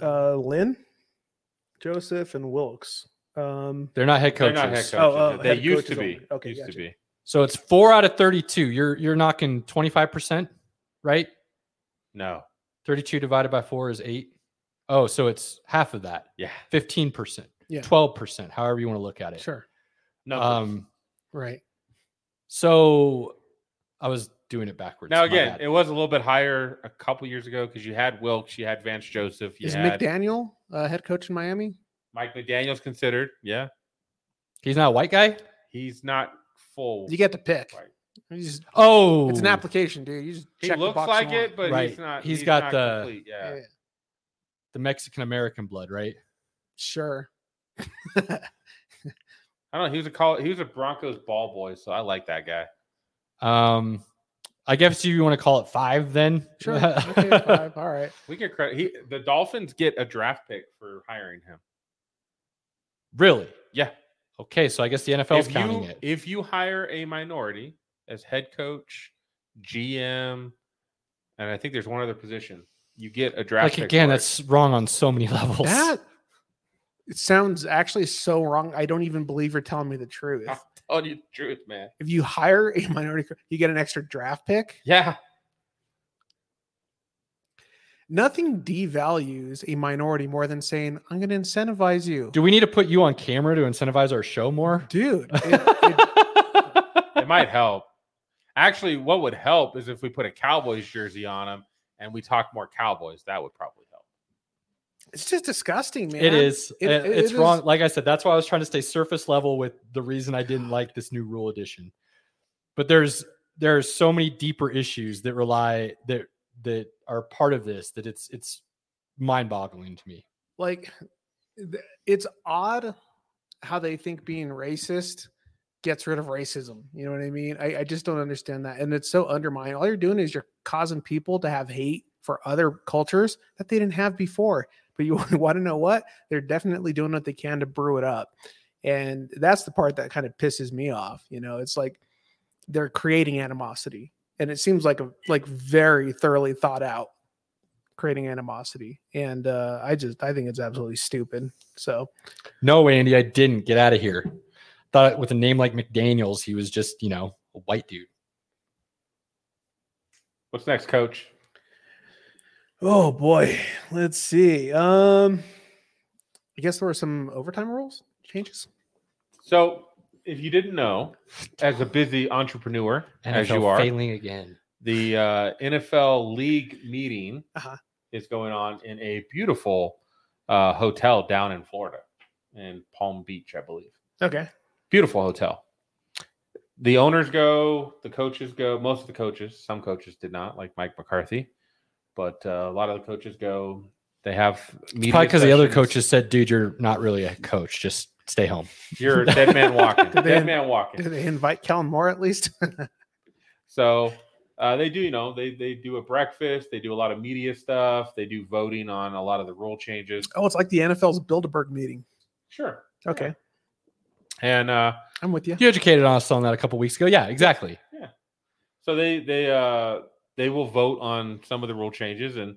[SPEAKER 3] uh, Lynn, Joseph, and Wilkes. Um,
[SPEAKER 1] They're not head
[SPEAKER 2] They're
[SPEAKER 1] coaches.
[SPEAKER 2] not head coaches.
[SPEAKER 3] Oh, oh,
[SPEAKER 2] they
[SPEAKER 3] head
[SPEAKER 2] used
[SPEAKER 3] coaches
[SPEAKER 2] to be.
[SPEAKER 3] only. Okay,
[SPEAKER 2] used to
[SPEAKER 3] gotcha.
[SPEAKER 2] be.
[SPEAKER 1] So it's four out of 32. You're you're knocking 25%, right?
[SPEAKER 2] No.
[SPEAKER 1] 32 divided by four is eight. Oh, so it's half of that.
[SPEAKER 2] Yeah.
[SPEAKER 1] 15%,
[SPEAKER 3] Yeah.
[SPEAKER 1] 12%, however you want to look at it.
[SPEAKER 3] Sure.
[SPEAKER 2] No.
[SPEAKER 1] Um,
[SPEAKER 3] Right.
[SPEAKER 1] so I was doing it backwards.
[SPEAKER 2] now
[SPEAKER 1] My
[SPEAKER 2] again,
[SPEAKER 1] bad.
[SPEAKER 2] it was a little bit higher a couple years ago because you had Wilkes, you had Vance Joseph, you
[SPEAKER 3] Is
[SPEAKER 2] had
[SPEAKER 3] McDaniel uh, head coach in Miami?
[SPEAKER 2] Mike McDaniel's considered. Yeah,
[SPEAKER 1] he's not a white guy.
[SPEAKER 2] he's not full.
[SPEAKER 3] You get to pick.
[SPEAKER 2] Right.
[SPEAKER 3] You just-
[SPEAKER 1] Oh,
[SPEAKER 3] it's an application, dude. You just
[SPEAKER 2] he
[SPEAKER 3] check the
[SPEAKER 2] looks
[SPEAKER 3] box
[SPEAKER 2] like
[SPEAKER 3] you want.
[SPEAKER 2] it, but
[SPEAKER 1] Right.
[SPEAKER 2] he's not.
[SPEAKER 1] He's got
[SPEAKER 2] not
[SPEAKER 1] the-
[SPEAKER 2] complete, Yeah.
[SPEAKER 3] Yeah.
[SPEAKER 1] the Mexican American blood, right?
[SPEAKER 3] Sure.
[SPEAKER 2] I don't know. He was a call. He was a Broncos ball boy, so I like that guy.
[SPEAKER 1] Um, I guess you want to call it five then.
[SPEAKER 3] Sure. okay, five. All right.
[SPEAKER 2] We get credit. He the Dolphins get a draft pick for hiring him.
[SPEAKER 1] Really?
[SPEAKER 2] Yeah.
[SPEAKER 1] Okay, so I guess the NFL's
[SPEAKER 2] if
[SPEAKER 1] counting
[SPEAKER 2] you
[SPEAKER 1] it.
[SPEAKER 2] if you hire a minority as head coach, GM, and I think there's one other position, you get a draft.
[SPEAKER 1] Like
[SPEAKER 2] pick
[SPEAKER 1] again,
[SPEAKER 2] for it.
[SPEAKER 1] that's wrong on so many levels.
[SPEAKER 3] That it sounds actually so wrong. I don't even believe you're telling me the truth.
[SPEAKER 2] I'm telling Oh, you the truth, man.
[SPEAKER 3] If you hire a minority, co- you get an extra draft pick.
[SPEAKER 2] Yeah,
[SPEAKER 3] Nothing devalues a minority more than saying, I'm going to incentivize you.
[SPEAKER 1] Do we need to put you on camera to incentivize our show more?
[SPEAKER 3] Dude, it- it-
[SPEAKER 2] it might help. Actually, what would help is if we put a Cowboys jersey on him and we talk more Cowboys. That would probably help.
[SPEAKER 3] it's just disgusting, man.
[SPEAKER 1] It is.
[SPEAKER 3] It-
[SPEAKER 1] It-
[SPEAKER 3] it-
[SPEAKER 1] it's
[SPEAKER 3] it
[SPEAKER 1] wrong.
[SPEAKER 3] is-
[SPEAKER 1] Like I said, that's why I was trying to stay surface level with the reason I didn't like this new rule edition. But there's there's so many deeper issues that rely that that are part of this that it's it's mind boggling to me.
[SPEAKER 3] Like, th- it's odd how they think being racist gets rid of racism. You know what I mean? I, I just don't understand that. And it's so undermining. All you're doing is you're causing people to have hate for other cultures that they didn't have before. But you want to know what? They're definitely doing what they can to brew it up. And that's the part that kind of pisses me off. You know, it's like they're creating animosity. And it seems like a like very thoroughly thought out creating animosity. And uh I just I think it's absolutely stupid. So
[SPEAKER 1] No, Andy, I didn't get out of here. Thought with a name like McDaniel's, he was just you know a white dude.
[SPEAKER 2] What's next, Coach?
[SPEAKER 3] Oh boy, let's see. Um, I guess there were some overtime rules changes.
[SPEAKER 2] So, if you didn't know, as a busy entrepreneur as
[SPEAKER 1] NFL
[SPEAKER 2] you are,
[SPEAKER 1] failing again.
[SPEAKER 2] the uh, NFL league meeting
[SPEAKER 3] Uh-huh.
[SPEAKER 2] is going on in a beautiful uh, hotel down in Florida, in Palm Beach, I believe.
[SPEAKER 3] Okay,
[SPEAKER 2] Beautiful hotel. The owners go, the coaches go. Most of the coaches, some coaches did not, like Mike McCarthy, but uh, a lot of the coaches go. They have
[SPEAKER 1] It's probably because the other
[SPEAKER 2] sessions.
[SPEAKER 1] coaches said, "Dude, you're not really a coach. Just stay home."
[SPEAKER 2] You're a dead man walking.
[SPEAKER 3] Did they-
[SPEAKER 2] dead man
[SPEAKER 3] did
[SPEAKER 2] walking.
[SPEAKER 3] they invite Kellen Moore at least?
[SPEAKER 2] So uh, they do, you know, they they do a breakfast. They do a lot of media stuff. They do voting on a lot of the rule changes.
[SPEAKER 3] oh, it's like the NFL's Bilderberg meeting.
[SPEAKER 2] Sure.
[SPEAKER 3] Okay,
[SPEAKER 2] And uh,
[SPEAKER 3] I'm with you.
[SPEAKER 1] You educated us on that a couple weeks ago. Yeah, exactly.
[SPEAKER 2] so they they uh, they will vote on some of the rule changes, and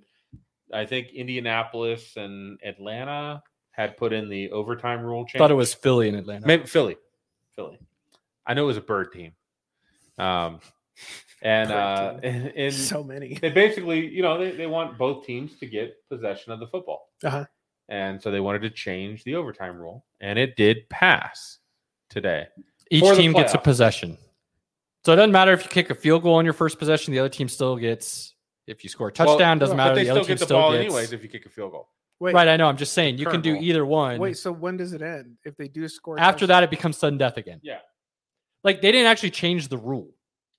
[SPEAKER 2] I think Indianapolis and Atlanta had put in the overtime rule change.
[SPEAKER 1] Thought it was Philly in Atlanta.
[SPEAKER 2] Maybe Philly, Philly. I know it was a bird team. Um, and
[SPEAKER 3] Bird
[SPEAKER 2] uh,
[SPEAKER 3] team.
[SPEAKER 2] in, in
[SPEAKER 3] So many.
[SPEAKER 2] they basically, you know, they, they want both teams to get possession of the football.
[SPEAKER 3] Uh-huh.
[SPEAKER 2] And so they wanted to change the overtime rule, and it did pass today.
[SPEAKER 1] Each
[SPEAKER 2] For the
[SPEAKER 1] team gets a
[SPEAKER 2] playoffs.
[SPEAKER 1] possession. So it doesn't matter if you kick a field goal on your first possession, the other team still gets if you score a touchdown,
[SPEAKER 2] Well,
[SPEAKER 1] doesn't matter.
[SPEAKER 2] But they
[SPEAKER 1] the
[SPEAKER 2] still
[SPEAKER 1] other
[SPEAKER 2] get
[SPEAKER 1] team
[SPEAKER 2] the
[SPEAKER 1] still
[SPEAKER 2] ball
[SPEAKER 1] gets
[SPEAKER 2] anyways if you kick a field goal.
[SPEAKER 3] Wait,
[SPEAKER 1] Right, I know. I'm just saying you can
[SPEAKER 2] Current
[SPEAKER 1] do
[SPEAKER 2] rule.
[SPEAKER 1] either one.
[SPEAKER 3] wait. So when does it end? If they do score a
[SPEAKER 1] After
[SPEAKER 3] touchdown-
[SPEAKER 1] that, it becomes sudden death again.
[SPEAKER 2] Yeah.
[SPEAKER 1] Like they didn't actually change the rule.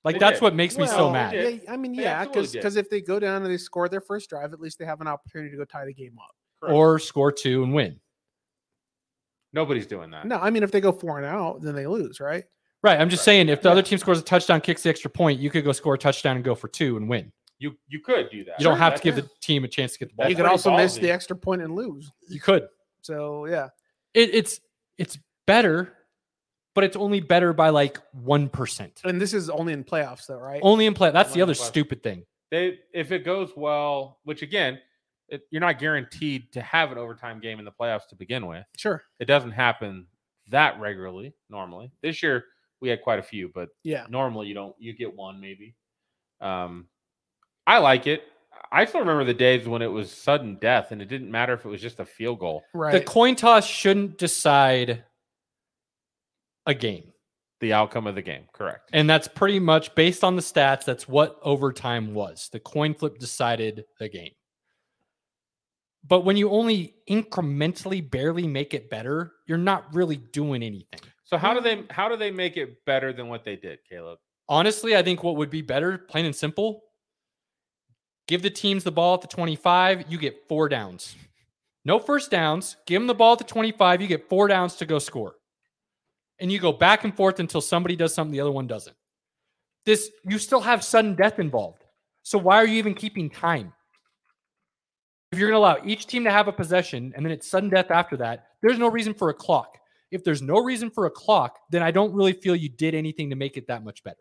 [SPEAKER 1] Like
[SPEAKER 2] They
[SPEAKER 1] that's
[SPEAKER 2] did.
[SPEAKER 1] what makes me
[SPEAKER 2] Well,
[SPEAKER 1] so
[SPEAKER 2] they
[SPEAKER 1] mad.
[SPEAKER 2] did.
[SPEAKER 3] Yeah, I mean,
[SPEAKER 2] They
[SPEAKER 3] yeah,
[SPEAKER 2] absolutely
[SPEAKER 3] because
[SPEAKER 2] did.
[SPEAKER 3] if they go down and they score their first drive, at least they have an opportunity to go tie the game up.
[SPEAKER 2] Correct.
[SPEAKER 1] Or score two and win.
[SPEAKER 2] nobody's doing that.
[SPEAKER 3] No, I mean if they go four and out, then they lose, right?
[SPEAKER 1] Right. I'm just
[SPEAKER 2] Right.
[SPEAKER 1] saying if the
[SPEAKER 3] Yeah.
[SPEAKER 1] other team scores a touchdown, kicks the extra point, you could go score a touchdown and go for two and win.
[SPEAKER 2] You you could do that.
[SPEAKER 1] You don't
[SPEAKER 2] Sure,
[SPEAKER 1] have to give
[SPEAKER 2] that's-
[SPEAKER 1] the team a chance to get the ball.
[SPEAKER 2] That's
[SPEAKER 3] you
[SPEAKER 1] back.
[SPEAKER 3] could
[SPEAKER 2] pretty
[SPEAKER 3] also miss
[SPEAKER 2] ballsy.
[SPEAKER 3] the extra point and lose.
[SPEAKER 1] You could.
[SPEAKER 3] So yeah,
[SPEAKER 1] it, it's it's better, but it's only better by like one percent.
[SPEAKER 3] and this is only in playoffs though, right?
[SPEAKER 1] Only in play. That's the
[SPEAKER 2] Only in
[SPEAKER 1] other
[SPEAKER 2] playoffs.
[SPEAKER 1] stupid thing.
[SPEAKER 2] they if it goes well, which again, it, you're not guaranteed to have an overtime game in the playoffs to begin with.
[SPEAKER 3] Sure.
[SPEAKER 2] It doesn't happen that regularly normally. This year we had quite a few, but
[SPEAKER 3] Yeah.
[SPEAKER 2] normally you don't you get one maybe. Um, I like it. I still remember the days when it was sudden death, and it didn't matter if it was just a field goal.
[SPEAKER 1] The
[SPEAKER 3] Right.
[SPEAKER 1] coin toss shouldn't decide a game.
[SPEAKER 2] The outcome of the game, correct?
[SPEAKER 1] And that's pretty much based on the stats. That's what overtime was. The coin flip decided the game. But when you only incrementally barely make it better, you're not really doing anything.
[SPEAKER 2] So how do they how do they make it better than what they did, Caleb?
[SPEAKER 1] Honestly, I think what would be better, plain and simple, give the teams the ball at the 25, you get four downs. No first downs. Give them the ball at the 25, you get four downs to go score. And you go back and forth until somebody does something the other one doesn't. This you still have sudden death involved. So why are you even keeping time? If you're going to allow each team to have a possession and then it's sudden death after that, there's no reason for a clock. If there's no reason for a clock, then I don't really feel you did anything to make it that much better.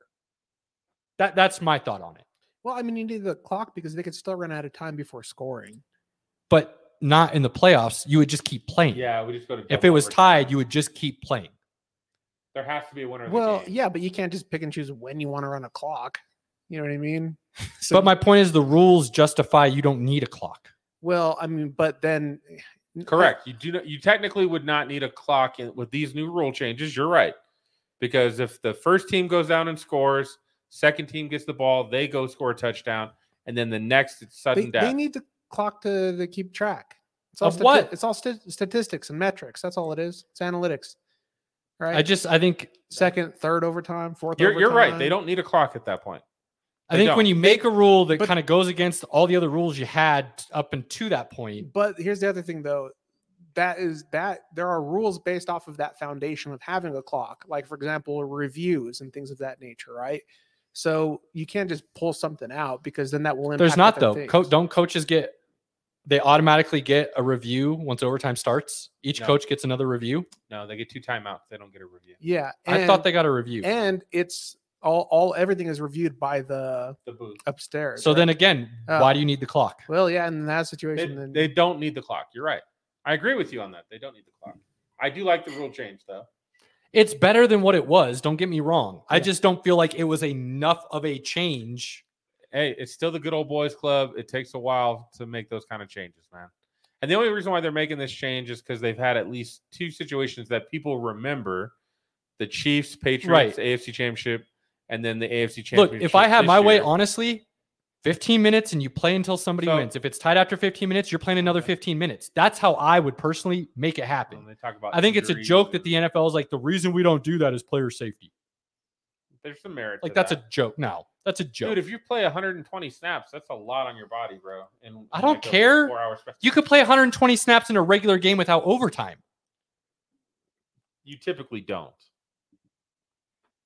[SPEAKER 1] That that's my thought on it.
[SPEAKER 3] Well, I mean, you need the clock because they could still run out of time before scoring.
[SPEAKER 1] But not in the playoffs. You would just keep playing.
[SPEAKER 2] Yeah, we just go to.
[SPEAKER 1] If
[SPEAKER 2] double
[SPEAKER 1] it was
[SPEAKER 2] overtime.
[SPEAKER 1] tied, you would just keep playing.
[SPEAKER 2] there has to be a winner. Of
[SPEAKER 3] Well,
[SPEAKER 2] the game.
[SPEAKER 3] yeah, but you can't just pick and choose when you want to run a clock. You know what I mean? So,
[SPEAKER 1] but my point is the rules justify you don't need a clock.
[SPEAKER 3] well, I mean, but then
[SPEAKER 2] Correct. You do not, you technically would not need a clock in, with these new rule changes. You're right. Because if the first team goes down and scores, second team gets the ball, they go score a touchdown, and then the next it's
[SPEAKER 3] They,
[SPEAKER 2] sudden
[SPEAKER 3] they
[SPEAKER 2] death.
[SPEAKER 3] need the clock to, to keep track. It's all
[SPEAKER 1] Of what?
[SPEAKER 3] It's all sti- statistics and metrics. That's all it is. It's analytics, right?
[SPEAKER 1] I just I think
[SPEAKER 3] Second, third overtime, 4th
[SPEAKER 2] you're,
[SPEAKER 3] overtime.
[SPEAKER 2] you're right. They don't need a clock at that point.
[SPEAKER 1] I
[SPEAKER 2] They
[SPEAKER 1] think when
[SPEAKER 2] don't.
[SPEAKER 1] you make a rule that
[SPEAKER 3] but-
[SPEAKER 1] kind of goes against all the other rules you had up until that point,
[SPEAKER 3] But here's the other thing, though. That is that there are rules based off of that foundation of having a clock, like for example, reviews and things of that nature, right? So you can't just pull something out because then that will impact.
[SPEAKER 1] there's not
[SPEAKER 3] other
[SPEAKER 1] though.
[SPEAKER 3] things.
[SPEAKER 1] Co- don't coaches get they automatically get a review once overtime starts? Each
[SPEAKER 2] No.
[SPEAKER 1] coach gets another review.
[SPEAKER 2] No, they get two timeouts. They don't get a review.
[SPEAKER 3] yeah,
[SPEAKER 1] I thought they got a review.
[SPEAKER 3] and it's all all everything is reviewed by the
[SPEAKER 2] The booth.
[SPEAKER 3] upstairs.
[SPEAKER 1] so
[SPEAKER 3] right?
[SPEAKER 1] then again,
[SPEAKER 3] Oh.
[SPEAKER 1] why do you need the clock?
[SPEAKER 3] well, yeah, in that
[SPEAKER 2] They,
[SPEAKER 3] situation, then
[SPEAKER 2] they don't need the clock. You're right. I agree with you on that. They don't need the clock. I do like the rule change though.
[SPEAKER 1] It's better than what it was. Don't get me wrong. I
[SPEAKER 3] Yeah.
[SPEAKER 1] just don't feel like it was enough of a change.
[SPEAKER 2] hey, it's still the good old boys club. It takes a while to make those kind of changes, man. And the only reason why they're making this change is because they've had at least two situations that people remember: the Chiefs,
[SPEAKER 1] Right.
[SPEAKER 2] Patriots, AFC Championship, and then the AFC
[SPEAKER 1] Look,
[SPEAKER 2] Championship.
[SPEAKER 1] if I had
[SPEAKER 2] this
[SPEAKER 1] my way,
[SPEAKER 2] year.
[SPEAKER 1] honestly, 15 minutes and you play until somebody
[SPEAKER 2] So-
[SPEAKER 1] wins. If it's tied after 15 minutes, you're playing another 15 minutes. That's how I would personally make it
[SPEAKER 2] When
[SPEAKER 1] happen.
[SPEAKER 2] they talk about
[SPEAKER 1] I think it's a
[SPEAKER 2] injuries
[SPEAKER 1] joke that
[SPEAKER 2] and-
[SPEAKER 1] the NFL is like, the reason we don't do that is player safety.
[SPEAKER 2] there's some merit.
[SPEAKER 1] Like,
[SPEAKER 2] to
[SPEAKER 1] that's
[SPEAKER 2] that.
[SPEAKER 1] a joke. No, that's a joke.
[SPEAKER 2] dude. If you play 120 snaps, that's a lot on your body, bro. And
[SPEAKER 1] I don't care.
[SPEAKER 2] Four hours.
[SPEAKER 1] you could play 120 snaps in a regular game without overtime.
[SPEAKER 2] You typically don't.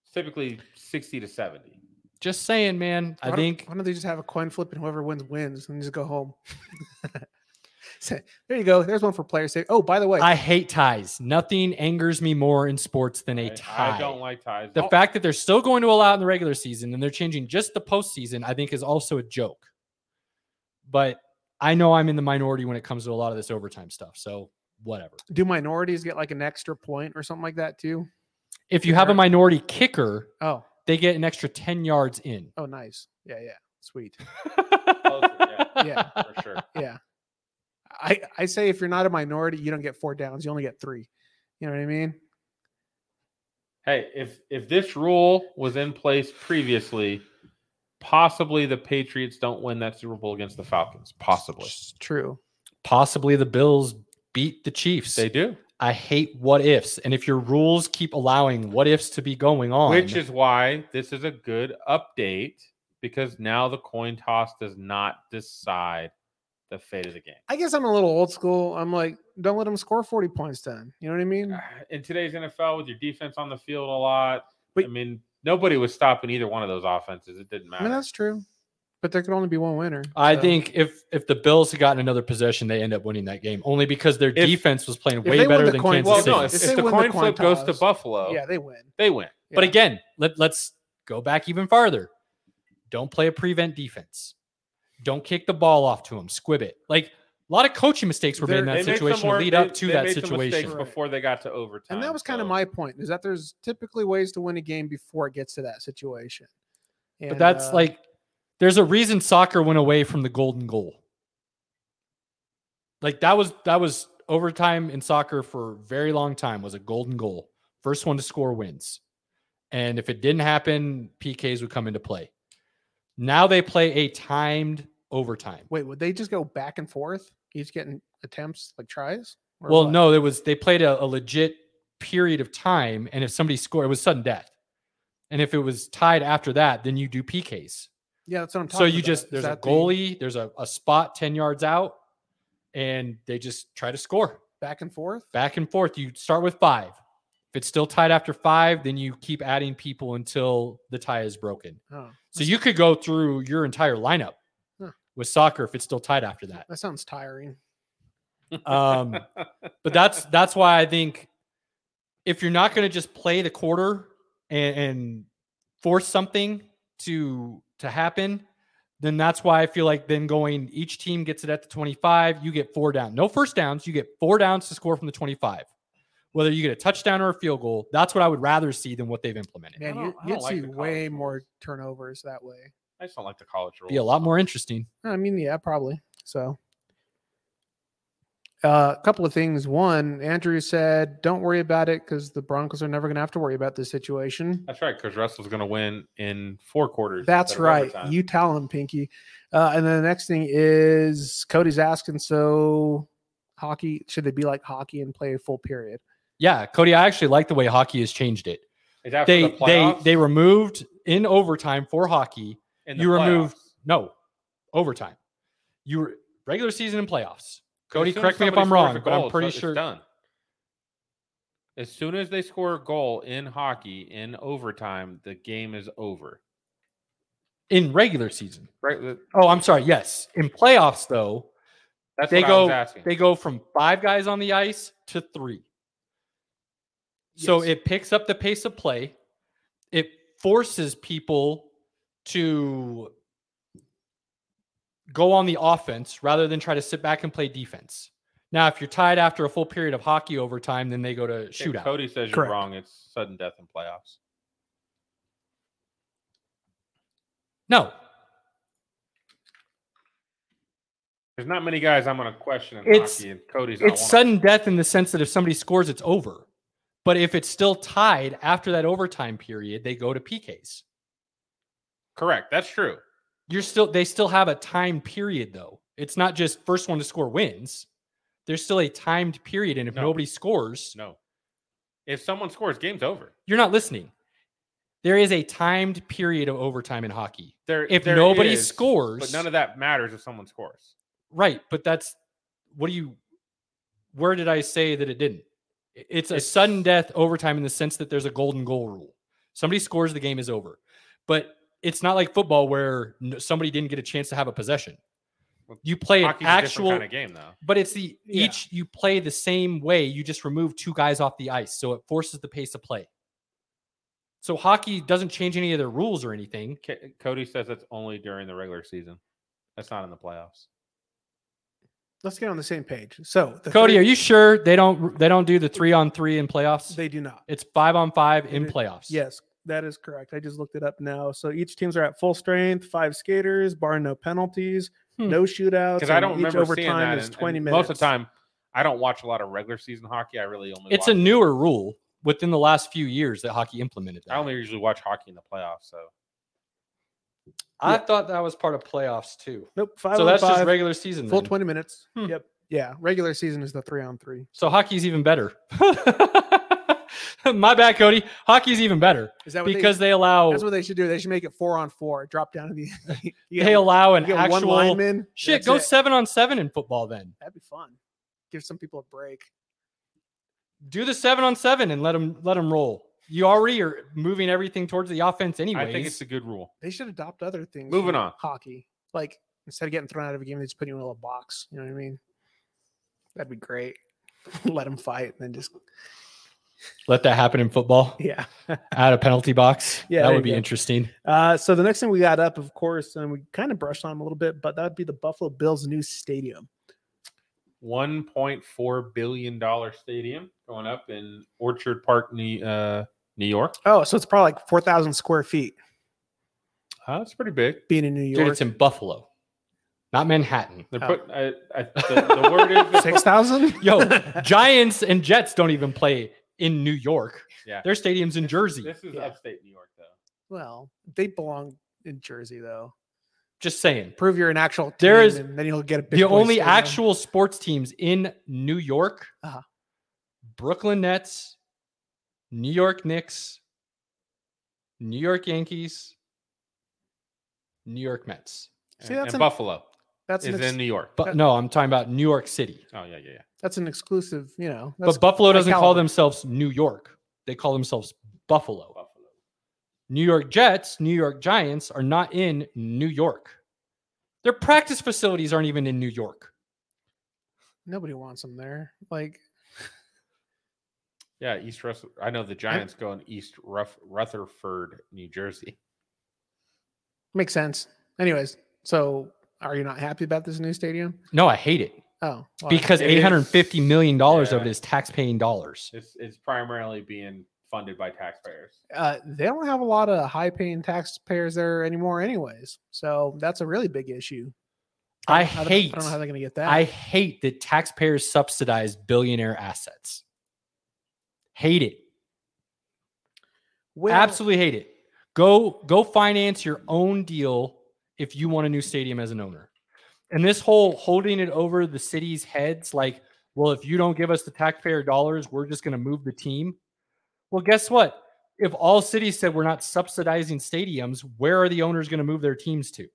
[SPEAKER 2] It's typically 60 to 70.
[SPEAKER 1] Just saying, man. I
[SPEAKER 3] why don't-
[SPEAKER 1] think
[SPEAKER 3] why don't they just have a coin flip and whoever wins wins and just go home? So, there you go. There's one for player safety. Oh, by the way,
[SPEAKER 1] I hate ties. Nothing angers me more in sports than a
[SPEAKER 2] right?
[SPEAKER 1] tie.
[SPEAKER 2] I don't like ties.
[SPEAKER 1] The
[SPEAKER 2] Oh,
[SPEAKER 1] fact that they're still going to allow it in the regular season and they're changing just the postseason, I think, is also a joke. But I know I'm in the minority when it comes to a lot of this overtime stuff. So whatever.
[SPEAKER 3] do minorities get like an extra point or something like that too?
[SPEAKER 1] If you have a
[SPEAKER 3] Sure.
[SPEAKER 1] minority kicker,
[SPEAKER 3] Oh,
[SPEAKER 1] they get an extra 10 yards in.
[SPEAKER 3] oh, nice. Yeah, yeah, sweet.
[SPEAKER 1] yeah.
[SPEAKER 3] Yeah.
[SPEAKER 2] for sure.
[SPEAKER 3] Yeah, I I say if you're not a minority, you don't get four downs. You only get three. You know what I mean?
[SPEAKER 2] Hey, if if this rule was in place previously, possibly the Patriots don't win that Super Bowl against the Falcons. Possibly
[SPEAKER 3] It's true.
[SPEAKER 1] Possibly the Bills beat the Chiefs.
[SPEAKER 2] they do,
[SPEAKER 1] I hate what ifs. And if your rules keep allowing what ifs to be going on,
[SPEAKER 2] which is why this is a good update because now the coin toss does not decide the fate of the game.
[SPEAKER 3] I guess I'm a little old school. I'm like, don't let them score 40 points then. You know what I
[SPEAKER 2] Hmm.
[SPEAKER 3] mean?
[SPEAKER 1] Ah,
[SPEAKER 2] In today's NFL, with your defense on the field a lot, I
[SPEAKER 3] But-
[SPEAKER 2] mean nobody was stopping either one of those offenses. It didn't
[SPEAKER 3] I
[SPEAKER 2] matter.
[SPEAKER 3] mean, that's true. But there could only be one winner.
[SPEAKER 1] ah. I
[SPEAKER 3] so.
[SPEAKER 1] think if if the Bills had gotten another possession, they end up winning that game only because their
[SPEAKER 2] If-
[SPEAKER 1] defense was playing
[SPEAKER 3] they
[SPEAKER 1] way
[SPEAKER 3] win
[SPEAKER 1] better
[SPEAKER 3] the
[SPEAKER 1] than
[SPEAKER 3] coin-
[SPEAKER 1] Kansas
[SPEAKER 2] well,
[SPEAKER 1] City.
[SPEAKER 2] no, if,
[SPEAKER 3] If
[SPEAKER 2] if
[SPEAKER 3] they
[SPEAKER 2] the
[SPEAKER 3] win the
[SPEAKER 2] coin
[SPEAKER 3] coin
[SPEAKER 2] flip goes to
[SPEAKER 3] toss-
[SPEAKER 2] Buffalo,
[SPEAKER 3] Yeah, they win.
[SPEAKER 2] they win.
[SPEAKER 1] But
[SPEAKER 3] Yeah.
[SPEAKER 1] again, let, let's go back even farther. Don't play a prevent defense. Don't kick the ball off to them. Squib it. Like A lot of coaching mistakes were made in
[SPEAKER 2] They
[SPEAKER 1] that
[SPEAKER 2] made some
[SPEAKER 1] situation
[SPEAKER 2] more-
[SPEAKER 1] to lead up
[SPEAKER 2] they-
[SPEAKER 1] to
[SPEAKER 2] they
[SPEAKER 1] that
[SPEAKER 2] made some mistakes
[SPEAKER 1] situation.
[SPEAKER 3] Right.
[SPEAKER 2] before they got to overtime.
[SPEAKER 3] And that was kind
[SPEAKER 2] so-
[SPEAKER 3] of my point is that there's typically ways to win a game before it gets to that situation.
[SPEAKER 1] But
[SPEAKER 3] And,
[SPEAKER 1] that's
[SPEAKER 3] uh,
[SPEAKER 1] like, there's a reason soccer went away from the golden goal. Like that was that was overtime in soccer for a very long time was a golden goal. First one to score wins, and if it didn't happen, PKs would come into play. Now they play a timed overtime.
[SPEAKER 3] wait, would they just go back and forth? He's getting attempts like tries. Or
[SPEAKER 1] Well,
[SPEAKER 3] what?
[SPEAKER 1] no, it was they played a, a legit period of time, and if somebody scored, it was sudden death. And if it was tied after that, then you do PKs.
[SPEAKER 3] Yeah, that's what I'm talking
[SPEAKER 1] So you
[SPEAKER 3] about.
[SPEAKER 1] just
[SPEAKER 3] Is
[SPEAKER 1] there's a
[SPEAKER 3] that the
[SPEAKER 1] goalie, there's a, a spot ten yards out, and they just try to score
[SPEAKER 3] back and forth.
[SPEAKER 1] back and forth. You start with five. If it's still tied after five, then you keep adding people until the tie is broken.
[SPEAKER 3] Oh,
[SPEAKER 1] So you could go through your entire lineup
[SPEAKER 3] Huh.
[SPEAKER 1] with soccer if it's still tied after that.
[SPEAKER 3] that sounds tiring.
[SPEAKER 1] Um, but that's that's why I think if you're not going to just play the quarter and, and force something to to happen, then that's why I feel like then going each team gets it at the 25, you get four down. No first downs, you get four downs to score from the 25. Whether you get a touchdown or a field goal, that's what I would rather see than what they've implemented.
[SPEAKER 3] Man,
[SPEAKER 2] don't-
[SPEAKER 3] you,
[SPEAKER 2] I
[SPEAKER 3] you'd
[SPEAKER 2] don't like
[SPEAKER 3] see
[SPEAKER 2] the college
[SPEAKER 3] way
[SPEAKER 2] rules.
[SPEAKER 3] more turnovers that way.
[SPEAKER 2] I just don't like the college rules.
[SPEAKER 1] Be a lot more interesting.
[SPEAKER 3] I mean, yeah, probably. So, uh, a couple of things. One, Andrew said, "Don't worry about it because the Broncos are never going to have to worry about this situation."
[SPEAKER 2] That's right, because Russell's going to win in four quarters.
[SPEAKER 3] That's
[SPEAKER 2] instead of
[SPEAKER 3] right.
[SPEAKER 2] overtime.
[SPEAKER 3] You tell him, Pinky. Uh, and then the next thing is Cody's asking, so hockey should they be like hockey and play a full period?
[SPEAKER 1] Yeah, Cody, I actually like the way hockey has changed it.
[SPEAKER 2] Is that for
[SPEAKER 1] They
[SPEAKER 2] the
[SPEAKER 1] they
[SPEAKER 2] playoffs?
[SPEAKER 1] they removed in overtime for hockey
[SPEAKER 2] In the
[SPEAKER 1] you remove-
[SPEAKER 2] playoffs.
[SPEAKER 1] No, overtime. You were regular season and playoffs. Cody,
[SPEAKER 2] As soon as
[SPEAKER 1] correct me if
[SPEAKER 2] somebody
[SPEAKER 1] I'm
[SPEAKER 2] scores a
[SPEAKER 1] wrong, but I'm
[SPEAKER 2] goal,
[SPEAKER 1] pretty
[SPEAKER 2] it's- it's
[SPEAKER 1] sure.
[SPEAKER 2] done. As soon as they score a goal in hockey in overtime, the game is over.
[SPEAKER 1] in regular season.
[SPEAKER 2] Right? Th-
[SPEAKER 1] Oh, I'm sorry. Yes, in playoffs though,
[SPEAKER 2] That's
[SPEAKER 1] They
[SPEAKER 2] what I
[SPEAKER 1] go-
[SPEAKER 2] was asking.
[SPEAKER 1] they go from five guys on the ice to three. So
[SPEAKER 3] Yes.
[SPEAKER 1] it picks up the pace of play. It forces people to go on the offense rather than try to sit back and play defense. Now, if you're tied after a full period of hockey overtime, then they go to
[SPEAKER 2] Okay,
[SPEAKER 1] shootout.
[SPEAKER 2] Cody says you're
[SPEAKER 3] Correct.
[SPEAKER 2] wrong. It's sudden death in playoffs.
[SPEAKER 1] No,
[SPEAKER 2] There's not many guys I'm going to question in
[SPEAKER 1] It's-
[SPEAKER 2] hockey, and Cody's not
[SPEAKER 1] it's
[SPEAKER 2] one of
[SPEAKER 1] sudden death in the sense that if somebody scores, it's over. But if it's still tied after that overtime period, they go to PKs.
[SPEAKER 2] them. Correct. That's true.
[SPEAKER 1] You're still they still have a time period though. It's not just first one to score wins. There's still a timed period, and if
[SPEAKER 2] No.
[SPEAKER 1] nobody scores,
[SPEAKER 2] No. If someone scores, game's over.
[SPEAKER 1] you're not listening. There is a timed period of overtime in hockey.
[SPEAKER 2] There,
[SPEAKER 1] If
[SPEAKER 2] there
[SPEAKER 1] nobody
[SPEAKER 2] is,
[SPEAKER 1] scores,
[SPEAKER 2] but none of that matters if someone scores.
[SPEAKER 1] right, but that's what do you? Where did I say that it didn't? I- It's a
[SPEAKER 2] It's-
[SPEAKER 1] sudden death overtime in the sense that there's a golden goal rule. Somebody scores, the game is over. But it's not like football where n- somebody didn't get a chance to have a possession.
[SPEAKER 2] Well,
[SPEAKER 1] You play an
[SPEAKER 2] Hockey's
[SPEAKER 1] actual,
[SPEAKER 2] a different kind of game, though.
[SPEAKER 1] but it's the
[SPEAKER 3] Yeah.
[SPEAKER 1] each you play the same way. You just remove two guys off the ice, so it forces the pace of play. So hockey doesn't change any of their rules or anything.
[SPEAKER 2] K- Cody says it's only during the regular season. That's not in the playoffs.
[SPEAKER 3] Let's get on the same page. So, the
[SPEAKER 1] Cody,
[SPEAKER 3] three-
[SPEAKER 1] are you sure they don't they don't do the three on three in playoffs?
[SPEAKER 3] They do not.
[SPEAKER 1] It's five on five in
[SPEAKER 3] It is-
[SPEAKER 1] playoffs.
[SPEAKER 3] Yes, that is correct. I just looked it up now. So each teams are at full strength, five skaters, bar no penalties,
[SPEAKER 1] Hmm.
[SPEAKER 3] no shootouts.
[SPEAKER 2] Because I
[SPEAKER 3] and
[SPEAKER 2] don't
[SPEAKER 3] each
[SPEAKER 2] remember seeing that.
[SPEAKER 3] overtime is
[SPEAKER 2] and- and
[SPEAKER 3] 20 minutes.
[SPEAKER 2] Most of the time, I don't watch a lot of regular season hockey. I really only
[SPEAKER 1] It's a
[SPEAKER 2] watch,
[SPEAKER 1] newer rule within the last few years that hockey implemented that.
[SPEAKER 2] I only usually watch hockey in the playoffs. So
[SPEAKER 1] I
[SPEAKER 3] Yeah.
[SPEAKER 1] thought that was part of playoffs too.
[SPEAKER 3] Nope, five
[SPEAKER 1] so
[SPEAKER 3] on
[SPEAKER 1] that's just
[SPEAKER 3] five,
[SPEAKER 1] regular season.
[SPEAKER 3] full
[SPEAKER 1] then.
[SPEAKER 3] 20 minutes.
[SPEAKER 1] Hmm.
[SPEAKER 3] Yep. Yeah, regular season is the three on three.
[SPEAKER 1] So hockey's even better. My bad, Cody. Hockey's even better
[SPEAKER 3] Is that what
[SPEAKER 1] because
[SPEAKER 3] they,
[SPEAKER 1] they allow
[SPEAKER 3] that's what they should do? They should make it four on four. Drop down to the you
[SPEAKER 1] they
[SPEAKER 3] get-
[SPEAKER 1] allow an
[SPEAKER 3] you get one
[SPEAKER 1] actual
[SPEAKER 3] lineman.
[SPEAKER 1] Shit,
[SPEAKER 3] that's
[SPEAKER 1] go
[SPEAKER 3] it.
[SPEAKER 1] seven on seven in football then.
[SPEAKER 3] That'd be fun. Give some people a break.
[SPEAKER 1] Do the seven on seven and let them let them roll. You already are moving everything towards the offense anyways.
[SPEAKER 2] I think it's a good rule.
[SPEAKER 3] They should adopt other things.
[SPEAKER 2] Moving
[SPEAKER 3] from
[SPEAKER 2] on.
[SPEAKER 3] Hockey. Like instead of getting thrown out of a game, they just put you in a little box. You know what I mean? That'd be great. Let them fight and then just
[SPEAKER 1] let that happen in football.
[SPEAKER 3] yeah.
[SPEAKER 1] Out of penalty box. that
[SPEAKER 3] Yeah, there you
[SPEAKER 1] would be
[SPEAKER 3] go.
[SPEAKER 1] interesting.
[SPEAKER 3] Uh, so the next thing we got up, of course, and we kind of brushed on 'em a little bit, but that would be the Buffalo Bills' new stadium.
[SPEAKER 2] $1.4 billion stadium going up in Orchard Park, New, uh, New York.
[SPEAKER 3] Oh, so it's probably like 4,000 square feet
[SPEAKER 2] Uh, it's pretty big.
[SPEAKER 3] being in New
[SPEAKER 1] Dude,
[SPEAKER 3] York.
[SPEAKER 1] it's in Buffalo, not Manhattan.
[SPEAKER 2] They're
[SPEAKER 3] Oh.
[SPEAKER 2] putting I, I, the, the word is they're
[SPEAKER 3] 6,000?
[SPEAKER 1] Yo, Giants and Jets don't even play in New York.
[SPEAKER 2] Yeah.
[SPEAKER 1] Their stadium's in
[SPEAKER 2] This is-
[SPEAKER 1] Jersey.
[SPEAKER 2] This is
[SPEAKER 3] Yeah.
[SPEAKER 2] upstate New York, though.
[SPEAKER 3] Well, they belong in Jersey, though.
[SPEAKER 1] Just saying.
[SPEAKER 3] Prove you're an actual team,
[SPEAKER 1] There is-
[SPEAKER 3] and then you'll get a big
[SPEAKER 1] The
[SPEAKER 3] boy
[SPEAKER 1] only
[SPEAKER 3] stadium.
[SPEAKER 1] actual sports teams in New York
[SPEAKER 3] Uh-huh.
[SPEAKER 1] Brooklyn Nets, New York Knicks, New York Yankees, New York Mets.
[SPEAKER 3] See,
[SPEAKER 2] And-
[SPEAKER 3] that's
[SPEAKER 2] and
[SPEAKER 3] an-
[SPEAKER 2] Buffalo
[SPEAKER 3] That's an
[SPEAKER 2] is
[SPEAKER 3] ex-
[SPEAKER 2] in New York.
[SPEAKER 1] But no, I'm talking about New York City.
[SPEAKER 2] Oh yeah, yeah, yeah.
[SPEAKER 3] that's an exclusive, you know. That's
[SPEAKER 1] But Buffalo
[SPEAKER 3] high
[SPEAKER 1] doesn't call
[SPEAKER 3] caliber.
[SPEAKER 1] themselves New York. They call themselves Buffalo.
[SPEAKER 2] Buffalo.
[SPEAKER 1] New York Jets, New York Giants are not in New York. Their practice facilities aren't even in New York.
[SPEAKER 3] nobody wants them there. Like
[SPEAKER 2] Yeah, East Rus- I know the Giants go in East Ruff- Rutherford, New Jersey.
[SPEAKER 3] makes sense. Anyways, so are you not happy about this new stadium?
[SPEAKER 1] No, I hate it
[SPEAKER 3] Oh, well,
[SPEAKER 1] because
[SPEAKER 2] It is-
[SPEAKER 1] eight hundred fifty million dollars of
[SPEAKER 2] Yeah.
[SPEAKER 1] it is taxpaying dollars.
[SPEAKER 2] It's it's primarily being funded by taxpayers.
[SPEAKER 3] uh, they don't have a lot of high-paying taxpayers there anymore, anyways. So that's a really big issue.
[SPEAKER 1] I
[SPEAKER 3] don't know how they-
[SPEAKER 1] hate.
[SPEAKER 3] I don't know how they're going to get that.
[SPEAKER 1] I hate that taxpayers subsidize billionaire assets. Hate it.
[SPEAKER 3] Well,
[SPEAKER 1] Absolutely hate it. Go go finance your own deal if you want a new stadium as an owner. And this whole holding it over the city's heads, like, well, if you don't give us the taxpayer dollars, we're just going to move the team. Well, guess what? If all cities said we're not subsidizing stadiums, where are the owners going to move their teams to?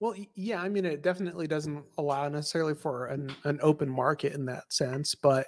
[SPEAKER 3] Well, y- yeah, I mean, it definitely doesn't allow necessarily for an, an open market in that sense, but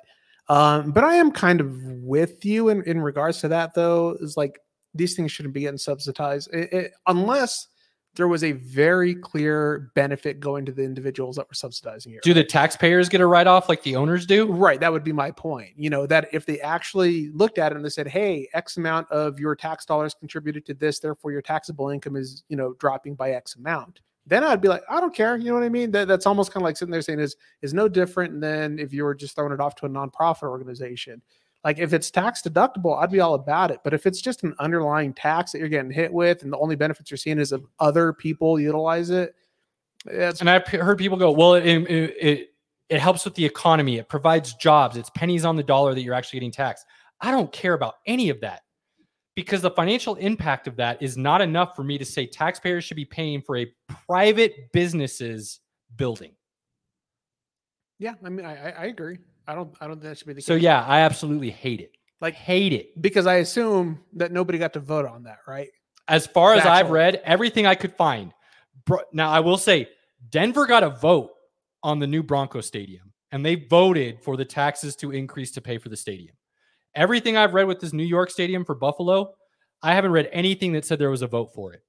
[SPEAKER 3] um, but I am kind of with you in, in regards to that though, is like these things shouldn't be getting subsidized i- i- unless there was a very clear benefit going to the individuals that were subsidizing it.
[SPEAKER 1] Do the taxpayers get a write off like the owners do?
[SPEAKER 3] Right, that would be my point. You know, that if they actually looked at it and they said, "Hey, X amount of your tax dollars contributed to this, therefore your taxable income is, you know, dropping by X amount." Then I'd be like, "I don't care." You know what I mean? That, that's almost kind of like sitting there saying is is no different than if you were just throwing it off to a nonprofit organization. Like if it's tax deductible, I'd be all about it. But if it's just an underlying tax that you're getting hit with and the only benefits you're seeing is if other people utilize it, that's
[SPEAKER 1] And I've he- heard people go, well, it, it, it, it helps with the economy. It provides jobs. It's pennies on the dollar that you're actually getting taxed. I don't care about any of that because the financial impact of that is not enough for me to say taxpayers should be paying for a private business's building.
[SPEAKER 3] yeah, I mean I, I- I agree. I don't I don't think that should be the
[SPEAKER 1] So,
[SPEAKER 3] case.
[SPEAKER 1] yeah, I absolutely hate it.
[SPEAKER 3] Like-
[SPEAKER 1] hate it.
[SPEAKER 3] because I assume that nobody got to vote on that, right?
[SPEAKER 1] As far as I've
[SPEAKER 3] Factual.
[SPEAKER 1] read, everything I could find. Bro- now, I will say Denver got a vote on the new Bronco Stadium, and they voted for the taxes to increase to pay for the stadium. Everything I've read with this New York Stadium for Buffalo, I haven't read anything that said there was a vote for it.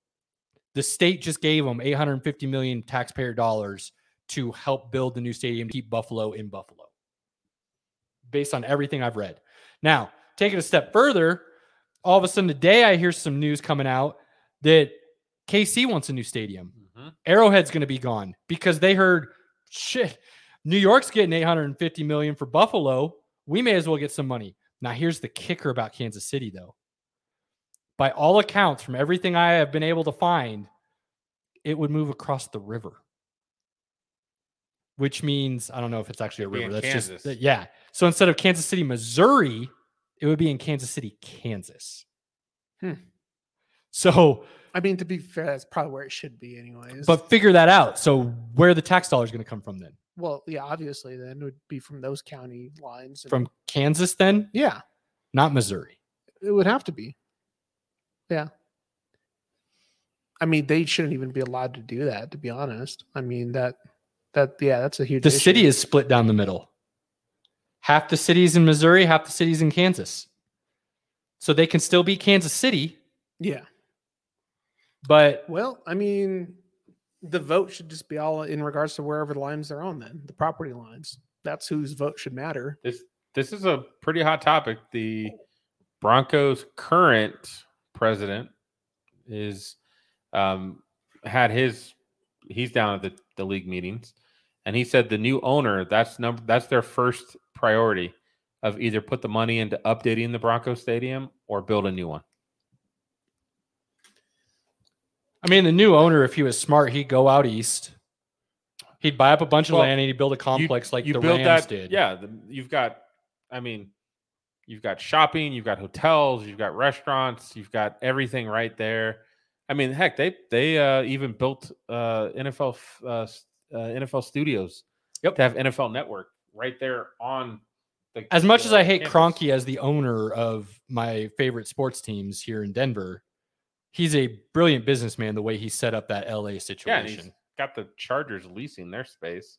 [SPEAKER 1] The state just gave them 850 million taxpayer dollars to help build the new stadium to keep Buffalo in Buffalo. Based on everything I've read. Now, take it a step further, all of a sudden today I hear some news coming out that KC wants a new stadium.
[SPEAKER 2] Mm-hmm.
[SPEAKER 1] Arrowhead's going to be gone because they heard shit. New York's getting 850 million for Buffalo. We may as well get some money. Now here's the kicker about Kansas City though. By all accounts from everything I have been able to find, it would move across the river. Which means I don't know if it's actually a
[SPEAKER 2] It'd be
[SPEAKER 1] river.
[SPEAKER 2] in
[SPEAKER 1] That's
[SPEAKER 2] Kansas.
[SPEAKER 1] just yeah. So instead of Kansas City, Missouri, it would be in Kansas City, Kansas.
[SPEAKER 3] Hmm.
[SPEAKER 1] So
[SPEAKER 3] I mean, to be fair, that's probably where it should be, anyways.
[SPEAKER 1] but figure that out. So where are the tax dollars going to come from then?
[SPEAKER 3] well, yeah, obviously, then it would be from those county lines. and-
[SPEAKER 1] From Kansas then?
[SPEAKER 3] yeah,
[SPEAKER 1] Not Missouri.
[SPEAKER 3] it would have to be. Yeah, I mean, they shouldn't even be allowed to do that. To be honest, I mean that that yeah, that's a huge.
[SPEAKER 1] The
[SPEAKER 3] issue.
[SPEAKER 1] city is split down the middle. Half the city's in Missouri, half the city's in Kansas. So they can still be Kansas City,
[SPEAKER 3] yeah.
[SPEAKER 1] but
[SPEAKER 3] Well, I mean, the vote should just be all in regards to wherever the lines are on. Then the property lines. That's whose vote should matter.
[SPEAKER 2] This this is a pretty hot topic. The Broncos' current president is um, had his he's down at the, the league meetings, And he said the new owner, that's number that's their first priority of either put the money into updating the Bronco Stadium or build a new one.
[SPEAKER 1] I mean, the new owner, if he was smart, he'd go out east. He'd buy up a bunch
[SPEAKER 2] Well,
[SPEAKER 1] of land and he'd build a complex like the
[SPEAKER 2] build
[SPEAKER 1] Rams
[SPEAKER 2] that,
[SPEAKER 1] did.
[SPEAKER 2] Yeah, the, you've got. I mean, you've got shopping, you've got hotels, you've got restaurants, you've got everything right there. I mean, heck, they they uh, even built uh, NFL f- uh, s- uh, NFL studios
[SPEAKER 1] Yep.
[SPEAKER 2] to have NFL Network right there on. The,
[SPEAKER 1] As much as I
[SPEAKER 2] the
[SPEAKER 1] hate
[SPEAKER 2] campus.
[SPEAKER 1] Cronky as the owner of my favorite sports teams here in Denver, he's a brilliant businessman the way he set up that LA
[SPEAKER 2] yeah, and he's
[SPEAKER 1] situation.
[SPEAKER 2] got the Chargers leasing their space.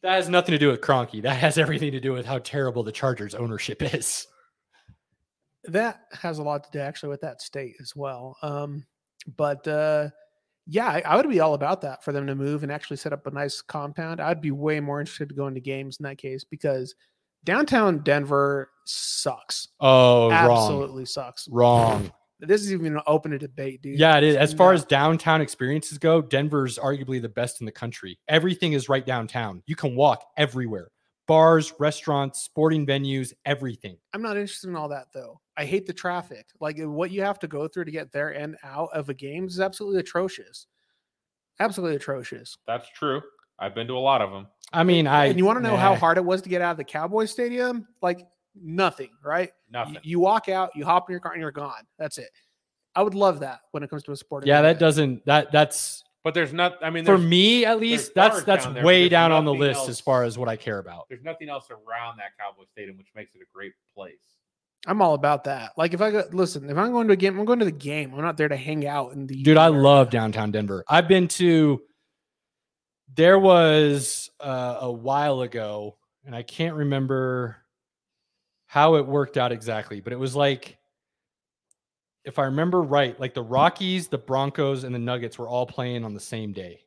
[SPEAKER 1] that has nothing to do with Cronky. That has everything to do with how terrible the Chargers ownership is.
[SPEAKER 3] that has a lot to do actually with that state as well. Um, but uh, yeah, I, I would be all about that for them to move and actually set up a nice compound. I'd be way more interested to go into games in that case because downtown Denver sucks.
[SPEAKER 1] Oh,
[SPEAKER 3] Absolutely sucks.
[SPEAKER 1] wrong. Wrong.
[SPEAKER 3] This is even open to debate, dude.
[SPEAKER 1] Yeah, it is. As far
[SPEAKER 3] No.
[SPEAKER 1] as downtown experiences go, Denver's arguably the best in the country. Everything is right downtown. You can walk everywhere. Bars, restaurants, sporting venues, everything.
[SPEAKER 3] I'm not interested in all that though. I hate the traffic. Like what you have to go through to get there and out of a game is absolutely atrocious. Absolutely atrocious.
[SPEAKER 2] That's true. I've been to a lot of them.
[SPEAKER 1] I mean, I
[SPEAKER 3] and you want to know how
[SPEAKER 1] nah.
[SPEAKER 3] hard it was to get out of the Cowboys Stadium? Like nothing, right? You-
[SPEAKER 2] Nothing.
[SPEAKER 3] You walk out, you hop in your car, and you're gone. That's it. I would love that when it comes to a sport.
[SPEAKER 1] Yeah, that doesn't that that's
[SPEAKER 2] But there's not. I mean,
[SPEAKER 1] for
[SPEAKER 2] there's,
[SPEAKER 1] me at least that's
[SPEAKER 2] bars
[SPEAKER 1] that's
[SPEAKER 2] down there, but
[SPEAKER 1] way
[SPEAKER 2] there's
[SPEAKER 1] down on the
[SPEAKER 2] nothing
[SPEAKER 1] list
[SPEAKER 2] else.
[SPEAKER 1] as far as what I care about.
[SPEAKER 2] there's nothing else around that Cowboy Stadium, which makes it a great place.
[SPEAKER 3] I'm all about that. Like if I go, listen, if I'm going to a game, I'm going to the game. I'm not there to hang out in the.
[SPEAKER 1] Dude, I
[SPEAKER 3] area.
[SPEAKER 1] love downtown Denver. I've been to there was uh, a while ago and I can't remember how it worked out exactly, but it was like if I remember right, like the Rockies, the Broncos and the Nuggets were all playing on the same day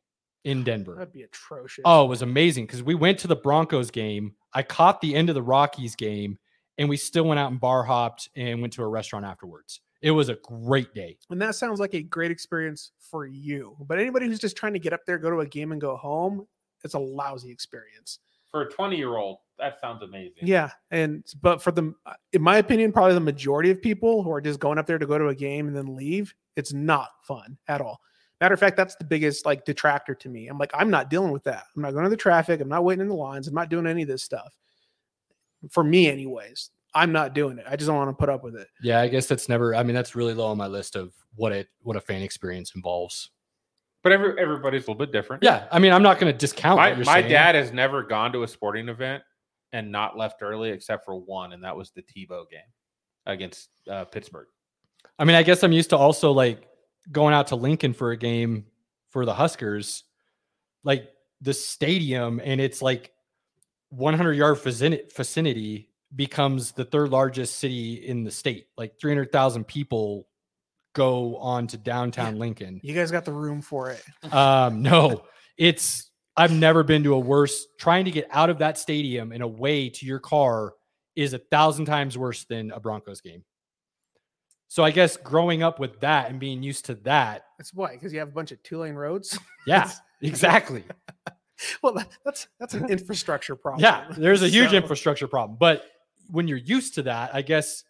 [SPEAKER 1] in Denver.
[SPEAKER 3] That'd be atrocious.
[SPEAKER 1] Oh, it was amazing because we went to the Broncos game. I caught the end of the Rockies game, and we still went out and bar hopped and went to a restaurant afterwards. It was a great day.
[SPEAKER 3] and that sounds like a great experience for you. But anybody who's just trying to get up there, go to a game, and go home, it's a lousy experience.
[SPEAKER 2] for a 20 year old that sounds amazing
[SPEAKER 3] Yeah, and but for the, in my opinion, probably the majority of people who are just going up there to go to a game and then leave, it's not fun at all. Matter of fact, that's the biggest like detractor to me. I'm like, I'm not dealing with that. I'm not going to the traffic. I'm not waiting in the lines. I'm not doing any of this stuff. For me, anyways, I'm not doing it. I just don't want to put up with it.
[SPEAKER 1] Yeah, I guess that's never. I mean, that's really low on my list of what it what a fan experience involves.
[SPEAKER 2] but every, everybody's a little bit different
[SPEAKER 1] Yeah, I mean, I'm not going to discount.
[SPEAKER 2] my,
[SPEAKER 1] what you're
[SPEAKER 2] my
[SPEAKER 1] saying.
[SPEAKER 2] dad has never gone to a sporting event and not left early except for one and that was the tebow game against uh, pittsburgh
[SPEAKER 1] I mean, I guess I'm used to also like going out to Lincoln for a game for the Huskers, like the stadium and it's like 100 yard vicin- vicinity becomes the third largest city in the state. Like 300,000 people go on to downtown Lincoln.
[SPEAKER 3] You guys got the room for it.
[SPEAKER 1] Um, no, it's I've never been to a worse. Trying to get out of that stadium and away to your car is a thousand times worse than a Broncos game. So I guess growing up with that and being used to that,
[SPEAKER 3] That's why, because you have a bunch of two lane roads.
[SPEAKER 1] yeah, exactly.
[SPEAKER 3] well, that- that's that's an infrastructure problem.
[SPEAKER 1] Yeah, there's a huge
[SPEAKER 3] So-
[SPEAKER 1] infrastructure problem. But when you're used to that, I guess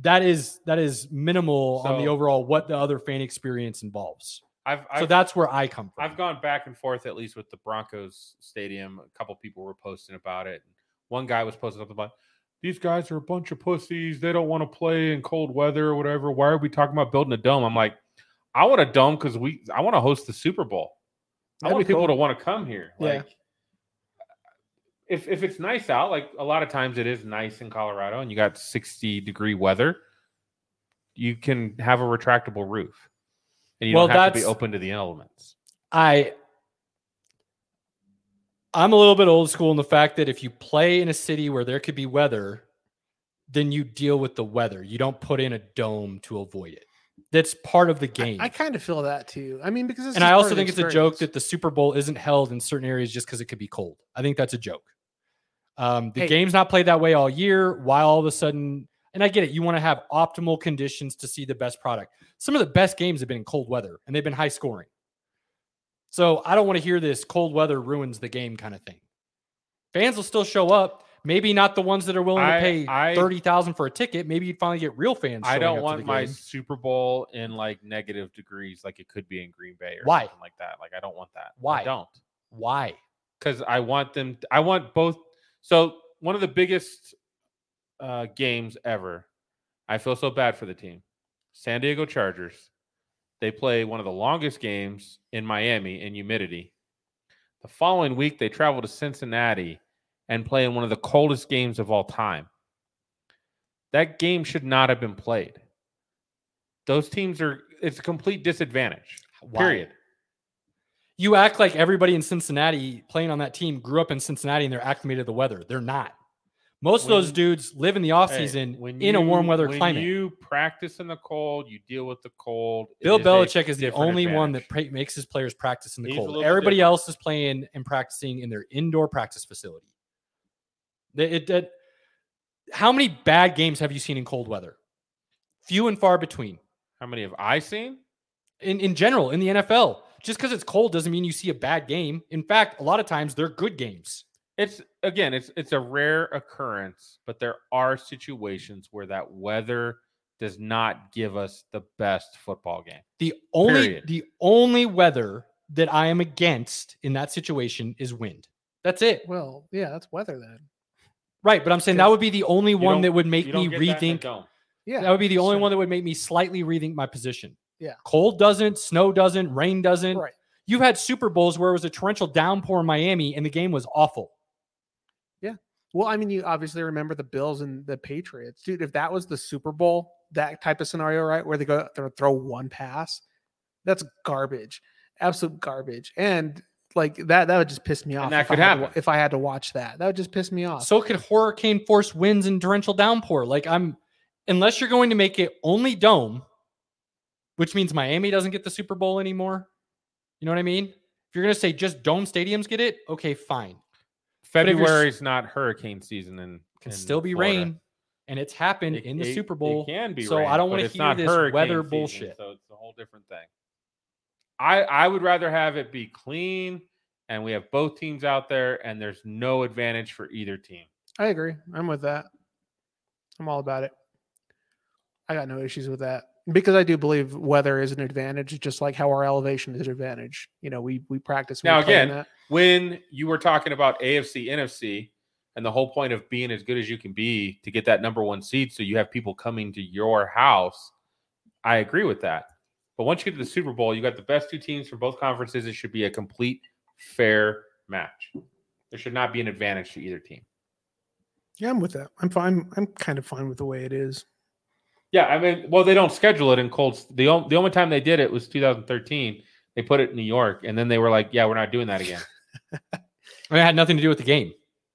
[SPEAKER 1] that is that is minimal on the
[SPEAKER 2] So-
[SPEAKER 1] overall what the other fan experience involves.
[SPEAKER 2] i've I've,
[SPEAKER 1] so that's where I come from.
[SPEAKER 2] I've gone back and forth at least with the broncos stadium a couple people were posting about it one guy was posting something about these guys are a bunch of pussies they don't want to play in cold weather or whatever why are we talking about building a dome i'm like i want a dome because we i want to host the super bowl I
[SPEAKER 3] That'd
[SPEAKER 2] want
[SPEAKER 3] be
[SPEAKER 2] people
[SPEAKER 3] cool.
[SPEAKER 2] to want to come here.
[SPEAKER 3] Yeah.
[SPEAKER 2] Like, if if it's nice out, like a lot of times it is nice in Colorado, and you got sixty degree weather, you can have a retractable roof, and you
[SPEAKER 1] Well,
[SPEAKER 2] don't have to be
[SPEAKER 1] that's-
[SPEAKER 2] open to the elements.
[SPEAKER 1] I I'm a little bit old school in the fact that if you play in a city where there could be weather, then you deal with the weather. You don't put in a dome to avoid it. That's part of the
[SPEAKER 3] I-
[SPEAKER 1] game.
[SPEAKER 3] I, kind of feel that too. I mean, because it's
[SPEAKER 1] and
[SPEAKER 3] just
[SPEAKER 1] I
[SPEAKER 3] part
[SPEAKER 1] also
[SPEAKER 3] of the
[SPEAKER 1] think it's a joke
[SPEAKER 3] experience.
[SPEAKER 1] that the Super Bowl isn't held in certain areas just because it could be cold. I think that's a joke. Um, the
[SPEAKER 3] Hey.
[SPEAKER 1] game's not played that way all year. Why all of a sudden? And I get it. You want to have optimal conditions to see the best product. Some of the best games have been in cold weather and they've been high scoring. So I don't want to hear this cold weather ruins the game kind of thing. Fans will still show up. Maybe not the ones that are willing
[SPEAKER 2] I-
[SPEAKER 1] to pay
[SPEAKER 2] I-
[SPEAKER 1] thirty thousand for a ticket. Maybe you'd finally get real fans. showing
[SPEAKER 2] I
[SPEAKER 1] up
[SPEAKER 2] don't
[SPEAKER 1] to
[SPEAKER 2] want
[SPEAKER 1] the
[SPEAKER 2] my
[SPEAKER 1] game.
[SPEAKER 2] Super Bowl in like negative degrees, like it could be in Green Bay or
[SPEAKER 1] Why?
[SPEAKER 2] something like that. Like I don't want that.
[SPEAKER 1] Why?
[SPEAKER 2] I don't
[SPEAKER 1] why
[SPEAKER 2] because I want them. I want both. So one of the biggest uh, games ever. I feel so bad for the team, San Diego Chargers. They play one of the longest games in Miami in humidity. The following week, they travel to Cincinnati and play in one of the coldest games of all time. That game should not have been played. Those teams are, it's a complete disadvantage.
[SPEAKER 1] Why?
[SPEAKER 2] Period.
[SPEAKER 1] You act like everybody in Cincinnati playing on that team grew up in Cincinnati and they're acclimated to the weather. They're not. Most of those
[SPEAKER 2] When-
[SPEAKER 1] dudes live in the offseason
[SPEAKER 2] Hey,
[SPEAKER 1] season
[SPEAKER 2] when
[SPEAKER 1] in a
[SPEAKER 2] you-
[SPEAKER 1] warm weather
[SPEAKER 2] when
[SPEAKER 1] climate.
[SPEAKER 2] You practice in the cold, you deal with the cold. It
[SPEAKER 1] Bill
[SPEAKER 2] a
[SPEAKER 1] Belichick is the
[SPEAKER 2] different
[SPEAKER 1] only one that
[SPEAKER 2] advantage.
[SPEAKER 1] pra- makes his players practice in the
[SPEAKER 2] He's a
[SPEAKER 1] cold.
[SPEAKER 2] little bit
[SPEAKER 1] Everybody
[SPEAKER 2] different.
[SPEAKER 1] else is playing and practicing in their indoor practice facility. They- it- that- how many bad games have you seen in cold weather? Few and far between.
[SPEAKER 2] How many have I seen?
[SPEAKER 1] in, in general in the NFL. Just because it's cold doesn't mean you see a bad game. In fact, a lot of times they're good games.
[SPEAKER 2] It's again, it's it's a rare occurrence, but there are situations where that weather does not give us the best football game.
[SPEAKER 1] The only
[SPEAKER 2] Period.
[SPEAKER 1] the only weather that I am against in that situation is wind. That's it.
[SPEAKER 3] Well, yeah, that's weather then.
[SPEAKER 1] Right, but I'm saying that
[SPEAKER 3] Because
[SPEAKER 1] would be the only
[SPEAKER 2] you
[SPEAKER 1] one
[SPEAKER 2] don't-
[SPEAKER 1] that would make
[SPEAKER 2] You don't
[SPEAKER 1] me
[SPEAKER 2] get that in the
[SPEAKER 1] rethink. That,
[SPEAKER 2] dome.
[SPEAKER 3] Yeah,
[SPEAKER 1] would be the only
[SPEAKER 3] so-
[SPEAKER 1] one that would make me slightly rethink my position.
[SPEAKER 3] Yeah.
[SPEAKER 1] Cold doesn't, snow doesn't, rain doesn't.
[SPEAKER 3] right.
[SPEAKER 1] You've had Super Bowls where it was a torrential downpour in Miami and the game was awful.
[SPEAKER 3] Well, I mean, you obviously remember the Bills and the Patriots, dude. If that was the Super Bowl, that type of scenario, right, where they go out there and throw one pass, that's garbage, absolute garbage, and like that, that would just piss me off.
[SPEAKER 2] that
[SPEAKER 3] if I
[SPEAKER 2] could
[SPEAKER 3] had to wa-
[SPEAKER 2] happen.
[SPEAKER 3] if I had to watch that. That would just piss me off.
[SPEAKER 1] So could hurricane force winds and torrential downpour. Like I'm, unless you're going to make it only dome, which means Miami doesn't get the Super Bowl anymore. You know what I mean? If you're going to say just dome stadiums get it, okay, fine. if you're s-
[SPEAKER 2] February is not hurricane season, and
[SPEAKER 1] Can still be rain, and it's happened in the Super Bowl.
[SPEAKER 2] can be
[SPEAKER 1] so I
[SPEAKER 2] rain,
[SPEAKER 1] don't
[SPEAKER 2] but
[SPEAKER 1] want to
[SPEAKER 2] it's
[SPEAKER 1] hear
[SPEAKER 2] not
[SPEAKER 1] this
[SPEAKER 2] hurricane
[SPEAKER 1] weather
[SPEAKER 2] season,
[SPEAKER 1] bullshit.
[SPEAKER 2] So it's a whole different thing. I I would rather have it be clean, and we have both teams out there, and there's no advantage for either team.
[SPEAKER 3] I agree. I'm with that. I'm all about it. I got no issues with that because I do believe weather is an advantage, just like how our elevation is an advantage. You know, we we practice we
[SPEAKER 2] Now,
[SPEAKER 3] play in
[SPEAKER 2] again,
[SPEAKER 3] that.
[SPEAKER 2] When you were talking about AFC, NFC, and the whole point of being as good as you can be to get that number one seed, so you have people coming to your house. I agree with that. But once you get to the Super Bowl, you got the best two teams from both conferences. It should be a complete fair match. There should not be an advantage to either team.
[SPEAKER 3] Yeah, I'm with that. I'm fine. I'm kind of fine with the way it is.
[SPEAKER 2] Yeah, I mean, well, they don't schedule it in cold. The only the only time they did it was 2013. They put it in New York, and then they were like, "Yeah, we're not doing that again."
[SPEAKER 1] And it had nothing to do with the game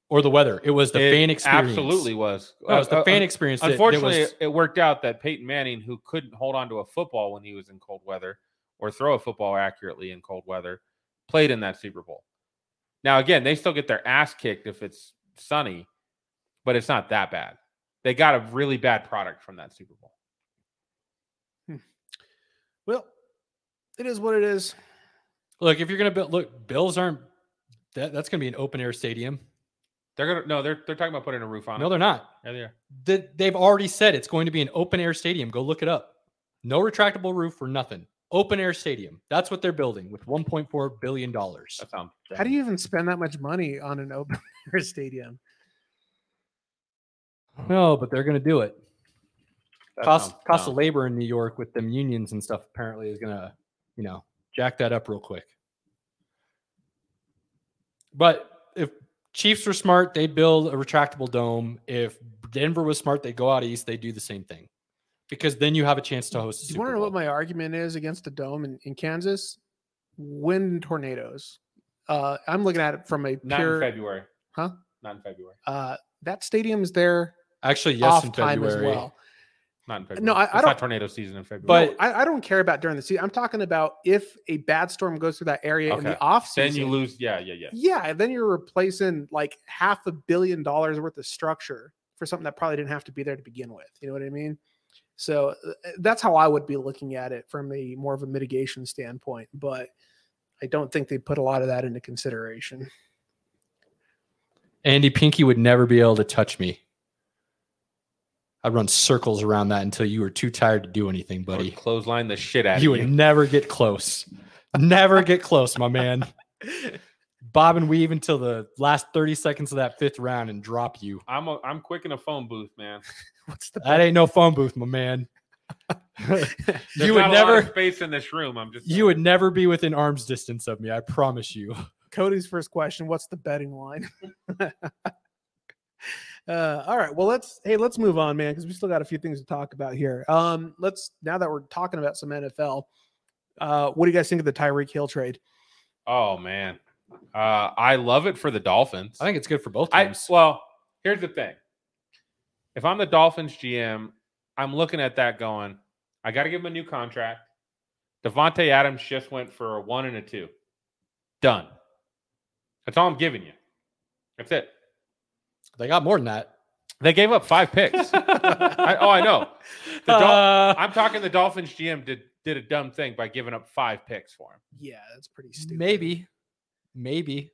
[SPEAKER 1] or the weather. It was the
[SPEAKER 2] It
[SPEAKER 1] fan experience.
[SPEAKER 2] absolutely was.
[SPEAKER 1] No, it was the
[SPEAKER 2] Uh,
[SPEAKER 1] fan
[SPEAKER 2] un-
[SPEAKER 1] experience. that- that
[SPEAKER 2] Unfortunately,
[SPEAKER 1] was-
[SPEAKER 2] it worked out that Peyton Manning, who couldn't hold on to a football when he was in cold weather or throw a football accurately in cold weather, played in that Super Bowl. Now, again, they still get their ass kicked if it's sunny, but it's not that bad. They got a really bad product from that Super Bowl.
[SPEAKER 3] Well, it is what it is.
[SPEAKER 1] look, if you're going to build, look, Bills aren't. That, that's going to be an open air stadium.
[SPEAKER 2] They're gonna no, they're they're talking about putting a roof on
[SPEAKER 1] No,
[SPEAKER 2] it.
[SPEAKER 1] they're not.
[SPEAKER 2] Yeah, they are.
[SPEAKER 1] that they've already said it's going to be an open air stadium. Go look it up. No retractable roof or nothing. Open air stadium. That's what they're building with 1.4 billion dollars.
[SPEAKER 2] That sounds
[SPEAKER 3] How do you even spend that much money on an open air stadium?
[SPEAKER 1] No, but they're going to do it.
[SPEAKER 2] that
[SPEAKER 1] cost
[SPEAKER 2] sounds
[SPEAKER 1] cost
[SPEAKER 2] dumb.
[SPEAKER 1] of labor in New York with them unions and stuff apparently is going to, you know, jack that up real quick. But if Chiefs were smart, they'd build a retractable dome. If Denver was smart, they'd go out east. They would do the same thing because then you have a chance to host. A
[SPEAKER 3] Do you
[SPEAKER 1] Super
[SPEAKER 3] want to know
[SPEAKER 1] Bowl.
[SPEAKER 3] what my argument is against the dome in, in Kansas? Wind and tornadoes. Uh, I'm looking at it from a
[SPEAKER 2] not
[SPEAKER 3] pure.
[SPEAKER 2] in February.
[SPEAKER 3] Huh?
[SPEAKER 2] Not in February.
[SPEAKER 3] Uh, that stadium's there
[SPEAKER 1] Actually, yes,
[SPEAKER 3] off
[SPEAKER 1] in
[SPEAKER 3] time
[SPEAKER 1] February.
[SPEAKER 3] as well.
[SPEAKER 2] Not in February.
[SPEAKER 3] No, I- I
[SPEAKER 2] it's
[SPEAKER 3] don't-
[SPEAKER 2] not tornado season in February.
[SPEAKER 1] But-
[SPEAKER 3] I, I don't care about during the season. I'm talking about if a bad storm goes through that area in
[SPEAKER 2] Okay.
[SPEAKER 3] the off
[SPEAKER 2] then
[SPEAKER 3] season.
[SPEAKER 2] you lose. Yeah, yeah, yeah.
[SPEAKER 3] Yeah, then you're replacing like half a billion dollars worth of structure for something that probably didn't have to be there to begin with. You know what I mean? uh, So uh, that's how I would be looking at it from a more of a mitigation standpoint. But I don't think they put a lot of that into consideration.
[SPEAKER 1] Andy Pinky would never be able to touch me. I'd run circles around that until you were too tired to do anything,
[SPEAKER 2] I would
[SPEAKER 1] buddy.
[SPEAKER 2] clothesline the shit out
[SPEAKER 1] You
[SPEAKER 2] of
[SPEAKER 1] would
[SPEAKER 2] you.
[SPEAKER 1] never get close. never get close, my man. Bob and weave until the last 30 seconds of that fifth round and drop you.
[SPEAKER 2] I'm a, I'm quick in a phone booth, man.
[SPEAKER 3] What's the
[SPEAKER 1] That ain't no phone booth, my man.
[SPEAKER 2] There's
[SPEAKER 1] you would
[SPEAKER 2] not a lot of
[SPEAKER 1] never
[SPEAKER 2] space in this room. I'm just
[SPEAKER 1] you would never be within arm's distance of me, I promise you.
[SPEAKER 3] Cody's first question? What's the betting line? uh, all right. Well, let's hey, let's move on, man, because we still got a few things to talk about here. Um, let's now that we're talking about some NFL. Uh, what do you guys think of the Tyreek Hill trade?
[SPEAKER 2] Oh man, uh, I love it for the Dolphins.
[SPEAKER 1] I think it's good for both
[SPEAKER 2] I
[SPEAKER 1] teams.
[SPEAKER 2] well, here's the thing. If I'm the Dolphins GM, I'm looking at that going, I got to give him a new contract. Devontae Adams just went for a one and a two. Done. That's all I'm giving you. That's it.
[SPEAKER 1] they got more than that.
[SPEAKER 2] They gave up five picks. I, oh, I know. The Dol-
[SPEAKER 1] Uh,
[SPEAKER 2] I'm talking the Dolphins GM did did a dumb thing by giving up five picks for him.
[SPEAKER 3] Yeah, that's pretty stupid.
[SPEAKER 1] Maybe. Maybe.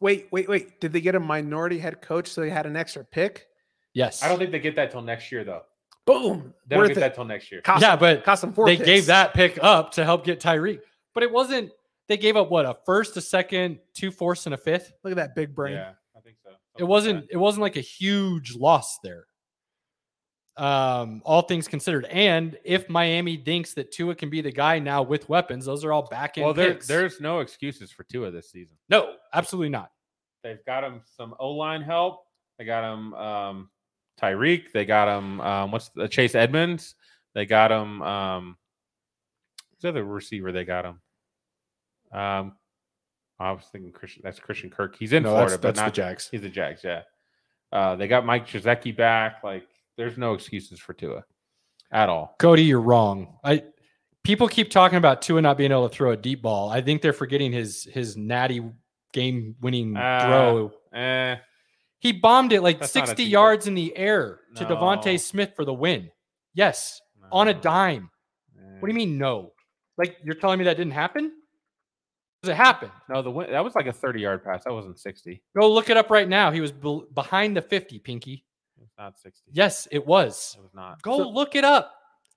[SPEAKER 3] Wait, wait, wait. Did they get a minority head coach so they had an extra pick?
[SPEAKER 1] Yes.
[SPEAKER 2] I don't think they get that till next year though.
[SPEAKER 3] Boom.
[SPEAKER 2] They don't
[SPEAKER 3] Worth
[SPEAKER 2] get
[SPEAKER 3] it.
[SPEAKER 2] that till next year.
[SPEAKER 3] Cost
[SPEAKER 1] yeah,
[SPEAKER 3] them-
[SPEAKER 1] but
[SPEAKER 3] cost them four.
[SPEAKER 1] they
[SPEAKER 3] picks.
[SPEAKER 1] gave that pick up to help get Tyreek. But it wasn't they gave up what a first, a second, two fourths, and a fifth.
[SPEAKER 3] Look at that big brain.
[SPEAKER 2] Yeah, I think so.
[SPEAKER 1] It
[SPEAKER 2] Something like
[SPEAKER 1] wasn't
[SPEAKER 2] that.
[SPEAKER 1] it wasn't like a huge loss there. Um, all things considered. And if Miami thinks that Tua can be the guy now with weapons, those are all back end
[SPEAKER 2] Well, there,
[SPEAKER 1] picks.
[SPEAKER 2] there's no excuses for Tua this season.
[SPEAKER 1] no, absolutely not.
[SPEAKER 2] They've got him some O line help. They got him um, Tyreek. They got him um, what's the Chase Edmonds. They got him. Um, who's the other receiver? They got him. Um, I was thinking Christian. That's Christian Kirk. He's in
[SPEAKER 1] no,
[SPEAKER 2] Florida,
[SPEAKER 1] that's,
[SPEAKER 2] but
[SPEAKER 1] that's
[SPEAKER 2] not.
[SPEAKER 1] the Jags.
[SPEAKER 2] he's the Jags. Yeah. Uh, they got Mike Krzyzewski back. Like, there's no excuses for Tua at all.
[SPEAKER 1] Cody, you're wrong. I people keep talking about Tua not being able to throw a deep ball. I think they're forgetting his his natty game winning
[SPEAKER 2] Ah.
[SPEAKER 1] throw
[SPEAKER 2] Eh,
[SPEAKER 1] He bombed it like
[SPEAKER 2] That's not a
[SPEAKER 1] 60
[SPEAKER 2] deep-
[SPEAKER 1] yards in the air to
[SPEAKER 2] No. Oh,
[SPEAKER 1] Devontae Smith for the win. Yes, on a dime.
[SPEAKER 2] eh.
[SPEAKER 1] What do you mean, no? Like, you're telling me that didn't happen? Does it happen?
[SPEAKER 2] No, the win- that was like a 30 yard pass. That wasn't 60.
[SPEAKER 1] Go look it up right now. He was bel behind the 50, Pinky.
[SPEAKER 2] It's not 60.
[SPEAKER 1] Yes, it was.
[SPEAKER 2] It was not.
[SPEAKER 1] Go
[SPEAKER 3] So-
[SPEAKER 1] look it up.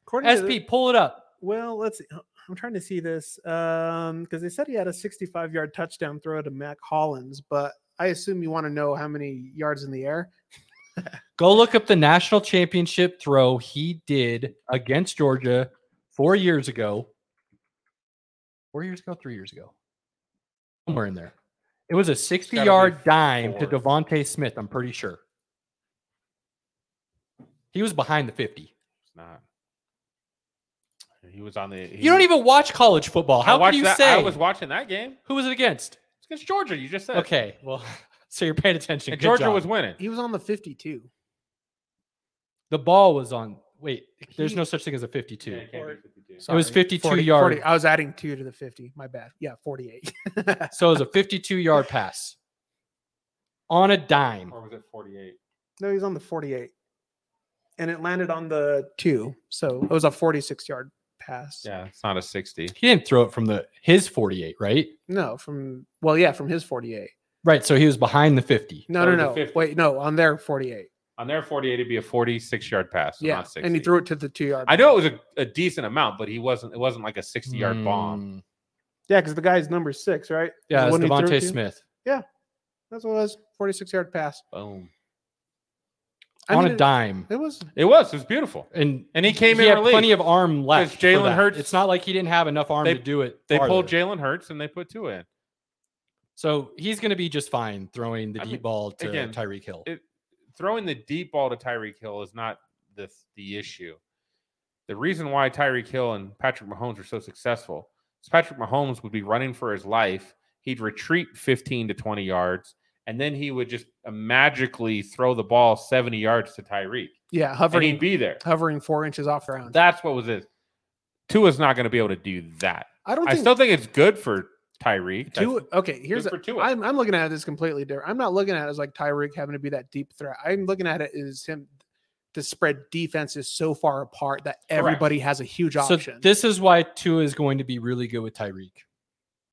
[SPEAKER 3] According to the-
[SPEAKER 1] SP, pull it up.
[SPEAKER 3] Well, let's. See. I'm trying to see this because they said he had a 65 yard touchdown throw to Mac Hollins, but I assume you want to know how many yards in the air.
[SPEAKER 1] Go look up the national championship throw he did against Georgia four years ago. Four years ago, three years ago. Somewhere in there. It was a 60
[SPEAKER 2] gotta be
[SPEAKER 1] yard dime to
[SPEAKER 2] four.
[SPEAKER 1] Devontae Smith, I'm pretty sure. He was behind the 50.
[SPEAKER 2] It's not. He was on the. he
[SPEAKER 1] You don't
[SPEAKER 2] was-
[SPEAKER 1] even watch college football.
[SPEAKER 2] I
[SPEAKER 1] How can
[SPEAKER 2] watched
[SPEAKER 1] you
[SPEAKER 2] that-
[SPEAKER 1] say?
[SPEAKER 2] I was watching that game.
[SPEAKER 1] Who was it against?
[SPEAKER 2] It's against Georgia. You just said
[SPEAKER 1] Okay, well, so you're paying attention.
[SPEAKER 2] And
[SPEAKER 1] Good
[SPEAKER 2] Georgia
[SPEAKER 1] job.
[SPEAKER 2] was winning.
[SPEAKER 3] He was on the 52.
[SPEAKER 1] the ball was on. Wait, there's
[SPEAKER 3] He-
[SPEAKER 1] no such thing as a 52.
[SPEAKER 2] Yeah, it can't be 52.
[SPEAKER 1] It was 52 yard.
[SPEAKER 3] I was adding two to the 50. My bad. Yeah, 48.
[SPEAKER 1] So it was a 52 yard pass on a dime.
[SPEAKER 2] Or was it 48?
[SPEAKER 3] no, he was on the 48, and it landed on the two, so it was a 46 yard pass.
[SPEAKER 2] Yeah, it's not a 60.
[SPEAKER 1] He didn't throw it from the his 48, right?
[SPEAKER 3] No, from well, yeah, from his 48.
[SPEAKER 1] Right. So he was behind the 50.
[SPEAKER 3] No,
[SPEAKER 2] That was a
[SPEAKER 3] no, no.
[SPEAKER 2] 50.
[SPEAKER 3] Wait, no, on their 48.
[SPEAKER 2] On their 48, it'd be a 46 yard pass. so
[SPEAKER 3] yeah,
[SPEAKER 2] Not 60.
[SPEAKER 3] and he threw it to the two yard.
[SPEAKER 2] I know it was a, a decent amount, but he wasn't. It wasn't like a 60 yard bomb.
[SPEAKER 1] Mm,
[SPEAKER 3] Yeah, because the guy's number six, right?
[SPEAKER 1] Yeah,
[SPEAKER 3] The
[SPEAKER 1] it's
[SPEAKER 3] one he threw it
[SPEAKER 1] Devontae
[SPEAKER 3] to?
[SPEAKER 1] Smith
[SPEAKER 3] That's what it was. 46 yard pass.
[SPEAKER 2] Boom.
[SPEAKER 3] I
[SPEAKER 1] on
[SPEAKER 3] mean,
[SPEAKER 1] a
[SPEAKER 3] it-
[SPEAKER 1] dime.
[SPEAKER 3] It was
[SPEAKER 2] It was. It was beaueful.
[SPEAKER 1] And
[SPEAKER 2] And he came
[SPEAKER 1] he
[SPEAKER 2] in
[SPEAKER 1] had
[SPEAKER 2] relief.
[SPEAKER 1] plenty of arm left. for
[SPEAKER 2] Jalen
[SPEAKER 1] that.
[SPEAKER 2] Hurts-
[SPEAKER 1] It's not like he didn't have enough arm
[SPEAKER 2] They-
[SPEAKER 1] to do it.
[SPEAKER 2] they pulled
[SPEAKER 1] farther.
[SPEAKER 2] Jalen Hurts and they put two in.
[SPEAKER 1] So he's going to be just fine throwing the
[SPEAKER 2] I
[SPEAKER 1] deep
[SPEAKER 2] mean,
[SPEAKER 1] ball to
[SPEAKER 2] again,
[SPEAKER 1] Tyreek Hill.
[SPEAKER 2] it- throwing the deep ball to Tyreek Hill is not the the issue. The reason why Tyreek Hill and Patrick Mahomes were so successful is Patrick Mahomes would be running for his life. He'd retreat 15 to 20 yards, and then he would just uh, magically throw the ball 70 yards to Tyreek.
[SPEAKER 3] yeah,
[SPEAKER 2] And he'd
[SPEAKER 3] hovering
[SPEAKER 2] be there.
[SPEAKER 3] hovering four inches off the ground.
[SPEAKER 2] That's what was it. Tua's not going to be able to do that.
[SPEAKER 3] I don't
[SPEAKER 2] I
[SPEAKER 3] think
[SPEAKER 2] still think it's good for Tyreek. That's
[SPEAKER 3] Tua- okay, here's
[SPEAKER 2] good
[SPEAKER 3] a,
[SPEAKER 2] for Tua.
[SPEAKER 3] I'm I'm looking at this completely different. I'm not looking at it as like Tyreek having to be that deep threat. I'm looking at it as him the spread defense is so far apart that everybody has a huge
[SPEAKER 1] So
[SPEAKER 3] option.
[SPEAKER 1] this is why Tua is going to be really good with Tyreek.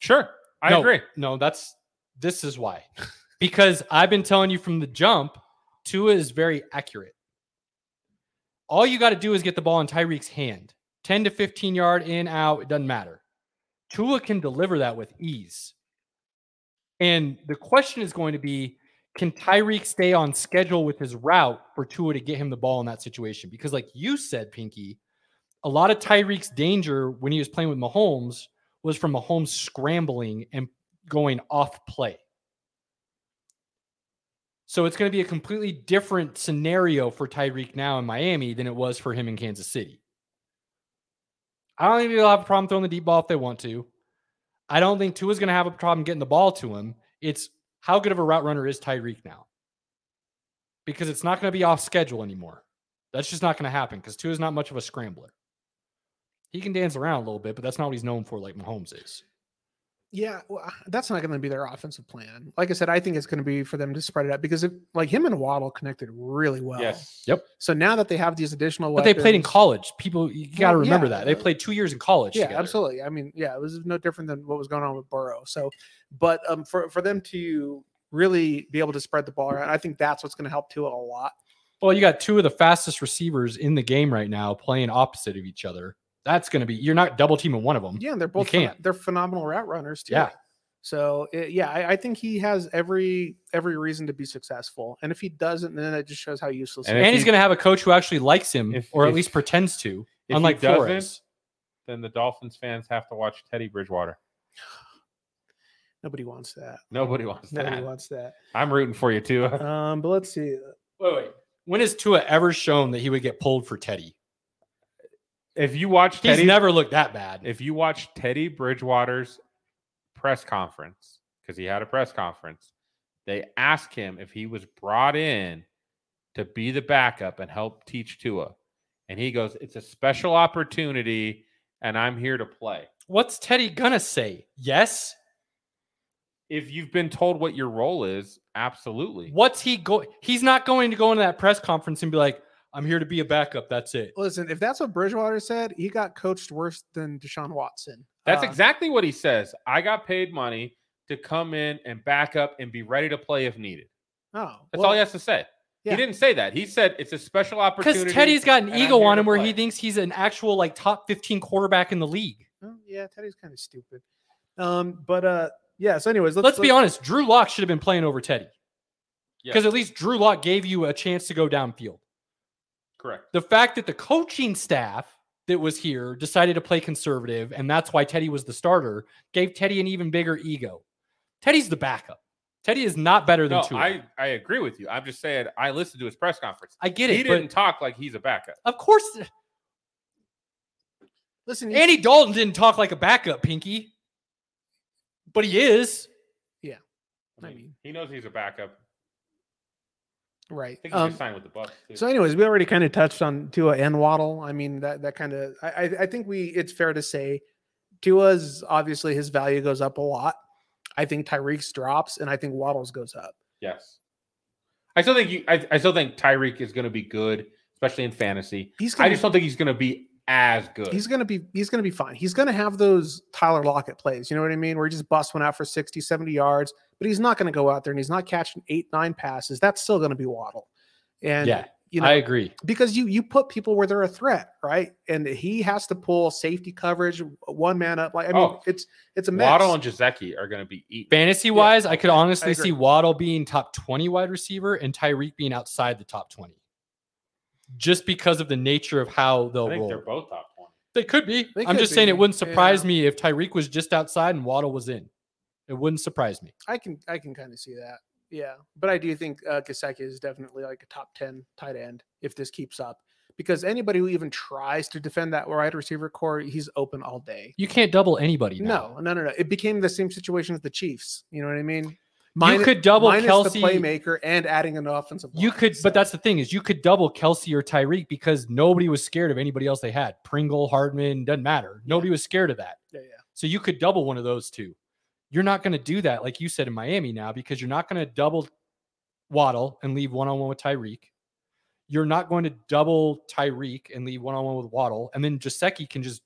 [SPEAKER 2] Sure. I
[SPEAKER 1] No,
[SPEAKER 2] agree.
[SPEAKER 1] No, that's this is why. because I've been telling you from the jump, Tua is very accurate. All you got to do is get the ball in Tyreek's hand. 10 to 15 yard in out, it doesn't matter. Tua can deliver that with ease. And the question is going to be can Tyreek stay on schedule with his route for Tua to get him the ball in that situation? Because, like you said, Pinky, a lot of Tyreek's danger when he was playing with Mahomes was from Mahomes scrambling and going off play. So it's going to be a completely different scenario for Tyreek now in Miami than it was for him in Kansas City. I don't think they'll have a problem throwing the deep ball if they want to. I don't think Tua's going to have a problem getting the ball to him. It's how good of a route runner is Tyreek now? Because it's not going to be off schedule anymore. That's just not going to happen because Tua's not much of a scrambler. He can dance around a little bit, but that's not what he's known for like Mahomes is.
[SPEAKER 3] Yeah, well, uh, that's not going to be their offensive plan. Like I said, I think it's going to be for them to spread it out because if, like him and Waddle connected really well.
[SPEAKER 2] Yes.
[SPEAKER 1] Yep.
[SPEAKER 3] So now that they have these additional,
[SPEAKER 1] But they played in
[SPEAKER 3] weapons-
[SPEAKER 1] college. People, you got to
[SPEAKER 3] Well,
[SPEAKER 1] remember
[SPEAKER 3] yeah.
[SPEAKER 1] that. They played two years in college.
[SPEAKER 3] Yeah,
[SPEAKER 1] together.
[SPEAKER 3] absolutely. I mean, yeah, it was no different than what was going on with Burrow. So, but um, for for them to really be able to spread the ball around, I think that's what's going to help Tua a lot.
[SPEAKER 1] Well, you got two of the fastest receivers in the game right now playing opposite of each other. That's going to be, you're not double teaming one of them.
[SPEAKER 3] Yeah, and they're both
[SPEAKER 1] can't.
[SPEAKER 3] phen- they're phenomenal route runners too.
[SPEAKER 1] Yeah.
[SPEAKER 3] So it, yeah, I, I think he has every every reason to be successful, and if he doesn't, then it just shows how useless.
[SPEAKER 2] And
[SPEAKER 3] he
[SPEAKER 2] if
[SPEAKER 1] And
[SPEAKER 2] he-
[SPEAKER 1] he's going to have a coach who actually likes him
[SPEAKER 2] if-
[SPEAKER 1] or at
[SPEAKER 2] if-
[SPEAKER 1] least pretends to,
[SPEAKER 2] If he
[SPEAKER 1] unlike
[SPEAKER 2] doesn't,
[SPEAKER 1] Flores.
[SPEAKER 2] then the Dolphins fans have to watch Teddy Bridgewater.
[SPEAKER 3] Nobody wants that.
[SPEAKER 2] Nobody wants
[SPEAKER 3] Nobody
[SPEAKER 2] that.
[SPEAKER 3] wants that.
[SPEAKER 2] I'm rooting for you too.
[SPEAKER 3] Um, but let's see.
[SPEAKER 1] Wait, wait. When has Tua ever shown that he would get pulled for Teddy?
[SPEAKER 2] If you watch
[SPEAKER 1] He's
[SPEAKER 2] Teddy,
[SPEAKER 1] never looked that bad.
[SPEAKER 2] if you watch Teddy Bridgewater's press conference, because he had a press conference, they asked him if he was brought in to be the backup and help teach Tua. And he goes, It's a special opportunity, and I'm here to play.
[SPEAKER 1] What's Teddy going to say? Yes.
[SPEAKER 2] If you've been told what your role is, absolutely.
[SPEAKER 1] What's he going? He's not going to go into that press conference and be like, I'm here to be a backup. That's it.
[SPEAKER 3] Listen, if that's what Bridgewater said, he got coached worse than Deshaun Watson.
[SPEAKER 2] That's
[SPEAKER 3] Uh,
[SPEAKER 2] exactly what he says. I got paid money to come in and back up and be ready to play if needed.
[SPEAKER 3] Oh,
[SPEAKER 2] That's
[SPEAKER 3] well,
[SPEAKER 2] all he has to say.
[SPEAKER 3] yeah.
[SPEAKER 2] He didn't say that. He said it's a special opportunity.
[SPEAKER 1] Because Teddy's got an
[SPEAKER 2] and I'm
[SPEAKER 1] ego
[SPEAKER 2] here
[SPEAKER 1] on
[SPEAKER 2] to
[SPEAKER 1] him where
[SPEAKER 2] play.
[SPEAKER 1] he thinks he's an actual like top 15 quarterback in the league.
[SPEAKER 3] well, oh, yeah, Teddy's kind of stupid. Um, but uh, yeah. So, anyways, let's,
[SPEAKER 1] Let's, be honest, Drew Lock should have been playing over Teddy.
[SPEAKER 2] Yeah.
[SPEAKER 1] Because at least Drew Lock gave you a chance to go downfield.
[SPEAKER 2] Correct.
[SPEAKER 1] The fact that the coaching staff that was here decided to play conservative, and that's why Teddy was the starter, gave Teddy an even bigger ego. Teddy's the backup. Teddy is not better than
[SPEAKER 2] No,
[SPEAKER 1] two.
[SPEAKER 2] I, I agree with you. I'm just saying I listened to his press conference.
[SPEAKER 1] I get
[SPEAKER 2] He
[SPEAKER 1] it. but
[SPEAKER 2] didn't talk like he's a backup.
[SPEAKER 1] of course,
[SPEAKER 3] Listen, you-
[SPEAKER 1] Andy Dalton didn't talk like a backup, Pinky. But he is.
[SPEAKER 2] I
[SPEAKER 3] I
[SPEAKER 2] mean,
[SPEAKER 3] mean-
[SPEAKER 2] he knows he's a backup. I
[SPEAKER 3] right.
[SPEAKER 2] think he
[SPEAKER 3] Um,
[SPEAKER 2] just signed with the Bucks. Too.
[SPEAKER 3] so, anyways, we already kind of touched on Tua and Waddle. I mean, that that kind of I, I I think we it's fair to say Tua's obviously his value goes up a lot. I think Tyreek's drops, and I think Waddle's goes up.
[SPEAKER 2] yes. I still think you. I, I still think Tyreek is going to be good, especially in fantasy.
[SPEAKER 3] He's
[SPEAKER 2] I
[SPEAKER 3] gonna be-
[SPEAKER 2] just don't think he's going to be as good.
[SPEAKER 3] he's gonna be he's gonna be fine. He's gonna have those Tyler Lockett plays, you know what I mean? Where he just busts one out for 60, 70 yards, but he's not gonna go out there and he's not catching eight, nine passes. That's still gonna be Waddle. And
[SPEAKER 1] Yeah,
[SPEAKER 3] you know,
[SPEAKER 1] I agree.
[SPEAKER 3] because you you put people where they're a threat, right? And he has to pull safety coverage, one man up. Like I mean,
[SPEAKER 2] Oh.
[SPEAKER 3] it's it's a mess.
[SPEAKER 2] Waddle and Jazeki are going to be eaten.
[SPEAKER 1] Fantasy wise, I could
[SPEAKER 3] okay. I
[SPEAKER 1] honestly
[SPEAKER 3] agree.
[SPEAKER 1] see Waddle being top 20 wide receiver and Tyreek being outside the top 20 just because of the nature of how they'll
[SPEAKER 2] I think they're
[SPEAKER 1] roll.
[SPEAKER 2] both top one.
[SPEAKER 1] They could be.
[SPEAKER 3] They
[SPEAKER 1] I'm
[SPEAKER 3] could
[SPEAKER 1] just saying
[SPEAKER 3] be,
[SPEAKER 1] it wouldn't surprise
[SPEAKER 3] yeah.
[SPEAKER 1] me if Tyreek was just outside and Waddle was in. It wouldn't surprise me.
[SPEAKER 3] I can I can kind of see that. Yeah, but I do think uh, Gasecki is definitely like a top ten tight end if this keeps up. Because anybody who even tries to defend that wide receiver core, he's open all day.
[SPEAKER 1] You can't double anybody. Now.
[SPEAKER 3] No, no, no, no. It became the same situation as the Chiefs. You know what I mean?
[SPEAKER 1] you could double
[SPEAKER 3] minus
[SPEAKER 1] Kelsey.
[SPEAKER 3] the playmaker and adding an offensive.
[SPEAKER 1] You
[SPEAKER 3] line,
[SPEAKER 1] could,
[SPEAKER 3] so-
[SPEAKER 1] but that's the thing is you could double Kelsey or Tyreek because nobody was scared of anybody else they had. Pringle, Hardman, doesn't matter. Nobody was scared of that.
[SPEAKER 3] yeah, yeah.
[SPEAKER 1] So you could double one of those two. You're not going to do that, like you said in Miami now, because you're not going to double Waddle and leave one on one with Tyreek. You're not going to double Tyreek and leave one on one with Waddle. And then Jaceki can just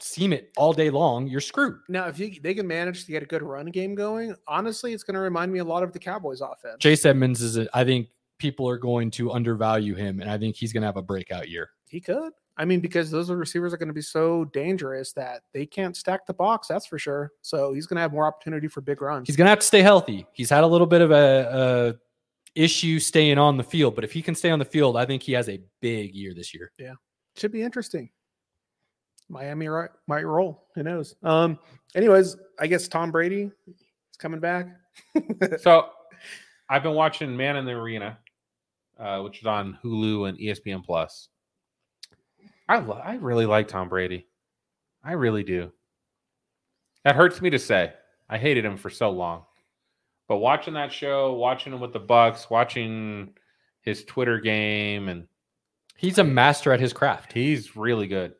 [SPEAKER 1] seam it all day long, you're screwed.
[SPEAKER 3] Now, if you, they can manage to get a good run game going, honestly, it's going to remind me a lot of the Cowboys offense.
[SPEAKER 1] Chase Edmonds is, a, I think people are going to undervalue him, and I think he's going to have a breakout year.
[SPEAKER 3] He could. I mean, because those receivers are going to be so dangerous that they can't stack the box. That's for sure. So he's going to have more opportunity for big runs.
[SPEAKER 1] He's going to have to stay healthy. He's had a little bit of a, a issue staying on the field, but if he can stay on the field, I think he has a big year this year.
[SPEAKER 3] Should be interesting. Miami ri- might roll. Who knows? Um. Anyways, I guess Tom Brady is coming back.
[SPEAKER 2] so I've been watching Man in the Arena, uh, which is on Hulu and E ESPN Plus. I lo- I really like Tom Brady. I really do. That hurts me to say. I hated him for so long. But watching that show, watching him with the Bucks, watching his Twitter game and
[SPEAKER 1] He's a master at his craft.
[SPEAKER 2] he's really good.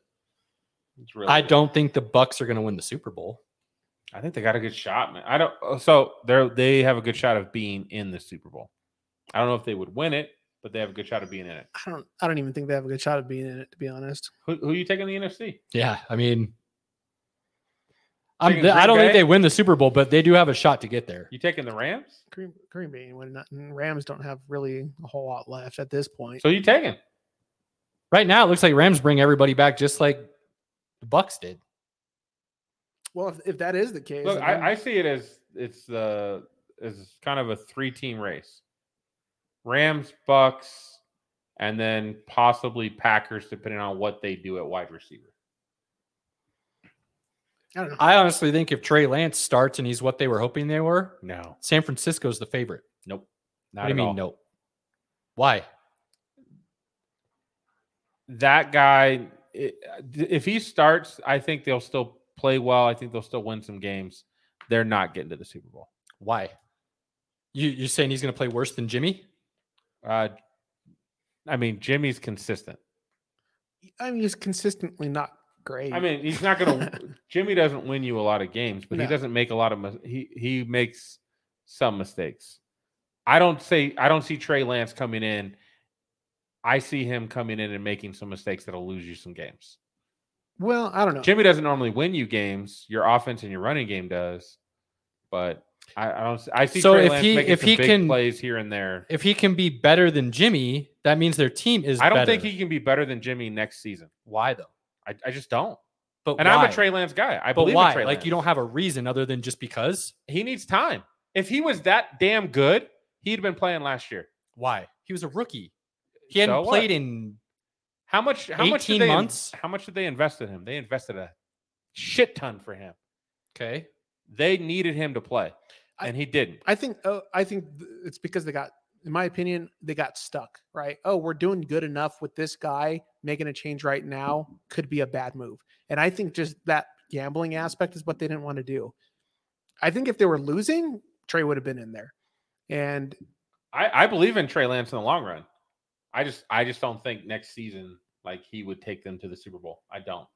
[SPEAKER 2] He's really
[SPEAKER 1] I
[SPEAKER 2] good.
[SPEAKER 1] don't think the Bucks are going to win the Super Bowl.
[SPEAKER 2] I think they got a good shot, man. I don't. uh, So they're they have a good shot of being in the Super Bowl. I don't know if they would win it, but they have a good shot of being in it.
[SPEAKER 3] I don't. I don't even think they have a good shot of being in it. To be honest,
[SPEAKER 2] Who who you taking in the NFC?
[SPEAKER 1] Yeah, I mean, I'm,
[SPEAKER 2] Taking
[SPEAKER 1] I don't
[SPEAKER 2] Green
[SPEAKER 1] think
[SPEAKER 2] Bay?
[SPEAKER 1] they win the Super Bowl, but they do have a shot to get there.
[SPEAKER 2] You taking the Rams?
[SPEAKER 3] Green, Green Bay would not. and Rams don't have really a whole lot left at this point.
[SPEAKER 2] So you taking?
[SPEAKER 1] Right now, it looks like Rams bring everybody back just like the Bucks did.
[SPEAKER 3] Well, if, if that is the case,
[SPEAKER 2] Look,
[SPEAKER 3] then
[SPEAKER 2] I, I see it as it's uh as kind of a three team race: Rams, Bucks, and then possibly Packers, depending on what they do at wide receiver.
[SPEAKER 3] I don't know.
[SPEAKER 1] I honestly think if Trey Lance starts and he's what they were hoping they were,
[SPEAKER 2] No,
[SPEAKER 1] San Francisco's the favorite.
[SPEAKER 2] nope. Not
[SPEAKER 1] What do you
[SPEAKER 2] at
[SPEAKER 1] mean,
[SPEAKER 2] all.
[SPEAKER 1] nope? Why?
[SPEAKER 2] that guy i- if he starts i think they'll still play well i think they'll still win some games they're not getting to the super bowl
[SPEAKER 1] Why? You, you're saying he's going to play worse than Jimmy?
[SPEAKER 2] uh, i mean jimmy's consistent
[SPEAKER 3] I mean, he's consistently not great.
[SPEAKER 2] i mean he's not gonna jimmy doesn't win you a lot of games but he
[SPEAKER 3] No.
[SPEAKER 2] doesn't make a lot of mis- he he makes some mistakes i don't say i don't see trey lance coming in i see him coming in and making some mistakes that'll lose you some games
[SPEAKER 3] well, I don't know.
[SPEAKER 2] Jimmy doesn't normally win you games. Your offense and your running game does, but I, I don't. s- I see.
[SPEAKER 1] So
[SPEAKER 2] Trey
[SPEAKER 1] if
[SPEAKER 2] Lance
[SPEAKER 1] he-
[SPEAKER 2] making
[SPEAKER 1] if
[SPEAKER 2] some
[SPEAKER 1] he
[SPEAKER 2] big
[SPEAKER 1] can-
[SPEAKER 2] plays here and there,
[SPEAKER 1] If he can be better than Jimmy, that means their team is.
[SPEAKER 2] I don't
[SPEAKER 1] better.
[SPEAKER 2] think he can be better than Jimmy next season.
[SPEAKER 1] Why though?
[SPEAKER 2] I, I just don't.
[SPEAKER 1] But
[SPEAKER 2] And I'm
[SPEAKER 1] why?
[SPEAKER 2] a Trey Lance guy. I
[SPEAKER 1] But
[SPEAKER 2] believe
[SPEAKER 1] why?
[SPEAKER 2] in Trey
[SPEAKER 1] Like
[SPEAKER 2] Lance.
[SPEAKER 1] you don't have a reason other than just because.
[SPEAKER 2] He needs time. If he was that damn good, he'd have been playing last year.
[SPEAKER 1] Why? He was a rookie. He hadn't
[SPEAKER 2] So what?
[SPEAKER 1] played in.
[SPEAKER 2] How much? How much? did
[SPEAKER 1] 18
[SPEAKER 2] they in-
[SPEAKER 1] months?
[SPEAKER 2] How much did they invest in him? They invested a shit ton for him.
[SPEAKER 1] Okay.
[SPEAKER 2] They needed him to play,
[SPEAKER 3] I-
[SPEAKER 2] and he didn't.
[SPEAKER 3] I think oh, I think th- it's because they got, in my opinion, they got stuck. Right? Oh, we're doing good enough with this guy. Making a change right now could be a bad move. And I think just that gambling aspect is what they didn't want to do. I think if they were losing, Trey would have been in there. And
[SPEAKER 2] I, I believe in Trey Lance in the long run. I just I just don't think next season like he would take them to the Super Bowl. I don't.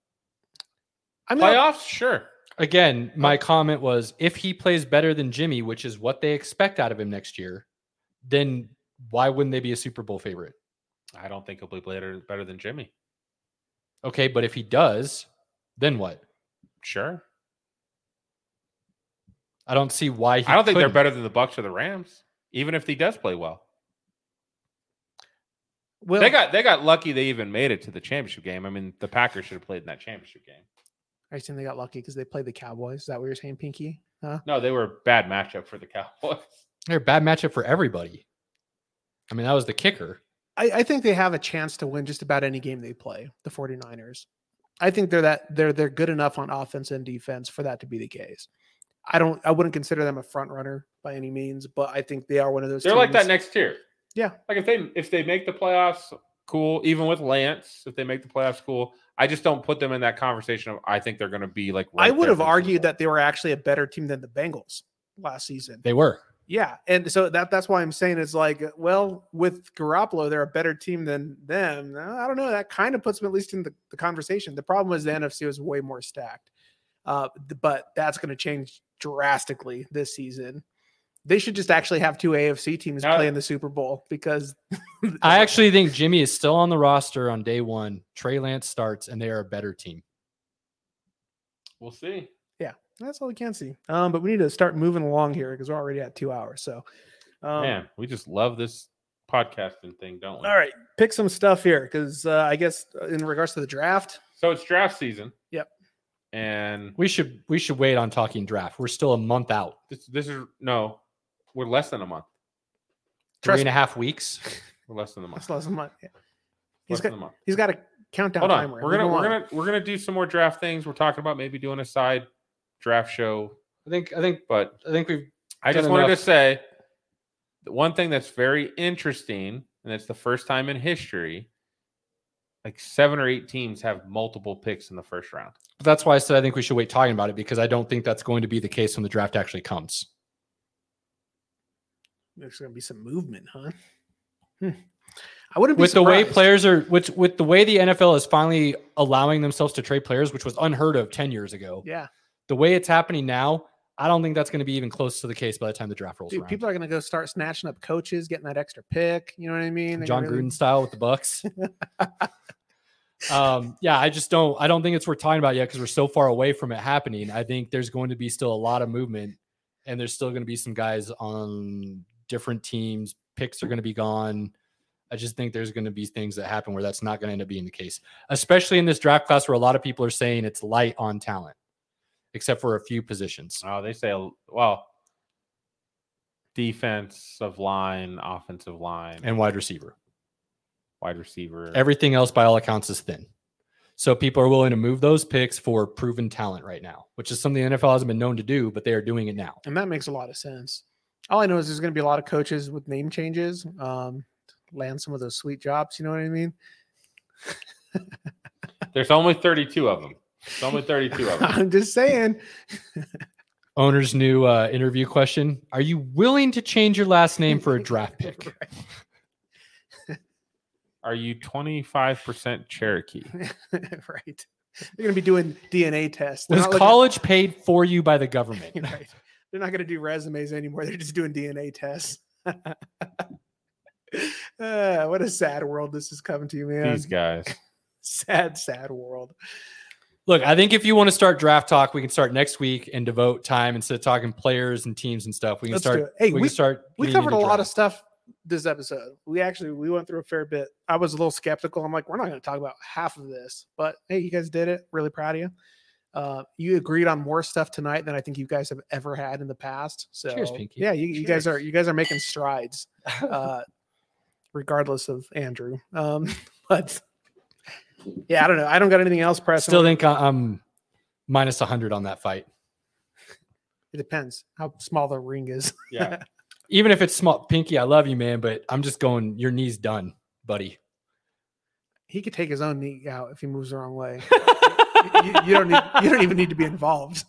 [SPEAKER 3] I mean,
[SPEAKER 2] Playoffs, sure.
[SPEAKER 1] Again, my comment was if he plays better than Jimmy, which is what they expect out of him next year, then why wouldn't they be a Super Bowl favorite?
[SPEAKER 2] I don't think he'll be better better than Jimmy.
[SPEAKER 1] Okay, but if he does, then what?
[SPEAKER 2] Sure.
[SPEAKER 1] I don't see why. He
[SPEAKER 2] I don't think they're
[SPEAKER 1] couldn't.
[SPEAKER 2] better than the Bucks or the Rams, even if he does play well.
[SPEAKER 3] well,
[SPEAKER 2] They got they got lucky they even made it to the championship game. I mean, the Packers should have played in that championship game.
[SPEAKER 3] I assume they got lucky because they played the Cowboys. Is that what you're saying, Pinky? Huh?
[SPEAKER 2] No, they were a bad matchup for the Cowboys.
[SPEAKER 1] They're a bad matchup for everybody. I mean, that was the kicker.
[SPEAKER 3] I, I think they have a chance to win just about any game they play, the 49ers. I think they're that they're they're good enough on offense and defense for that to be the case. I don't I wouldn't consider them a front runner by any means, but I think they are one of those
[SPEAKER 2] They're like that
[SPEAKER 3] teams-
[SPEAKER 2] next tier.
[SPEAKER 3] Yeah.
[SPEAKER 2] Like if they if they make the playoffs, cool. Even with Lance, if they make the playoffs, cool. I just don't put them in that conversation of I think they're going to be like.
[SPEAKER 3] I
[SPEAKER 2] right
[SPEAKER 3] would
[SPEAKER 2] there
[SPEAKER 3] have
[SPEAKER 2] for the Super
[SPEAKER 3] argued
[SPEAKER 2] Bowl.
[SPEAKER 3] that they were actually a better team than the Bengals last season.
[SPEAKER 1] They were.
[SPEAKER 3] Yeah, and so that that's why I'm saying it's like, well, with Garoppolo, they're a better team than them. No, I don't know. That kind of puts them at least in the, the conversation. The problem is the NFC was way more stacked, uh, th- but that's going to change drastically this season. They should just actually have two AFC teams
[SPEAKER 2] Now-
[SPEAKER 3] play in the Super Bowl because
[SPEAKER 1] I actually think Jimmy is still on the roster on day one. Trey Lance starts, and they are a better team.
[SPEAKER 2] We'll see.
[SPEAKER 3] That's all we can see. Um, but we need to start moving along here because we're already at two hours. So, um,
[SPEAKER 2] Man, we just love this podcasting thing, don't we?
[SPEAKER 3] all right, pick some stuff here because uh, I guess uh, in regards to the draft,
[SPEAKER 2] So it's draft season.
[SPEAKER 3] Yep.
[SPEAKER 2] And
[SPEAKER 1] We should we should wait on talking draft. We're still a month out,
[SPEAKER 2] this this is no, we're less than a month.
[SPEAKER 1] three
[SPEAKER 3] Trust
[SPEAKER 1] and a half weeks.
[SPEAKER 2] We're less than a month.
[SPEAKER 3] that's less than a month. Yeah. He's
[SPEAKER 2] Less
[SPEAKER 3] got
[SPEAKER 2] than a month.
[SPEAKER 3] he's got a countdown
[SPEAKER 2] Hold on.
[SPEAKER 3] timer.
[SPEAKER 2] We're gonna
[SPEAKER 3] Move
[SPEAKER 2] we're
[SPEAKER 3] on.
[SPEAKER 2] gonna we're gonna do some more draft things. We're talking about maybe doing a side draft show,
[SPEAKER 1] I think I think
[SPEAKER 2] but
[SPEAKER 1] I think we've
[SPEAKER 2] I
[SPEAKER 1] Done
[SPEAKER 2] just wanted to
[SPEAKER 1] enough.
[SPEAKER 2] say the one thing that's very interesting, and it's the first time in history, like seven or eight teams have multiple picks in the first round.
[SPEAKER 1] that's why I said I think we should wait talking about it because I don't think that's going to be the case when the draft actually comes.
[SPEAKER 3] There's gonna be some movement, huh? Hmm. I wouldn't be
[SPEAKER 1] with the way
[SPEAKER 3] surprised.
[SPEAKER 1] players are which with the way the NFL is finally allowing themselves to trade players, which was unheard of 10 years ago.
[SPEAKER 3] Yeah,
[SPEAKER 1] The way it's happening now, I don't think that's going to be even close to the case by the time the draft rolls
[SPEAKER 3] dude,
[SPEAKER 1] around.
[SPEAKER 3] people are gonna go start snatching up coaches, getting that extra pick. You know what I mean? They're
[SPEAKER 1] John
[SPEAKER 3] gonna really-
[SPEAKER 1] Gruden style with the Bucks. um, yeah, I just don't. I don't think it's worth talking about yet because we're so far away from it happening. I think there's going to be still a lot of movement, and there's still going to be some guys on different teams. Picks are going to be gone. I just think there's going to be things that happen where that's not going to end up being the case, especially in this draft class where a lot of people are saying it's light on talent, except for a few positions.
[SPEAKER 2] Oh, they say well, defensive line, offensive line,
[SPEAKER 1] and wide receiver.
[SPEAKER 2] wide receiver.
[SPEAKER 1] Everything else, by all accounts, is thin. So people are willing to move those picks for proven talent right now, which is something the NFL hasn't been known to do, but they are doing it now.
[SPEAKER 3] and that makes a lot of sense. All I know is there's going to be a lot of coaches with name changes, um, land some of those sweet jobs. You know what I mean?
[SPEAKER 2] There's only 32 of them. There's only 32 of them.
[SPEAKER 3] I'm just saying.
[SPEAKER 1] Owner's new uh, interview question: Are you willing to change your last name for a draft pick?
[SPEAKER 2] Are you 25% Cherokee?
[SPEAKER 3] right. They're going to be doing DNA tests. They're
[SPEAKER 1] Was
[SPEAKER 3] not looking-
[SPEAKER 1] college paid for you by the government?
[SPEAKER 3] right. They're not going to do resumes anymore. They're just doing DNA tests. Ah, what a sad world this is coming to, man.
[SPEAKER 2] These guys.
[SPEAKER 3] Sad, sad world.
[SPEAKER 1] Look, I think if you want to start draft talk, we can start next week and devote time instead of talking players and teams and stuff. We can
[SPEAKER 3] Let's do
[SPEAKER 1] start.
[SPEAKER 3] it. Hey,
[SPEAKER 1] we,
[SPEAKER 3] we-
[SPEAKER 1] can start.
[SPEAKER 3] we
[SPEAKER 1] getting
[SPEAKER 3] covered a
[SPEAKER 1] into
[SPEAKER 3] lot of
[SPEAKER 1] draft.
[SPEAKER 3] stuff this episode. We actually we went through a fair bit. I was a little skeptical. I'm like, we're not going to talk about half of this, but hey, you guys did it. Really proud of you. Uh, you agreed on more stuff tonight than I think you guys have ever had in the past. So
[SPEAKER 1] Cheers, Pinky.
[SPEAKER 3] yeah, you, you guys are
[SPEAKER 1] Cheers.
[SPEAKER 3] you guys are making strides, uh, regardless of Andrew. Um, but yeah, I don't know. I don't got anything else pressing.
[SPEAKER 1] Still think I- I'm minus 100 on that fight.
[SPEAKER 3] it depends how small the ring is.
[SPEAKER 2] Yeah.
[SPEAKER 1] even if it's small, Pinky, I love you, man, but I'm just going, your knee's done, buddy.
[SPEAKER 3] He could take his own knee out if he moves the wrong way. you, you don't need, you don't even need to be involved.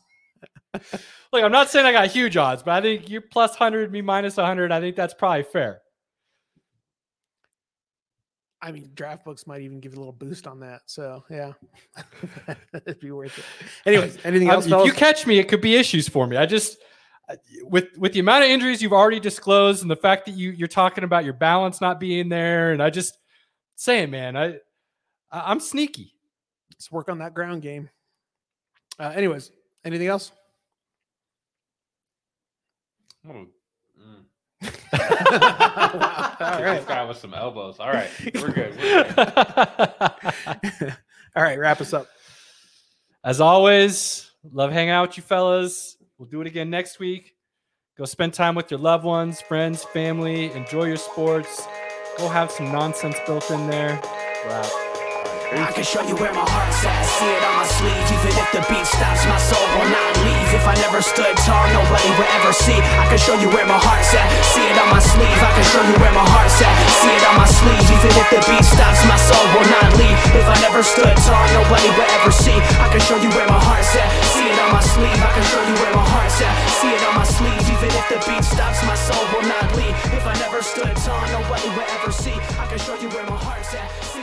[SPEAKER 1] Look, I'm not saying I got huge odds, but I think you're plus 100, me minus 100. I think that's probably fair.
[SPEAKER 3] I mean, draft books might even give you a little boost on that. So yeah, it'd be worth it. Anyways, anything
[SPEAKER 1] Um,
[SPEAKER 3] else?
[SPEAKER 1] if
[SPEAKER 3] fellas?
[SPEAKER 1] you catch me, it could be issues for me. I just, I- with with the amount of injuries you've already disclosed, and the fact that you you're talking about your balance not being there, and I just saying, man, I I- I'm sneaky.
[SPEAKER 3] Let's work on that ground game. Uh, anyways, anything else?
[SPEAKER 2] Mm. Mm.
[SPEAKER 3] All
[SPEAKER 2] Hit
[SPEAKER 3] right.
[SPEAKER 2] This guy with some elbows. All right. We're good. We're good.
[SPEAKER 3] All right, wrap us up.
[SPEAKER 1] As always, love hanging out with you fellas. We'll do it again next week. Go spend time with your loved ones, friends, family. Enjoy your sports. Go have some nonsense built in there. We're out.
[SPEAKER 4] I can show you where my heart's at. See it on my sleeve. Even if the beat stops, my soul will not leave. If I never stood tall, nobody would ever see. I can show you where my heart's at. See it on my sleeve. I can show you where my heart's at. See it on my sleeve. Even if the beat stops, my soul will not leave. If I never stood tall, nobody would ever see. I can show you where my heart's at. See it on my sleeve. I can show you where my heart's at. See it on my sleeve. Even if the beat stops, my soul will not leave. If I never stood tall, nobody would ever see. I can show you where my heart's at.